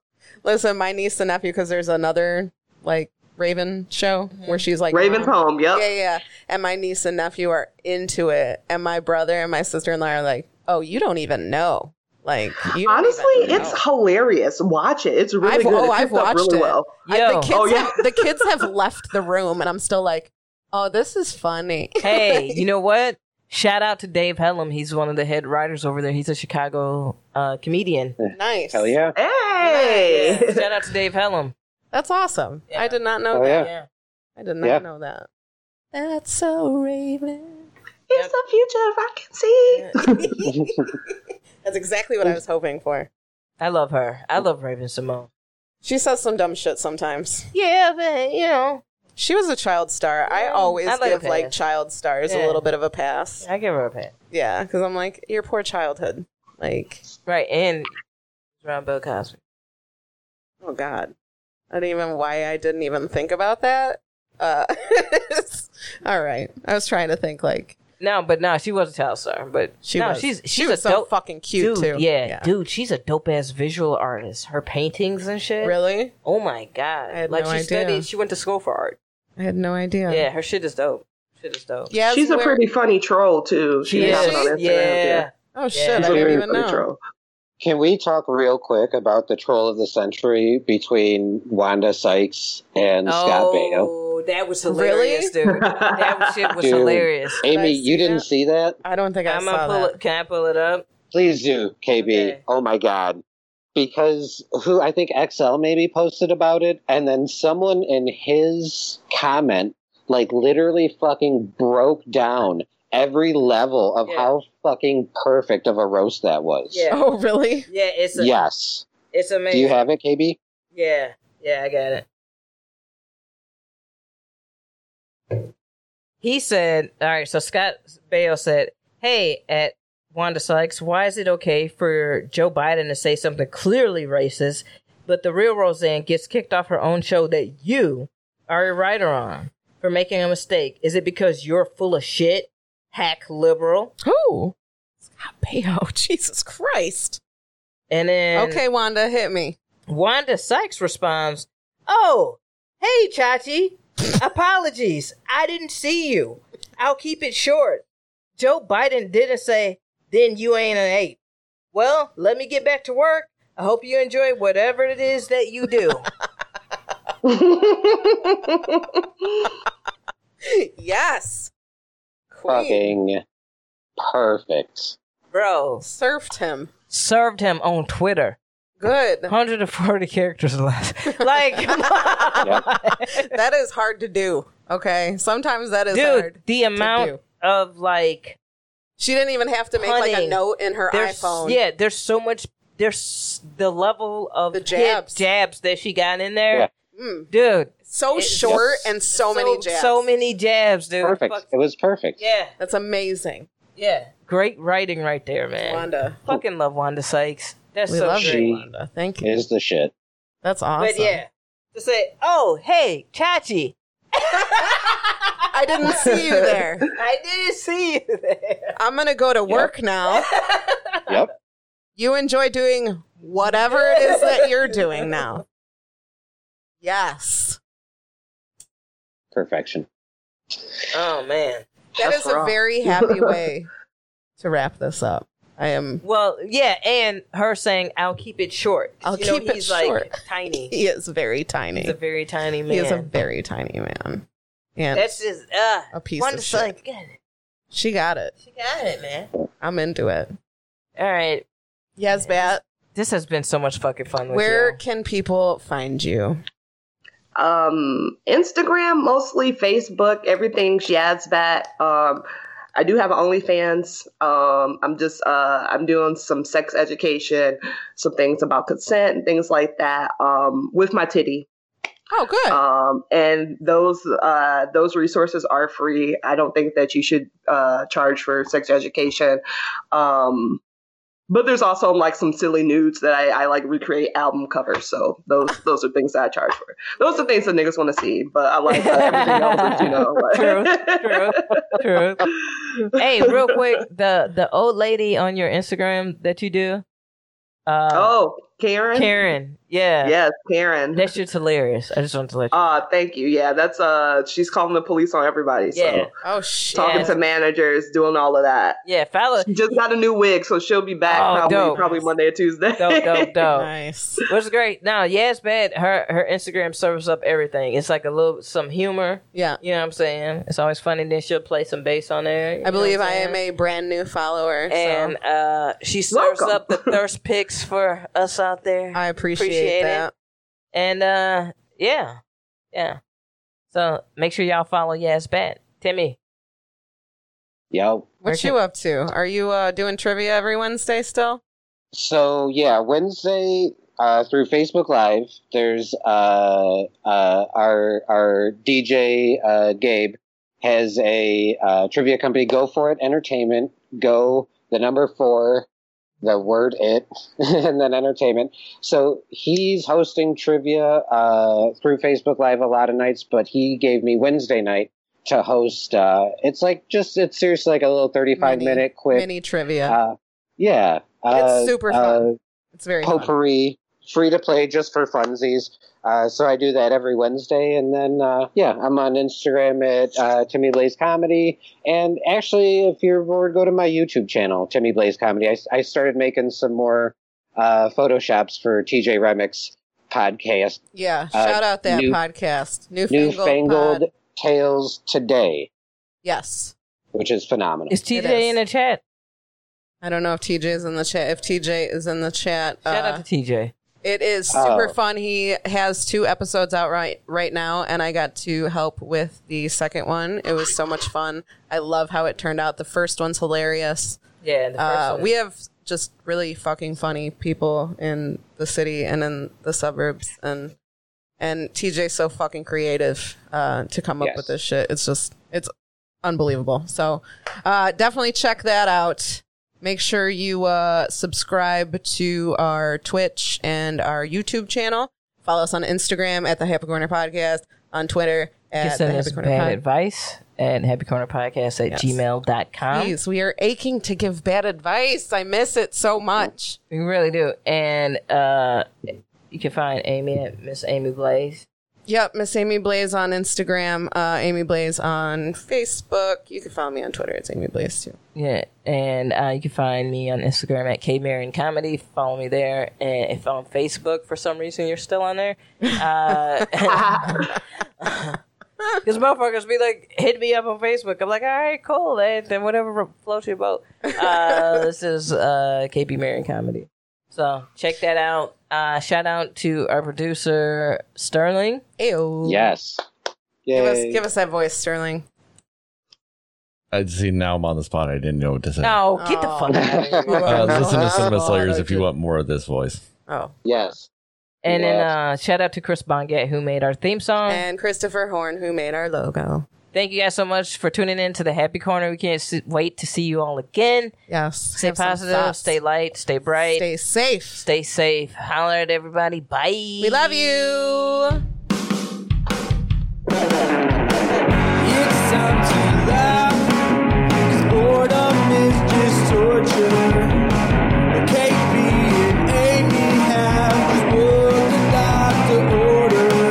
Speaker 3: Listen, my niece and nephew, because there's another like Raven show where she's like
Speaker 5: Raven's
Speaker 3: "Mom,
Speaker 5: home. Mm-hmm. Yep.
Speaker 3: Yeah, yeah. And my niece and nephew are into it. And my brother and my sister in law are like, oh, you don't even know. Like, you don't
Speaker 5: Honestly,
Speaker 3: even
Speaker 5: it's
Speaker 3: know.
Speaker 5: hilarious. Watch it. It's really
Speaker 3: I've-
Speaker 5: good.
Speaker 3: oh,
Speaker 5: it
Speaker 3: I've
Speaker 5: picks up
Speaker 3: watched
Speaker 5: really
Speaker 3: it.
Speaker 5: well.
Speaker 3: I-
Speaker 2: Yo.
Speaker 3: the, kids
Speaker 5: Oh, yeah.
Speaker 3: have, the kids have left the room, and I'm still like, oh, this is funny.
Speaker 2: hey, you know what? Shout out to Dave Hellum. He's one of the head writers over there. He's a Chicago uh, comedian.
Speaker 3: nice.
Speaker 4: Hell yeah.
Speaker 5: Hey.
Speaker 2: Shout out to Dave Hellum.
Speaker 3: That's awesome.
Speaker 2: Yeah.
Speaker 3: I did not know
Speaker 4: Oh
Speaker 3: that.
Speaker 4: yeah.
Speaker 3: I did not
Speaker 4: Yeah.
Speaker 3: know that. That's so Raven.
Speaker 5: It's the future I can see.
Speaker 3: That's exactly what I was hoping for.
Speaker 2: I love her. I love Raven Simone.
Speaker 3: She says some dumb shit sometimes.
Speaker 2: Yeah, but you know,
Speaker 3: She was a child star. I
Speaker 2: Yeah,
Speaker 3: always
Speaker 2: I like
Speaker 3: give
Speaker 2: a
Speaker 3: like
Speaker 2: pass.
Speaker 3: child stars
Speaker 2: Yeah.
Speaker 3: a little bit of a pass.
Speaker 2: I give her a pat.
Speaker 3: Yeah, because I'm like your poor childhood. Like,
Speaker 2: Right, and around Bill Cosby.
Speaker 3: oh god, I don't even why I didn't even think about that. Uh, all right, I was trying to think like
Speaker 2: No, but no, she was a child star. But
Speaker 3: she
Speaker 2: no,
Speaker 3: was.
Speaker 2: she's she's
Speaker 3: she
Speaker 2: a
Speaker 3: was so
Speaker 2: dope
Speaker 3: fucking cute
Speaker 2: dude,
Speaker 3: too.
Speaker 2: Yeah, dude, she's a dope ass visual artist. Her paintings and shit.
Speaker 3: Really?
Speaker 2: Oh my god!
Speaker 3: I had
Speaker 2: like
Speaker 3: no
Speaker 2: she
Speaker 3: idea.
Speaker 2: studied, she went to school for art.
Speaker 3: I had no idea.
Speaker 2: Yeah, her shit is dope. Shit is dope.
Speaker 3: Yeah,
Speaker 5: She's a
Speaker 3: where-
Speaker 5: pretty funny troll too. She
Speaker 3: Yeah.
Speaker 5: has it on Instagram.
Speaker 2: yeah.
Speaker 3: Oh shit! I
Speaker 5: She's a
Speaker 3: didn't
Speaker 5: very
Speaker 3: even
Speaker 5: funny
Speaker 3: know.
Speaker 5: troll.
Speaker 4: Can we talk real quick about the troll of the century between Wanda Sykes and Scott Baio?
Speaker 2: Oh, that was hilarious, dude. That shit was
Speaker 4: Dude.
Speaker 2: hilarious.
Speaker 4: Amy,
Speaker 3: I
Speaker 4: you
Speaker 3: see
Speaker 4: didn't
Speaker 3: that?
Speaker 4: see that?
Speaker 3: I don't think I
Speaker 2: I'm gonna
Speaker 3: saw
Speaker 2: pull
Speaker 3: that.
Speaker 2: it. Can I pull it up?
Speaker 4: Please do, KB.
Speaker 2: Okay.
Speaker 4: Oh my God. Because who I think XL maybe posted about it, and then someone in his comment, like, literally fucking broke down every level of
Speaker 2: Yeah.
Speaker 4: how fucking perfect of a roast that was.
Speaker 2: Yeah,
Speaker 3: Oh really?
Speaker 2: yeah. It's a,
Speaker 4: Yes.
Speaker 2: It's
Speaker 4: Do
Speaker 2: amazing.
Speaker 4: you have it, KB?
Speaker 2: yeah, yeah. I got it. He said, "All right." So Scott Baio said, "Hey, at Wanda Sykes, why is it okay for Joe Biden to say something clearly racist, but the real Roseanne gets kicked off her own show that you are a writer on for making a mistake? Is it because you're full of shit, hack liberal?"
Speaker 3: Who? Scott Baio. Jesus Christ.
Speaker 2: And then
Speaker 3: okay, Wanda, hit me.
Speaker 2: Wanda Sykes responds, Oh, hey, Chachi. Apologies. I didn't see you. I'll keep it short. Joe Biden didn't say, Then you ain't an ape. Well, let me get back to work. I hope you enjoy whatever it is that you do.
Speaker 3: yes. Queen
Speaker 4: Fucking perfect.
Speaker 2: Bro,
Speaker 3: surfed him.
Speaker 2: served him on Twitter.
Speaker 3: Good.
Speaker 2: 140 characters left. Like, come on.
Speaker 3: That is hard to do. Okay. Sometimes that is
Speaker 2: dude,
Speaker 3: hard.
Speaker 2: the
Speaker 3: do.
Speaker 2: amount of like
Speaker 3: She didn't even have to make like a
Speaker 2: Honey,
Speaker 3: note in her
Speaker 2: there's,
Speaker 3: iPhone.
Speaker 2: Yeah, there's so much. There's the level of
Speaker 3: The
Speaker 2: hit
Speaker 3: jabs.
Speaker 2: jabs that she got in there,
Speaker 3: Mm.
Speaker 2: dude.
Speaker 3: So
Speaker 2: It's
Speaker 3: short and so, many jabs.
Speaker 2: So many jabs, dude.
Speaker 4: Perfect.
Speaker 2: Fuck-
Speaker 4: It was perfect.
Speaker 2: yeah,
Speaker 3: That's amazing.
Speaker 2: yeah. Great writing right there, man.
Speaker 3: Wanda.
Speaker 2: Fucking love Wanda Sykes. That's
Speaker 3: We
Speaker 2: so
Speaker 3: love
Speaker 2: great.
Speaker 4: She
Speaker 3: you, Wanda. Thank you.
Speaker 4: Is the shit.
Speaker 3: That's awesome.
Speaker 2: But yeah, to say, oh hey, Chachi,
Speaker 3: I didn't see you there.
Speaker 2: I didn't see you there.
Speaker 3: I'm going to go to work now.
Speaker 4: Yep.
Speaker 3: You enjoy doing whatever it is that you're doing now. Yes.
Speaker 4: Perfection.
Speaker 2: Oh man.
Speaker 3: That
Speaker 5: That's
Speaker 3: is a
Speaker 5: raw.
Speaker 3: very happy way to wrap this up. I am.
Speaker 2: Well, yeah, and her saying, "I'll keep it short." 'Cause
Speaker 3: I'll
Speaker 2: you know,
Speaker 3: keep it
Speaker 2: he's
Speaker 3: short.
Speaker 2: Like tiny.
Speaker 3: He is very tiny.
Speaker 2: He's a very tiny man.
Speaker 3: He is a very tiny man. And
Speaker 2: That's just uh,
Speaker 3: a piece
Speaker 2: Wanda
Speaker 3: of shit.
Speaker 2: Sykes. God,
Speaker 3: She got it.
Speaker 2: She got it, man.
Speaker 3: I'm into it.
Speaker 2: All right.
Speaker 3: Yes, Bat.
Speaker 2: This has been so much fucking fun with
Speaker 3: Where
Speaker 2: you.
Speaker 3: can people find you?
Speaker 5: um, Instagram mostly, Facebook, everything's Yazbat. Um, I do have OnlyFans. Um, I'm just uh, I'm doing some sex education, some things about consent, and things like that, um, with my titty.
Speaker 3: Oh, good.
Speaker 2: Uh,
Speaker 5: Um, and those uh, those resources are free. I don't think that you should uh, charge for sex education. Um, but there's also like some silly nudes that I, I like recreate album covers. So those those are things that I charge for. Those are things that niggas want to see. But I like uh, everything else, is, you know. like-
Speaker 2: True. hey, real quick, the the old lady on your Instagram that you do, uh,
Speaker 5: oh, Karen.
Speaker 2: Karen. Yeah.
Speaker 5: Yes, Karen.
Speaker 2: That shit's hilarious. I just wanted to let you.
Speaker 5: Uh, thank you. Yeah, that's uh, she's calling the police on everybody. So
Speaker 2: Yeah.
Speaker 3: oh, shit.
Speaker 5: talking
Speaker 2: Yeah.
Speaker 5: to managers, doing all of that.
Speaker 2: yeah, follow.
Speaker 5: She just got a new wig, so she'll be back
Speaker 2: Oh,
Speaker 5: probably
Speaker 2: dope.
Speaker 5: probably Monday or Tuesday.
Speaker 2: Dope, dope, dope.
Speaker 3: Nice.
Speaker 2: What's great? Now, yes, bad. Her her Instagram serves up everything. It's like a little some humor.
Speaker 3: Yeah.
Speaker 2: You know what I'm saying? It's always funny. Then she'll play some bass on there. you
Speaker 3: I
Speaker 2: know
Speaker 3: believe
Speaker 2: what I'm
Speaker 3: I
Speaker 2: saying?
Speaker 3: am a brand new follower.
Speaker 2: and
Speaker 3: so
Speaker 2: uh, she serves
Speaker 5: Welcome.
Speaker 2: up the thirst picks for us out there.
Speaker 3: I appreciate,
Speaker 2: appreciate it.
Speaker 3: that.
Speaker 2: And uh, yeah, yeah. So make sure y'all follow Yaz Bat. Timmy,
Speaker 4: Yo.
Speaker 3: What
Speaker 2: Okay.
Speaker 3: you up to? Are you uh, doing trivia every Wednesday still?
Speaker 4: So yeah, Wednesday uh, through Facebook Live, there's uh, uh, our our DJ uh, Gabe has a uh, trivia company. Go for it, entertainment. Go the number four, the word it, and then entertainment. So he's hosting trivia uh, through Facebook Live a lot of nights, but he gave me Wednesday night to host. Uh, it's like just it's seriously like a little thirty-five
Speaker 3: Mini-
Speaker 4: minute quick.
Speaker 3: Mini trivia.
Speaker 4: Uh, yeah, uh,
Speaker 3: it's super
Speaker 4: uh,
Speaker 3: fun. it's very fun.
Speaker 4: potpourri, free to play just for funsies. Uh, so I do that every Wednesday, and then uh, yeah, I'm on Instagram at uh, Timmy Blaze Comedy. And actually, if you're bored, go to my YouTube channel, Timmy Blaze Comedy. I, I started making some more uh, photoshops for TJ Remick's podcast,
Speaker 3: Yeah.
Speaker 4: uh,
Speaker 3: Shout out that
Speaker 4: new-
Speaker 3: podcast. Newfangled.
Speaker 4: Newfangled
Speaker 3: Pod.
Speaker 4: Tales Today,
Speaker 3: Yes.
Speaker 4: which is phenomenal.
Speaker 2: Is TJ
Speaker 3: It is.
Speaker 2: in the chat?
Speaker 3: I don't know if TJ is in the chat. If TJ is in the chat,
Speaker 2: Shout
Speaker 3: uh,
Speaker 2: out to TJ.
Speaker 3: It is super
Speaker 4: Oh.
Speaker 3: fun. He has two episodes out right right now, and I got to help with the second one. It was so much fun. I love how it turned out. The first one's hilarious.
Speaker 2: Yeah, the first
Speaker 3: Uh,
Speaker 2: one.
Speaker 3: we have just really fucking funny people in the city and in the suburbs, and and TJ's so fucking creative uh, to come up
Speaker 4: Yes.
Speaker 3: with this shit. It's just it's unbelievable. So uh, definitely check that out. Make sure you uh, subscribe to our Twitch and our YouTube channel. Follow us on Instagram at the Happy Corner Podcast, on Twitter
Speaker 2: You
Speaker 3: at the
Speaker 2: send
Speaker 3: Happy
Speaker 2: us bad
Speaker 3: Corner Pod.
Speaker 2: advice at happycornerpodcast at
Speaker 3: Yes.
Speaker 2: gmail.com.
Speaker 3: Please, we are aching to give bad advice. I miss it so much.
Speaker 2: We really do. And uh, you can find Amy at Miss Amy Blaze.
Speaker 3: Yep, Miss Amy Blaze on Instagram, uh, Amy Blaze on Facebook. You can follow me on Twitter. It's Amy Blaze too.
Speaker 2: Yeah, and uh, you can find me on Instagram at K Marion Comedy. Follow me there, and if on Facebook for some reason you're still on there, uh, because motherfuckers be like, hit me up on Facebook. I'm like, all right, cool, and then whatever floats your boat. Uh, this is uh, KB Marion Comedy, so check that out. Uh, shout out to our producer Sterling.
Speaker 3: Ew.
Speaker 4: Yes.
Speaker 3: Give us,
Speaker 4: Yay.
Speaker 3: give us that voice, Sterling.
Speaker 1: I see now I'm on the spot. I didn't know what to say.
Speaker 2: No, get the
Speaker 3: Oh.
Speaker 2: fuck out of here.
Speaker 1: Uh,
Speaker 3: no.
Speaker 1: listen to Cinema
Speaker 3: Oh, no,
Speaker 1: Slayers if you
Speaker 3: dude.
Speaker 1: want more of this voice.
Speaker 3: Oh,
Speaker 4: yes.
Speaker 2: And then
Speaker 4: Yes.
Speaker 2: uh, shout out to Chris Bonget who made our theme song.
Speaker 3: and Christopher Horn, who made our logo.
Speaker 2: Thank you guys so much for tuning in to the Happy Corner. We can't s- wait to see you all again.
Speaker 3: Yes.
Speaker 2: Stay
Speaker 3: Have some
Speaker 2: positive,
Speaker 3: thoughts.
Speaker 2: stay light, stay bright, stay,
Speaker 3: Stay safe.
Speaker 2: safe. Holler at everybody. Bye.
Speaker 3: We love you.
Speaker 7: It's time to laugh, 'cause boredom is just torture. Katie and Amy have just what they like to order.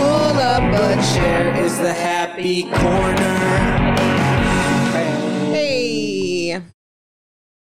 Speaker 7: Pull up a chair, it's the happy corner.